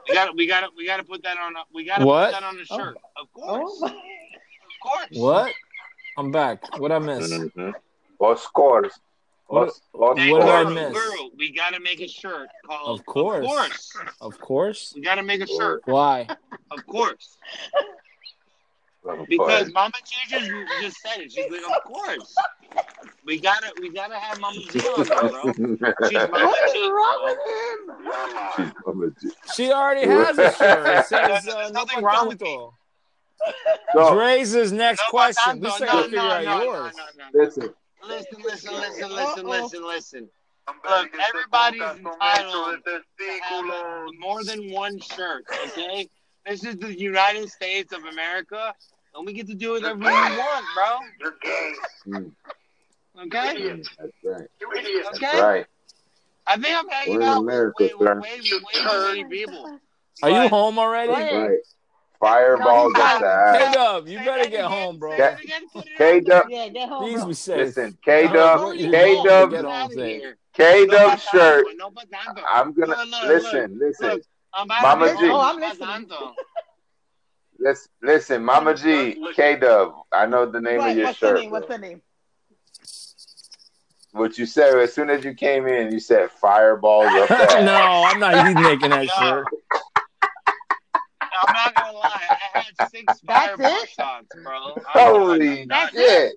D: We got, we got, to we got to put that on. a- We got to
F: What?
D: put that on a
C: Oh.
D: shirt. Of course,
C: Oh my.
D: of course.
F: What? I'm back. What I
D: Uh,
F: miss?
B: Mm-hmm. Of course.
F: What-
B: Os- of
D: Hey,
F: What did
B: course.
F: I
D: girl,
F: miss?
D: girl, we got to make a shirt called.
F: Of course.
D: Of course.
F: Of course.
D: We got to make a shirt.
F: Why?
D: Of course.
B: Of
D: Because
B: course.
D: Mama G just, just said it. She's like, of course. We gotta, we gotta have Mama G on there, bro. She's Mama
C: What is
D: G.
C: wrong
D: bro.
C: with him?
B: She's Mama G.
F: She already has a shirt. It says
D: No, no,
F: uh,
D: there's
F: no
D: nothing wrong with
F: pantanto.
B: So
F: Dre's next
D: No,
F: question.
D: but
F: We
D: Tonto,
F: still
D: no,
F: gotta figure
D: no,
F: out
D: no,
F: yours.
D: No, no, no,
B: listen.
D: no. Listen, listen, listen, listen,
C: Uh-oh.
D: listen, listen. Look, everybody's entitled to have more than one shirt, okay? This is the United States of America, and we get to do whatever we want, bro.
B: Mm,
D: Okay?
B: mm, That's right. That's
D: Okay?
B: right.
D: I think I'm hanging
B: We're in
D: out with
B: America,
D: way, way,
B: sir.
D: way, way too many people.
F: Are you
D: But-
F: home
B: That's
F: already?
B: right. Fireballs
D: Stop,
F: K
B: outside.
F: Dub, you
D: Say
F: better
D: that
F: get
D: again,
F: home, bro.
D: Say that again. Put it
B: K
D: out there.
B: Dub.
C: Yeah, get home,
F: Please
C: bro.
F: be safe.
B: Listen,
F: Go
B: K Dub.
F: home. Go,
D: Already
F: you
B: K
F: need to
D: home.
F: get
B: Dub's.
D: Get out
F: home
D: of
F: safe.
D: here.
B: K
D: No
B: Dub
D: más
B: shirt.
D: tanto, no más tanto.
B: I'm gonna
D: Look, look, look,
B: listen. Listen.
D: look. I'm about
B: Mama
D: to be
B: G.
D: home.
C: Oh,
D: No
C: I'm
D: más
C: listening.
D: tanto.
B: Listen, listen, Mama G, K Dub. I know the name of
C: What?
B: your
C: What's the
B: shirt,
C: name?
B: bro.
C: What's the name?
B: What you said as soon as you came in, you said fireballs up there.
F: no, I'm not he's making
D: No.
F: that shirt.
D: I'm not gonna lie. I had six
C: That's
D: fireball
C: it?
D: shots, bro. I'm done.
B: Holy
D: I'm done.
B: shit!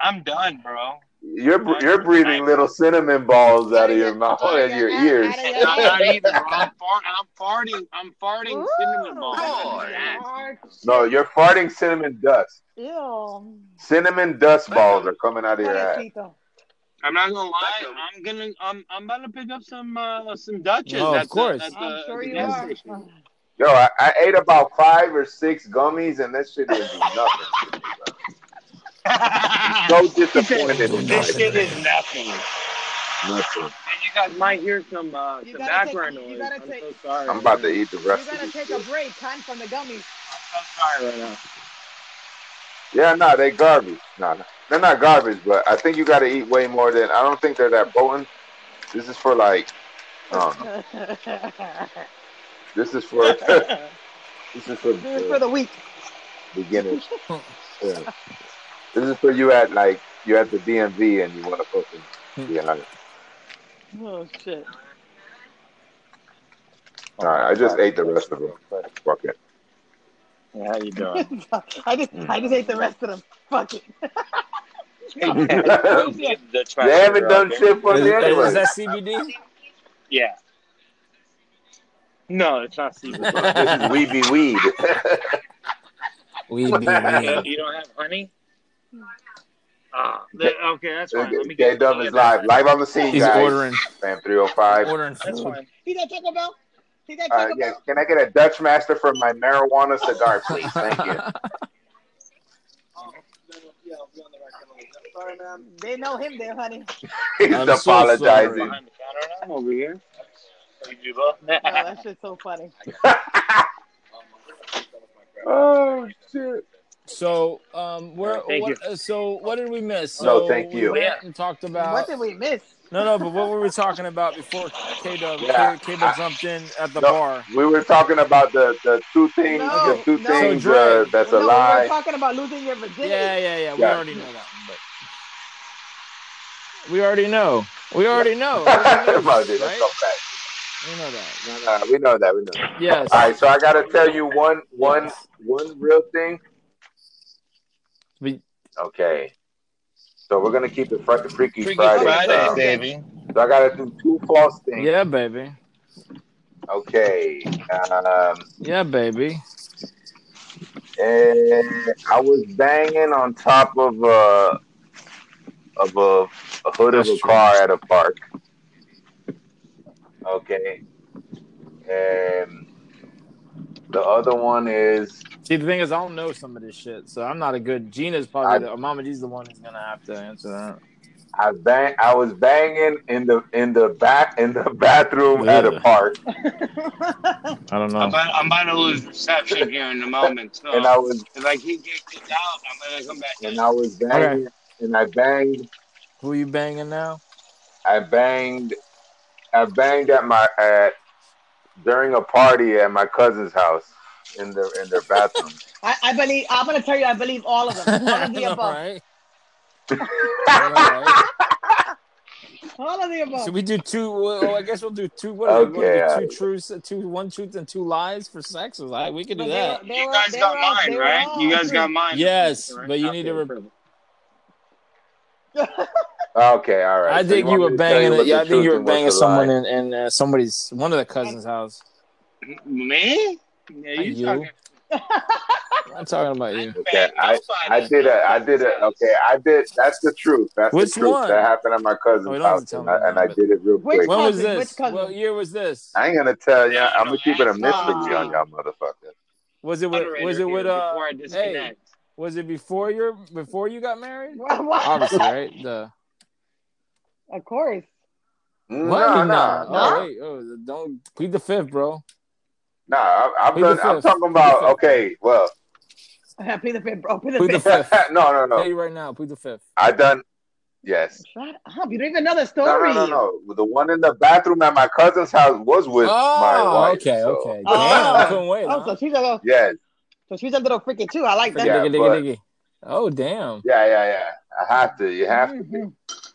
D: I'm done, bro.
B: You're br-
D: That's-
B: you're breathing
D: I-
B: little cinnamon balls out of
C: Out of
B: your
C: your,
B: mouth
C: out of
B: and your
C: your, out,
B: ears.
C: out of your
D: No,
C: ass.
D: not even, bro. I'm, fart- I'm farting. I'm farting
C: Ooh,
D: cinnamon balls. That's
C: that's
D: nasty.
C: hard
B: No,
C: shit.
B: you're farting cinnamon dust.
C: Ew.
B: Cinnamon dust balls are coming out of your ass.
C: Pobrecito.
D: I'm not gonna lie. I'm gonna. I'm. I'm about to pick up some uh, some Dutches
F: Oh, of
D: at the
F: course.
D: at
C: I'm
D: Uh, the,
C: sure
D: the
C: you
D: gas
C: are.
D: station.
B: Yo, I, I ate about five or six gummies, and that shit didn't do nothing to me, bro. So
D: he said,
B: disappointed
F: Don't do
B: in
D: "This
F: nothing,
B: myself.
D: shit is
F: man.
D: nothing." And
B: Nothing.
D: you guys might hear some uh,
C: You
D: some
C: gotta take-
D: background noise.
C: you gotta
D: I'm
C: take-
D: so sorry.
B: I'm about to eat the
C: You
B: rest of
C: gotta
B: this
C: take a
B: shit.
C: break. Time from the gummies.
D: I'm sorry right now.
B: Yeah, no, they garbage. No, no, they're not garbage, but I think you got to eat way more than. I don't think they're that potent. This is for like, I don't know. This is for this is for
C: This is
B: uh,
C: for the week.
B: beginners. Yeah. This is for you at like you're at the DMV and you want to fucking be high.
C: Oh shit.
B: All right, I just ate the rest of them. Fuck it.
D: Yeah, how you doing?
C: I just I
B: Mm-hmm.
C: just ate the rest of them. Fuck it.
B: they
C: shit.
B: haven't done shit for
F: Is,
B: me
F: is, is
B: anyway.
F: that CBD?
D: Yeah. No, it's not CBD.
B: This is weedy weed.
F: We be
D: you,
F: weed.
D: you don't have honey?
C: Hmm.
D: Ah, th- okay, that's fine. Let
B: K
D: me get. let
B: Dub
D: me
B: is
D: get
B: live,
D: that.
B: live on the scene,
F: He's
B: guys.
F: ordering
B: Fam 305.
F: ordering
D: That's
F: food.
D: fine.
C: See that Taco Bell? See that
B: Uh,
C: Taco
B: yes,
C: Bell?
B: can I get a Dutch Master for my marijuana cigar, please? Thank you.
C: They know him there, honey.
B: He's
F: I'm so
B: apologizing.
F: sorry.
D: Behind the counter now, over here.
C: Oh, that shit's so funny.
B: oh shit!
F: So, um, where?
A: Thank
F: what, So, what did we miss?
B: No,
F: So
B: thank
F: we
B: you.
F: went and talked about.
C: what did we miss?
F: No, no, but what were we talking about before K Dub
B: Yeah,
F: K
B: I-
F: Dub jumped in at the
B: No.
F: bar?
B: We were talking about the, the two things,
C: No,
B: the two
C: no.
B: things
F: So Dre-
B: uh, that's
C: no,
B: a
C: we
B: lie.
C: were talking about losing your virginity.
F: Yeah, yeah, yeah. We
B: Yeah.
F: already know that one, but we already know. We already know. We already know
B: Bro,
F: this,
B: dude, that's
F: right?
B: so fast.
F: We know that.
B: Nah, we know that. We know. That.
F: Yes.
B: All right, so I gotta tell you one, one,
F: Yes.
B: one real thing.
F: We,
B: Okay, so we're gonna keep it fr- Freaky,
D: Freaky
B: Friday.
D: Friday,
B: style.
C: okay.
D: baby.
B: So I gotta do two false things.
F: yeah, baby.
B: Okay, um,
F: Yeah, baby.
B: and I was banging on top of a of a, a hood
F: That's
B: of a
F: true.
B: car at a park. Okay, and the other one is
F: See, the thing is, I don't know some of this shit, so I'm not a good. Gina's probably
B: I-
F: the or Mama G's the one who's gonna have to answer that.
B: I bang I was banging in the in the back in the bathroom at a
F: Ugh.
B: park,
F: I don't
D: I'm
F: know.
D: about, I'm about to lose reception here in a moment. So
B: and I was
D: if I keep getting kicked out, I'm gonna come back in.
B: and I was banging and I banged
F: Who you banging now?
B: I banged I banged at my at during a party at my cousin's house in the in their bathroom.
C: I, I believe I'm gonna tell you. I believe all of them. All of the
F: All
C: above.
F: right. All right.
C: All of the above.
F: Should we do two? Well, I guess we'll do two. What is it? What do we
B: okay,
F: do?
B: uh,
F: Two truths, two one truth, and two lies for sex. All right, we can do
C: But they
F: that.
C: were- they
D: You
C: were-
D: guys
C: they
D: got
C: were all-
D: mine,
C: they were
D: right? You
C: all
D: guys got
C: true.
D: mine.
F: yes,
D: Right?
F: but you need to. Re-
B: okay, all right.
F: I
B: So you
F: think you
B: want
F: were
B: me to tell you
F: banging.
B: what
F: it.
B: the
F: Yeah, I think
B: truth
F: you were
B: and what's
F: banging
B: the
F: someone
B: lie?
F: in, in uh, somebody's one of the cousins' house.
D: Mm-hmm. Me? Yeah,
F: Not
D: you
F: you.
D: talking?
F: I'm talking about
D: I
F: you.
B: Okay,
D: banged
B: I I
D: nobody.
B: did a I did
D: Nobody's
B: a
D: house.
B: okay I did that's the truth that's the
F: Which
B: truth
F: one?
B: that happened at my
F: Oh,
B: cousin's
F: you don't have
B: house
F: to
B: and
F: tell me
B: I
F: the
B: and I
F: name, but
B: did it real
C: Which
B: quick.
F: when was
C: cousin? Which
F: this?
C: cousin?
F: What year was this?
B: I ain't gonna tell you.
D: No,
B: I'm
D: no,
B: gonna keep it a mystery on
D: asshole.
B: y'all, motherfucker.
F: Was it with? Was
D: Moderator
F: it with?
D: here
F: Uh,
D: before I
F: hey,
D: disconnect.
F: was it before your before you got married?
C: What- what?
F: Obviously, right? The
C: Of course.
F: what?
B: No,
F: No.
B: no,
F: Oh
B: no,
F: wait. Oh, don't plead the fifth, bro.
B: no. I- I'm
F: Plead the
B: done. I'm
F: fifth.
B: talking
F: Plead the
B: about
F: fifth. bro.
B: okay. Well,
C: Plead the fifth, bro. Plead the
F: Plead the
C: fifth.
F: fifth.
B: no, no,
F: Tell
B: no.
F: you right now. Plead the fifth.
B: I done. Yes.
C: Shut up. You don't even know the
B: No,
C: story.
B: no, no, no. The one in the bathroom at my cousin's house was with my
F: Oh,
B: wife.
F: okay,
B: So
F: okay. Damn, I
C: Oh.
F: couldn't wait,
C: Oh, so
F: huh?
C: she's a little,
B: yes,
C: so she's a little freaky too. I like
F: Diggy,
C: that.
B: yeah,
F: diggy, diggy,
B: but
F: diggy. Oh, damn.
B: yeah, yeah, yeah. I have to. You have to be.
C: Mhm.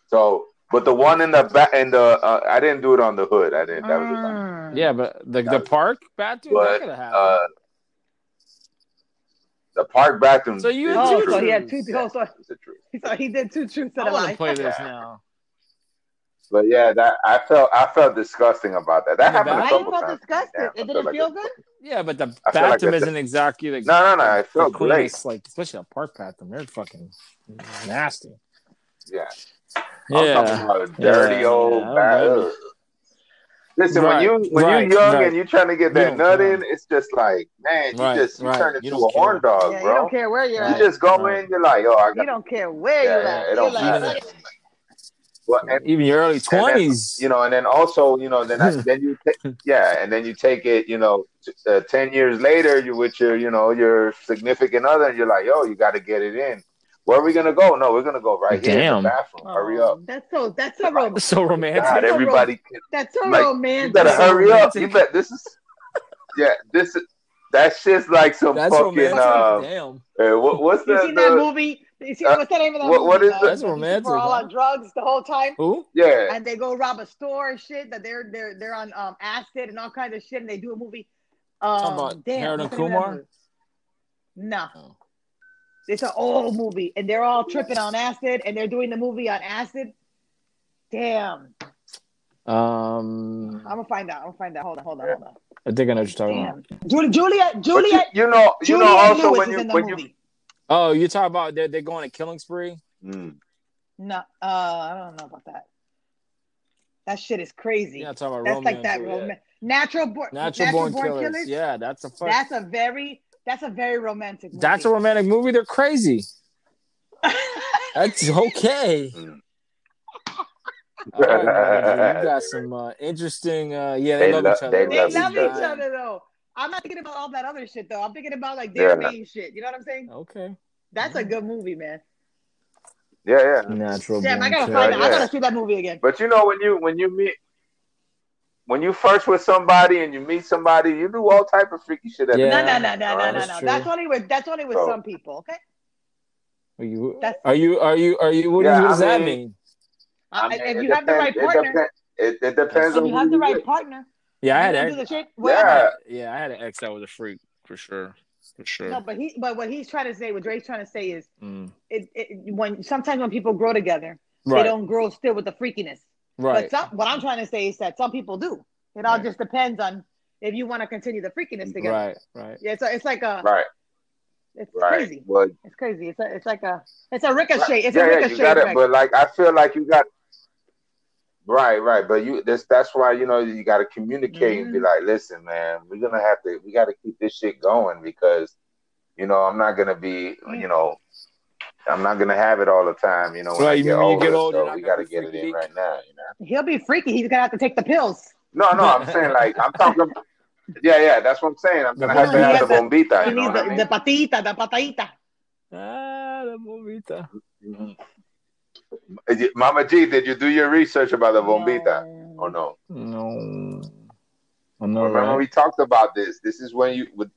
B: So, but the one in the back in the uh, I didn't do it on the hood. I didn't. That was
F: Mm.
B: a lie.
C: Mm-hmm.
F: Yeah, but the
B: That
F: the
B: was,
F: park bathroom that
B: but
F: could have happened.
B: uh, the park
F: So
B: bathroom
F: you
B: is the
F: had
C: Oh,
F: two
C: so
B: truth.
C: he had two.
F: truths.
B: Yeah,
C: Oh, so,
B: it's the truth.
C: so he did two truths and
F: I
C: a
F: want to
C: lie.
F: play this
B: Yeah.
F: now.
B: But yeah, that I felt I felt disgusting about that.
F: In
B: That
F: the
B: happened a
C: Why you
F: bathroom?
B: couple
C: felt
B: times. I'm like,
C: disgusted?
B: damn,
C: It
B: I felt
C: didn't
B: like a
C: feel good.
F: Yeah, but the
B: I feel like
F: bathroom
B: a
F: isn't exactly the,
B: no, no, no.
F: the
B: I
F: the
B: felt great.
F: cleanest, like especially a park bathroom. They're fucking nasty.
B: Yeah, I'm talking
F: Yeah,
B: about a dirty
F: yeah,
B: old
F: yeah. Oh,
B: bat.
F: baby.
B: Ugh. Listen, when
F: Right,
B: you when you
F: right,
B: young
F: right.
B: and you trying to get
F: You
B: that
F: don't
B: nut in,
F: care.
B: it's just like man, you
F: Right,
B: just you
F: right.
B: turn
F: You
B: into
F: don't
B: a horn
F: care.
B: dog,
C: Yeah, you don't
B: bro.
C: care where you're
B: You
C: at.
F: Right,
B: just go
F: right.
B: in, you're like, oh, I
C: You
B: got
C: don't care where
B: yeah,
C: you're
B: yeah.
C: at.
B: It
C: You're
B: don't
C: like,
F: Even
B: matter.
C: fuck
F: at
C: it.
B: Well, and
F: even your early
B: and then you
F: twenties.
B: know, and then also, you know, then I, then you take, yeah, and then you take it, you know, t- uh, ten years later, you with your, you know, your significant other, and you're like, yo, you got to get it in. Where are we gonna go? No, we're gonna go right here in the
F: Damn.
B: bathroom. Hurry up!
C: Oh, that's so that's so
B: Like,
C: rom-
F: So
B: oh my God,
F: romantic.
C: that's so rom-
B: everybody, can,
C: that's so
B: like, you better
F: That's
C: romantic.
F: so
B: hurry up. You
F: romantic.
B: bet this is, yeah, this is that shit's like some
F: That's
B: fucking
F: romantic.
B: uh,
F: Damn.
B: uh, what, what's
C: You
B: the
C: seen that
B: the
C: movie? You see,
B: uh,
C: what's the name of that
B: what what
C: movie?
B: is
C: Uh,
B: the
F: That's
C: the people were
F: romantic,
C: all
F: huh?
C: on drugs the whole time,
F: Who?
B: yeah
C: and they go rob a store, and shit. That they're they're they're on um acid and all kinds of shit, and they do a movie.
F: Talking about
C: Um, damn,
F: Harold
C: what's
F: and
C: the name of that
F: Kumar?
C: movie? Nah,
F: Oh.
C: it's an old movie, and they're all tripping on acid, and they're doing the movie on acid. Damn, I'm
F: Um,
C: gonna find out. I'm gonna find out. Hold on, hold on, hold on.
F: I think I know what you're talking about.
C: Damn, Ju- Juliet,
B: but you
C: Juliet,
B: you know you know
C: Juliet
B: also
C: Lewis
B: when
C: is
B: you
C: in the
B: when you
C: movie.
F: Oh, you're talking about they're, they're going to killing spree?
B: Mm.
C: No, uh, I don't know about that. That shit is
F: You're
C: crazy.
F: not talking about
C: That's
F: Romeo
C: like
F: and
C: that
F: Juliet.
C: roman natural born
F: Natural
C: natural
F: Born
C: born
F: Killers.
C: killers.
F: Yeah, that's a fuck.
C: That's a very that's a very romantic movie.
F: That's a romantic movie. They're crazy. That's okay.
B: mm.
F: All right, Mama G, you got some uh, interesting. Uh, yeah, they
B: they
F: love
B: love
F: each other,
B: they
C: they
F: right?
B: love
C: love
B: each
C: each
B: other.
C: other though. I'm not thinking about all that other shit though. I'm thinking about like
B: Yeah.
C: their main shit. You know what I'm saying?
F: Okay.
C: That's a good movie, man.
B: Yeah, yeah.
F: Natural.
C: Damn, I
F: born
C: gotta
F: killer.
C: find. it. I
B: Yeah.
C: gotta see that movie again.
B: But you know when you when you meet when you first with somebody and you meet somebody, you do all type of freaky shit. At
F: Yeah.
C: No,
B: the
C: no, no, no, no, no,
F: that's
C: no.
F: true.
C: That's only with that's only with
B: So-
C: some people. Okay.
F: Are you?
C: That's-
F: Are you? Are you? Are you? What, do you-
B: Oh, Yeah, I
F: what does that
B: mean-
F: mean?
C: I, if
B: it
C: you have the
B: depends-
C: right partner,
B: It, depen- it, it depends
C: if
B: on
C: you
B: who
C: have the
B: you
C: right
B: with.
C: partner,
F: Yeah, I
C: you
F: had.
C: can do
F: Ex-
C: the shit.
F: I
C: Whatever.
F: had- yeah, I had an ex that was a freak for sure. For sure.
C: No, but he, but what he's trying to say, what Drake's trying to say is,
F: Mm.
C: it, it when sometimes when people grow together,
F: Right.
C: they don't grow still with the freakiness.
F: right.
C: But some, what I'm trying to say is that some people do. It all
F: Right.
C: just depends on if you want to continue the freakiness together.
F: Right. Right.
C: Yeah, so it's like a,
B: Right,
C: it's
B: right.
C: crazy.
B: Well,
C: It's crazy. It's a, it's like a, it's a ricochet. It's
B: yeah,
C: a
B: yeah,
C: ricochet
B: you got it.
C: effect.
B: But like, I feel like you got right, right. But you, this, that's why you know you got to communicate
C: Mm-hmm.
B: and be like, listen, man, we're gonna have to, we got to keep this shit going because, you know, I'm not gonna be,
C: Mm.
B: you know, I'm not gonna have it all the time. You know, when
F: Right,
B: I
F: you-
B: get
F: when you
B: older,
F: get older, you're
B: so
F: not
B: we
F: gonna
B: got to
F: be
B: get it in
F: freaky.
B: right now. You know.
C: He'll be freaky. He's gonna have to take the pills.
B: No, no, I'm saying like I'm talking. Yeah, yeah, that's what I'm saying. I'm gonna have to
C: He
B: have the
C: has a-
B: bombita.
C: He
B: You know what
C: needs the,
B: I mean?
C: the patita, the patita.
F: Ah, la bobita.
B: Is it- Mm-hmm. Mama G, did you do your research about the bombita
C: No.
B: or no?
F: No. I know,
B: Remember
F: right?
B: we talked about this. This is when you with,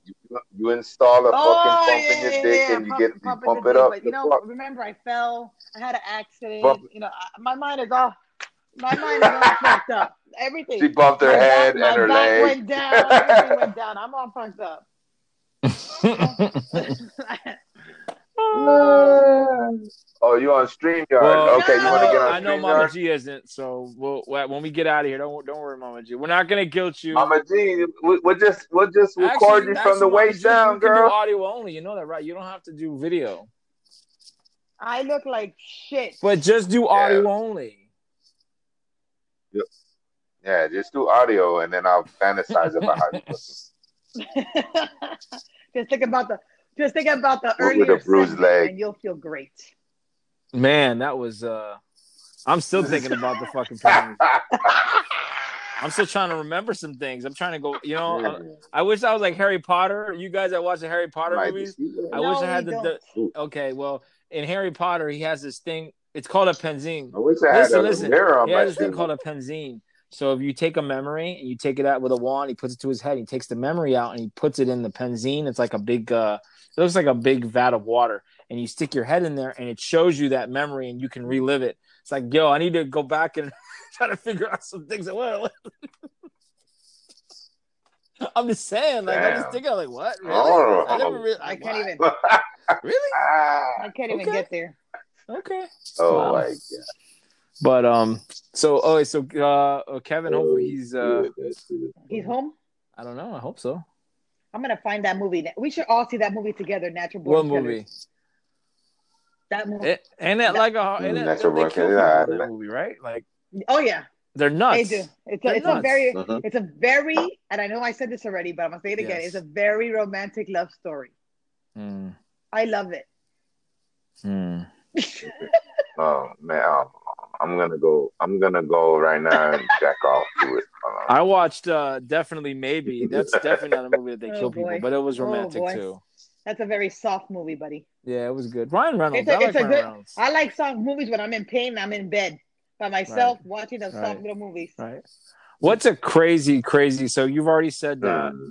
B: you install a
C: Oh,
B: fucking pump in your dick and you
C: pump-
B: get you
C: pump in
B: pump
C: the
B: it
C: dick,
B: up.
C: But you
B: the
C: know,
B: fuck.
C: remember I fell. I had an accident.
B: Bump-
C: You know, I, my mind is all my mind is all fucked up. Everything.
B: She bumped her
C: my
B: head
C: back, my
B: and her
C: back
B: leg.
C: went down. Everything went down. I'm all fucked up.
F: Ah.
B: oh, you on Streamyard?
F: Well,
B: okay, you want to get on
F: I know
B: Streamyard?
F: Mama G isn't, so we'll, when we get out of here, don't don't worry, Mama G. We're not gonna guilt you.
B: Mama G, we, we'll just we'll just record
F: Actually,
B: you from the
F: actually, Mama
B: waist
F: G,
B: down,
F: you can do
B: girl.
F: audio only. You know that, right? You don't have to do video,
C: I look like shit.
F: but just do audio only.
B: Yeah, just do audio and then I'll fantasize about how you look
C: just think about the just think about the
B: With-
C: earlier
B: with a bruised
C: segment
B: leg.
C: and you'll feel great.
F: Man, that was. uh I'm still thinking about the fucking problem. I'm still trying to remember some things. I'm trying to go. You know, uh, I wish I was like Harry Potter. You guys that watch the Harry Potter
B: Might
F: movies,
B: be-
F: I
C: No,
F: wish I had
C: we
F: the,
C: don't.
F: the. Okay, well, in Harry Potter, he has this thing. It's called a penzine.
B: I wish I had
F: Listen,
B: a
F: listen.
B: mirror on
F: He
B: my
F: has this thing
B: shoe.
F: called a penzine. So if you take a memory and you take it out with a wand, he puts it to his head. He takes the memory out and he puts it in the penzine. It's like a big. uh It looks like a big vat of water, and you stick your head in there, and it shows you that memory, and you can relive it. It's like, yo, I need to go back and try to figure out some things. Well, I'm just saying, like, I'm just
B: Damn.
F: thinking, like, what? Really?
B: Oh.
F: I never really.
C: I can't even
F: Really?
B: Ah.
C: I can't even
F: Okay.
C: get there.
F: Okay.
B: oh
F: Wow.
B: my god.
F: But um, so oh, so uh, Kevin, hopefully he's uh,
B: Dude, that's- dude.
C: He's home.
F: I don't know. I hope so.
C: I'm gonna find that movie. We should all see that movie together. Natural
F: What
C: Born Killers.
F: movie? Eh.
C: That movie.
F: It, ain't it like a ain't it,
B: That's
F: they
B: a
F: kill
B: working-
F: people
B: yeah,
F: in
B: I-
F: that movie, right? Like
C: oh yeah,
F: they're nuts.
C: they do. It's
F: They're
C: a, it's a
F: nuts.
C: very,
B: Mhm.
C: it's a very, and I know I said this already, but I'm gonna say it again.
F: Uh-huh. Yes.
C: It's a very romantic love story.
F: Mm,
C: I love it.
F: mm.
B: Oh man, um, I'm gonna go. I'm gonna go right now and jack off to it. Hold on.
F: I watched uh, definitely maybe. That's definitely not a movie that they
C: Oh,
F: kill people,
C: boy.
F: but it was
C: Oh,
F: romantic
C: boy.
F: too.
C: That's a very soft movie, buddy.
F: Yeah, it was good. Ryan
C: It's
F: Reynolds.
C: a-
F: I like
C: it's a
F: Ryan
C: good-
F: Reynolds.
C: I like soft movies when I'm in pain. and I'm in bed by myself watching those soft
F: Right.
C: little movies.
F: Right. What's a crazy, crazy? So you've already said that.
B: Mm.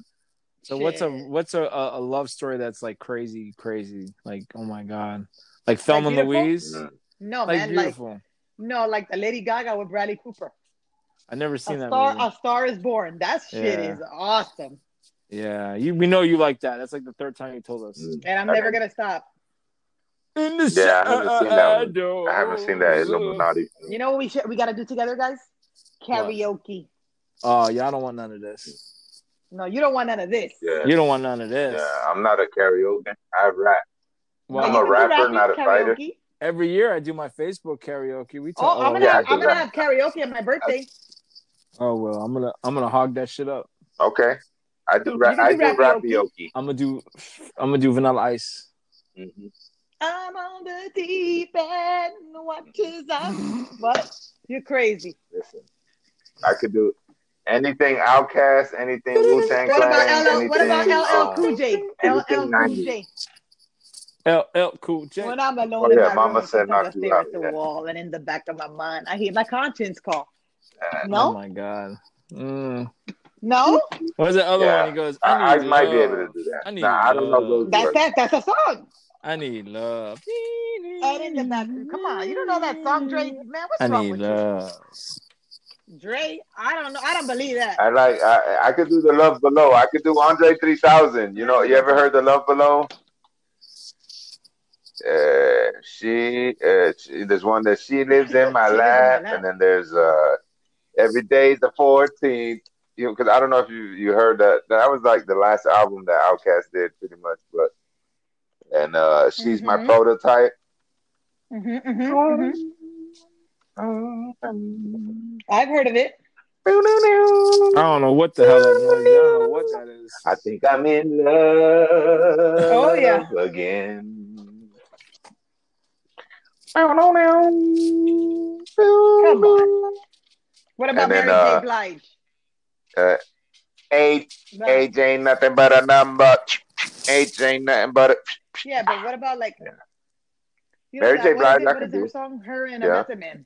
F: So what's a
C: Shit.
F: what's a, a a love story that's like crazy, crazy? Like oh my god, like Thelma and
C: Beautiful?
F: Louise,
B: Mm.
C: no
F: like
C: man, like
F: beautiful.
C: no, like the Lady Gaga with Bradley Cooper.
F: I never seen
C: A
F: that
C: star,
F: movie.
C: a star is born. That shit
F: Yeah.
C: is awesome.
F: Yeah, you we know you like that. That's like the third time you told us.
B: Mm.
C: and I'm
B: Okay.
C: never gonna stop.
F: In the
B: Yeah, I haven't seen that one.
F: shadows.
B: I haven't seen that Illuminati.
C: You know what we should we gotta do together, guys?
F: What?
C: Karaoke.
F: Oh, y'all don't want none of this.
C: No, you don't want none of this.
B: Yeah,
F: You don't want none of this.
B: yeah. I'm not a karaoke. I rap.
C: But
B: I'm
C: you
B: a
F: Well,
C: can do
B: rapper,
C: rapping,
B: not a fighter.
C: karaoke.
F: every year I do my Facebook karaoke. We talk.
C: Oh, I'm gonna
B: yeah,
C: have,
B: I
C: I'm
B: do
C: gonna
B: rap.
C: have karaoke on my birthday.
F: oh well, I'm gonna I'm gonna hog that shit up.
B: Okay, I do rap.
C: You can
B: I
C: do
B: do rapioke.
F: I'm gonna do I'm gonna do Vanilla Ice.
B: Mm-hmm.
C: I'm on the deep end. What is up? What? You're crazy.
B: Listen, I could do Anything Outcast, anything Wu Tang
G: What about
B: Clan,
G: LL?
B: anything.
G: What about LL Cool
B: um,
G: J? LL Cool J.
F: L L Cool J.
C: When I'm alone
B: Oh,
C: in
B: yeah,
C: my
B: Mama
C: room,
B: said
C: sometimes I
B: knock you
C: stare
B: out,
C: at the
B: yeah.
C: wall, and in the back of my mind, I hear my conscience call.
B: Uh,
F: Oh
C: No,
F: my god. Mm.
C: no,
F: What's the other
B: Yeah.
F: one? He goes, I
B: I,
F: need
B: I might be able to
F: love.
B: do that.
F: I need
B: Nah, I don't know
F: love.
B: those
C: that's
B: words.
C: that. That's a song.
F: I need love.
C: And in the back, come on, you don't know that song, Dre? Man,
F: I
C: what's wrong
F: need
C: with you,
F: love.
C: Dre? I don't know. I don't believe that.
B: I like I, I could do the Love Below. I could do Andre 3000. You know, you ever heard the Love Below? Uh, she, uh, she there's one that she lives in my
C: She lives in my
B: lap,
C: lap.
B: and then there's uh every day's the 14th. You know, because I don't know if you you heard that that was like the last album that Outkast did pretty much, but and uh she's my
C: Mhm.
B: prototype.
C: Mhm. Mhm. Mhm. mm-hmm. I've heard of it.
F: I don't know what the hell that noise is. I don't know what that is.
B: I think I'm in
C: Oh yeah.
B: love again.
C: Come on. What
B: And
C: about
B: then
C: Mary J.
B: uh,
C: Blige?
B: uh eight
C: But,
B: age ain't nothing but a number. Age ain't nothing but a
C: yeah, but what about like
B: Yeah.
C: you know
B: Mary
C: that
B: J. Blige.
C: what is it?
B: I
C: What
B: could
C: is her
B: do.
C: song? Her and a
B: Yeah,
C: Method Man.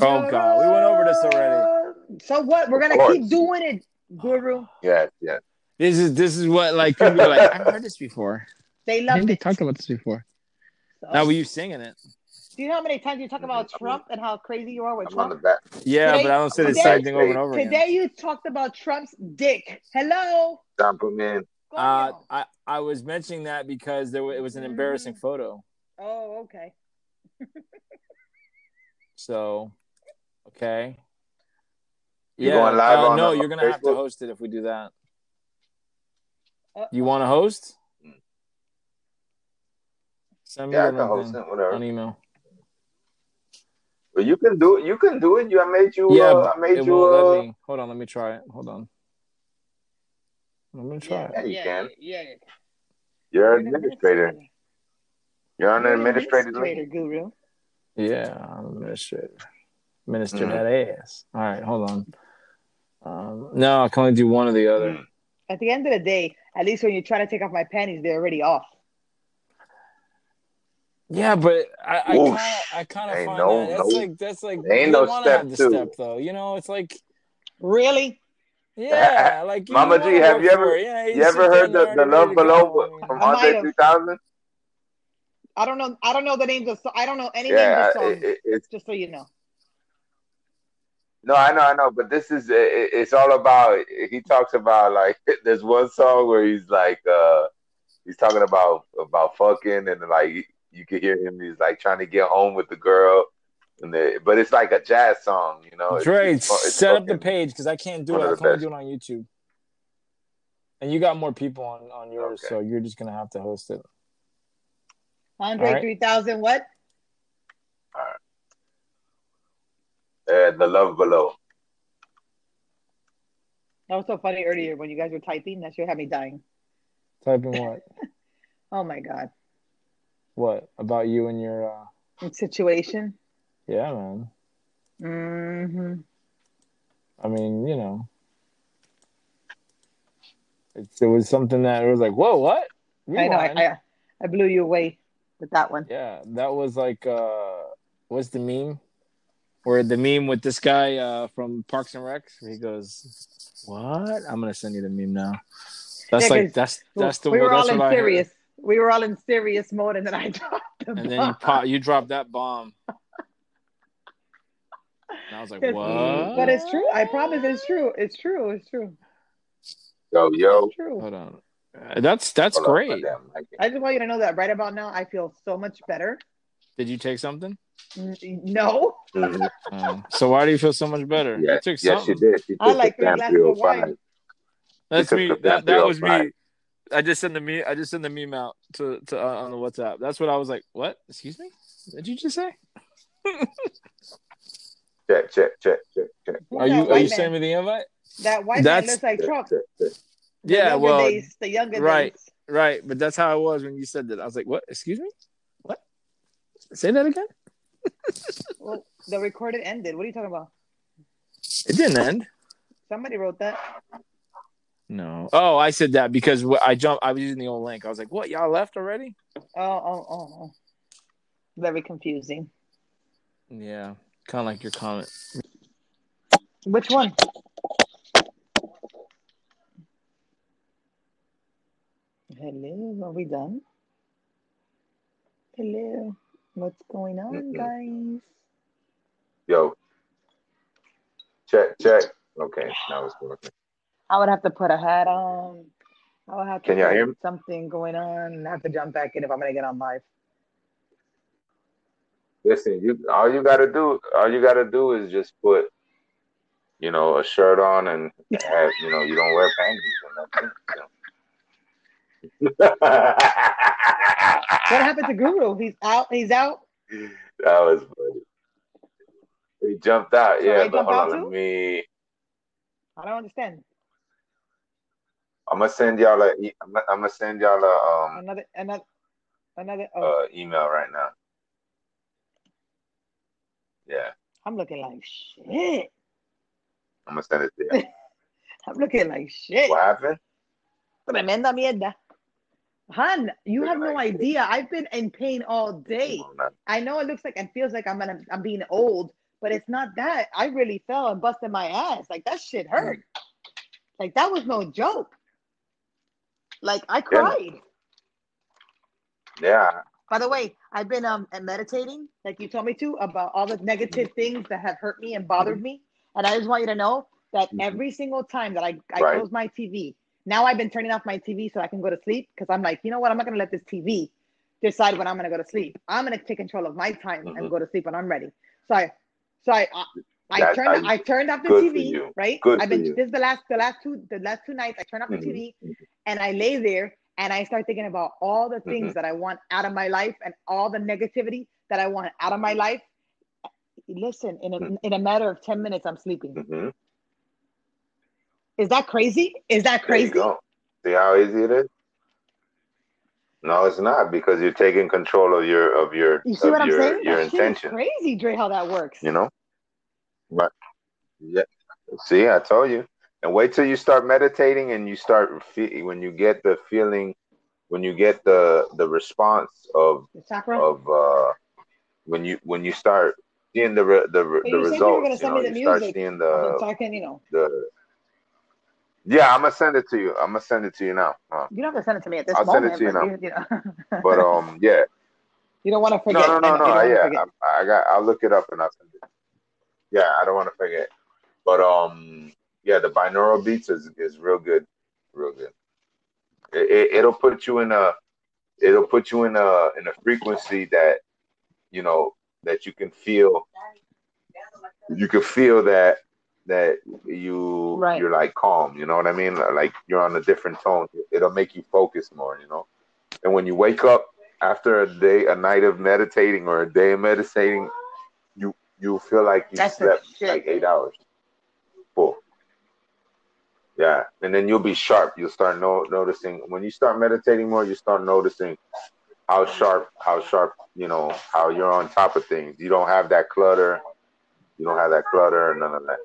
F: Oh god, we went over this already.
C: So what? We're
B: of
C: gonna keep
B: course.
C: doing it, Guru.
B: Yes, yes.
F: This is this is what like people be like, I've heard this before.
C: They
F: I think
C: loved
F: they
C: it.
F: talked about this before.
C: So,
F: Now were you singing it?
C: do you know how many times you talk about
B: Mhm.
C: Trump and how crazy you are with
B: I'm on
C: Trump?
B: the back.
F: Yeah, but
C: Today,
F: I don't say
B: I'm
F: the
B: on the back
F: same
C: today,
F: thing over and
B: stage.
F: over again.
C: today, you talked about Trump's dick. Hello,
B: Dump 'em in.
F: Uh,
C: coño.
F: I I was mentioning that because there wa- it was an embarrassing
C: Mhm.
F: photo.
C: Oh, okay.
F: So okay,
B: You going
F: yeah.
B: live
F: Uh,
B: on
F: no,
B: uh,
F: you're gonna have to
B: Facebook?
F: host it if we do that.
C: Uh
F: You
C: oh.
F: want to host? Send me
B: Yeah,
F: the
B: I can
F: link
B: host
F: then
B: it. Whatever.
F: on email.
B: But you can do it. You can do it. You, I made you.
F: Yeah,
B: Uh,
F: but
B: I
F: it
B: made you.
F: won't let
B: Uh,
F: me. Hold on, let me try it. Hold on, I'm gonna try
C: Yeah,
F: it.
B: yeah, you
C: yeah,
B: can.
C: yeah, yeah.
B: You're
C: You're
B: an
C: an
B: administrator.
C: administrator.
B: You're on
C: You're
B: an
C: an
B: administrative
C: administrator,
B: leave.
C: Guru.
F: Yeah, I'm administrator. Minister
B: Mm,
F: that ass. All right, hold on. Um, no, I can only do one or the other.
B: mm.
C: At the end of the day, at least when you try to take off my panties, they're already off.
F: Yeah, but I, I kind
B: Whoosh.
F: of, I kind of
B: Ain't
F: find that
B: no,
F: that's
B: no.
F: like, that's like
B: Ain't
F: you
B: no
F: want to have
B: step
F: the step
B: two.
F: though. You know, it's like,
C: Really?
F: yeah, like you
B: Mama
F: want
B: G,
F: to
B: have
F: go
B: you
F: for
B: ever,
F: it. Yeah,
B: you
F: you
B: ever
F: sit there
B: heard
F: and they're
B: the the
F: already ready
B: Love
F: to
B: Below
F: go. I mean,
B: from
C: I might
B: Andre
C: have.
B: 3000?
C: I don't know. I don't know the names of. I don't know any names
B: Yeah,
C: of
B: I- it,
C: songs.
B: it, it's
C: Just so you know.
B: no, I know, I know, but this is it, it- it's all about. He talks about like there's one song where he's like, uh, he's talking about about fucking and like you could hear him he's like trying to get home with the girl and the, but it's like a jazz song you know it's
F: Dre,
B: it's fu- it's
F: set up the
B: fucking
F: page because I can't do
B: one
F: it.
B: of
F: I
B: the
F: can only
B: best
F: do it on YouTube, and you got more people on on yours,
B: okay
F: so you're just gonna have to host it. All
C: Andre
F: right.
C: three thousand. What?
B: all right uh, the love below
C: That was so funny earlier when you guys were typing. That should have me dying.
F: Type in what?
C: Oh my god.
F: What about you and your? uh
C: Situation.
F: Yeah, man.
C: hmm
F: I mean, you know, it's, it was something that it was like, whoa, what?
C: I know. I,
F: Rewind.
C: I I blew you away with that one.
F: Yeah, that was like, uh what's the meme? Where the meme with this guy uh from Parks and Rec? Where he goes, "What? I'm gonna send you the meme now."
C: Yeah,
F: That's like
C: because
F: that's that's the
C: we were all
F: that's what
C: in
F: I heard.
C: serious. We were all in serious mode, and then I dropped the
F: And then you
C: bomb.
F: pop, you drop that bomb, and I was like,
C: 'Cause-
F: "What?"
C: But it's true. I promise, it's true. It's true. It's true.
B: yo
C: It's
B: yo
C: true.
F: Hold on, Uh, that's that's
B: hold up my
F: great.
B: damn mic
C: I just want you to know that right about now, I feel so much better.
F: Did you take something?
C: N- No,
B: Mhm.
F: Oh. so why do you feel so much better? You
B: yeah
F: took
B: yeah she
F: something.
B: did she
C: I
B: took the
C: like three
B: damn
C: glasses of
B: 305
C: wine.
B: she
F: That's
B: took the
F: me.
B: damn
F: That that was
B: 305
F: me. I just sent the meme. I just sent the meme out to to uh, on the WhatsApp. That's what I was like. What? Excuse me? Did you just say?
B: check check check check check
C: Who's
F: Are
C: that
F: you are you
C: white
F: sending
C: man?
F: me the invite?
C: That white man
F: That's
C: looks like
B: check
C: Trump.
B: check check
C: The
F: yeah.
C: younger
F: Well,
C: days, the younger
F: right,
C: days.
F: right. But that's how I was when you said that. I was like, what? Excuse me? What? Say that again?
C: Well, the recorded ended. What are you talking about?
F: It didn't end.
C: Somebody wrote that.
F: No. Oh, I said that because wh- I jumped. I was using the old link. I was like, "What? Y'all left already?"
C: Oh, oh, oh, oh. Very confusing.
F: Yeah, kind of like your comment.
C: Which one? Hello, are we done? Hello, what's going on,
B: Mm-mm.
C: guys?
B: Yo. Check, check. Okay, now it's working.
C: I would have to put a hat on. I would have to
B: Can y'all
C: put
B: hear me?
C: something going on. and Have to jump back in if I'm gonna get on live.
B: Listen, you all you gotta do, all you gotta do is just put, you know, a shirt on and have, you know, you don't wear panties or nothing.
C: What
B: that
C: happened to Guru? He's out. He's out.
B: was funny. He jumped out,
C: So
B: yeah.
C: I
B: But
C: jump
B: hold
C: out
B: on,
C: too?
B: let me.
C: I don't understand.
B: I'm gonna send y'all a. e- I'm gonna I'm gonna send y'all a um
C: Another, another, another. Oh,
B: uh, email right now. Yeah,
C: I'm looking like shit.
B: I'm gonna send it to you.
C: I'm looking like shit.
B: What happened?
C: Tremenda mierda. Han, you have no
B: Looking like shit.
C: idea. I've been in pain all day.
B: Come on now.
C: I know it looks like and feels like I'm gonna, I'm being old, but it's not that. I really fell and busted my ass. Like that shit hurt. Like that was no joke. Like I cried.
B: Yeah,
C: By the way, I've been um and meditating, like you told me to, about all the negative things that have hurt me and bothered me. And I just want you to know that
B: Mhm.
C: every single time that I, I
B: Right.
C: close my TV, now I've been turning off my TV so I can go to sleep because I'm like, you know what? I'm not gonna let this TV decide when I'm gonna go to sleep. I'm gonna take control of my time and
B: Mhm.
C: go to sleep when I'm ready. So I, so I, I, I
B: That-
C: turned
B: I-
C: I turned off the
B: good for
C: TV,
B: you.
C: right?
B: Good
C: I've
B: for
C: been
B: you.
C: this is the last the last two the last two nights I turned off the
B: Mhm.
C: TV and I lay there and I start thinking about all the things
B: Mm-hmm.
C: that I want out of my life and all the negativity that I want out of my life. Listen, in a,
B: Mhm.
C: in a matter of 10 minutes, I'm sleeping.
B: Mhm.
C: Is that crazy? Is that
B: There you
C: crazy?
B: go. See how easy it is? No, it's not because you're taking control of your of your
C: You see
B: of
C: what I'm
B: your
C: saying?
B: your
C: That shit is
B: intention.
C: crazy, Dre, how that works.
B: You know, right? Yeah. See, I told you. And wait till you start meditating and you start fe- when you get the feeling, when you get the the response of
C: the chakra.
B: of uh when you when you start seeing the re- the re-
C: But
B: the
C: you said you were going
B: results.
C: to
B: You
C: send
B: know,
C: me the
B: you start
C: music.
B: seeing
C: Okay, so
B: the
C: I can, you know,
B: the. Yeah, I'm gonna send it to you. I'm gonna send it to you now. Uh,
C: you don't have to send it to me at this
B: I'll send it
C: moment,
B: to you
C: but
B: now.
C: you, you know,
B: But um, yeah.
C: you don't want to
B: No,
C: forget.
B: no,
C: I
B: no,
C: know,
B: no.
C: you don't
B: I, uh,
C: want to
B: yeah,
C: forget.
B: I, I got. I'll look it up and I'll send it. Yeah, I don't want to forget. But um, yeah, the binaural beats is is real good, real good. It, it it'll put you in a it'll put you in a in a frequency that you know that you can feel. You can feel that that you
C: Right.
B: you're like calm. You know what I mean? Like you're on a different tone. It'll make you focus more. You know. And when you wake up after a day, a night of meditating or a day of meditating, you you feel like you
C: That's the
B: slept
C: shit.
B: like eight hours full. Yeah, and then you'll be sharp. You'll start no, noticing when you start meditating more. You start noticing how sharp, how sharp, you know, how you're on top of things. You don't have that clutter. You don't have that clutter and none of that.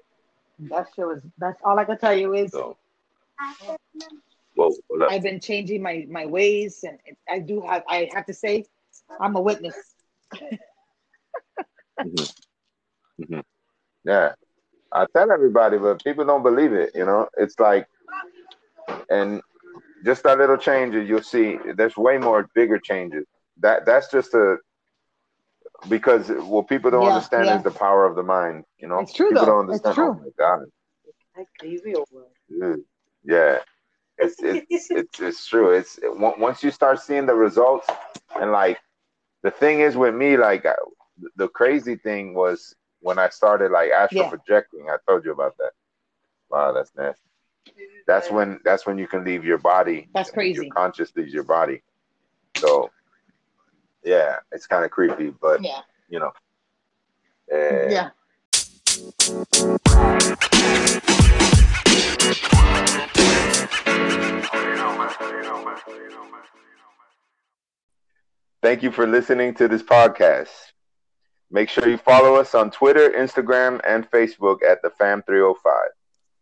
C: That shit was, that's all I can tell you is
B: So, whoa, hold up.
C: I've been changing my my ways, and I do have. I have to say, I'm a witness.
B: Mhm. Mhm. Yeah, I tell everybody, but people don't believe it. You know, it's like, and just that little change, and you'll see. There's way more bigger changes. That that's just a because what people don't
C: Yeah,
B: understand
C: yeah.
B: is the power of the mind. You know,
C: It's true,
B: people
C: though.
B: don't
C: It's
B: understand.
C: true.
B: Oh my god, Dude, yeah, it's it's it's it's true. It's it, on- once you start seeing the results, and like the thing is with me, like I, the crazy thing was when I started like astral
C: Yeah.
B: projecting. I told you about that. Wow, that's nasty. That's when that's when you can leave your body.
C: That's
B: Your
C: crazy.
B: conscious leaves your body. So yeah, it's kind of creepy, but
C: Yeah,
B: you know, eh,
C: yeah.
B: Thank you for listening to this podcast. oh Make sure you follow us on Twitter, Instagram, and Facebook at the Fam305.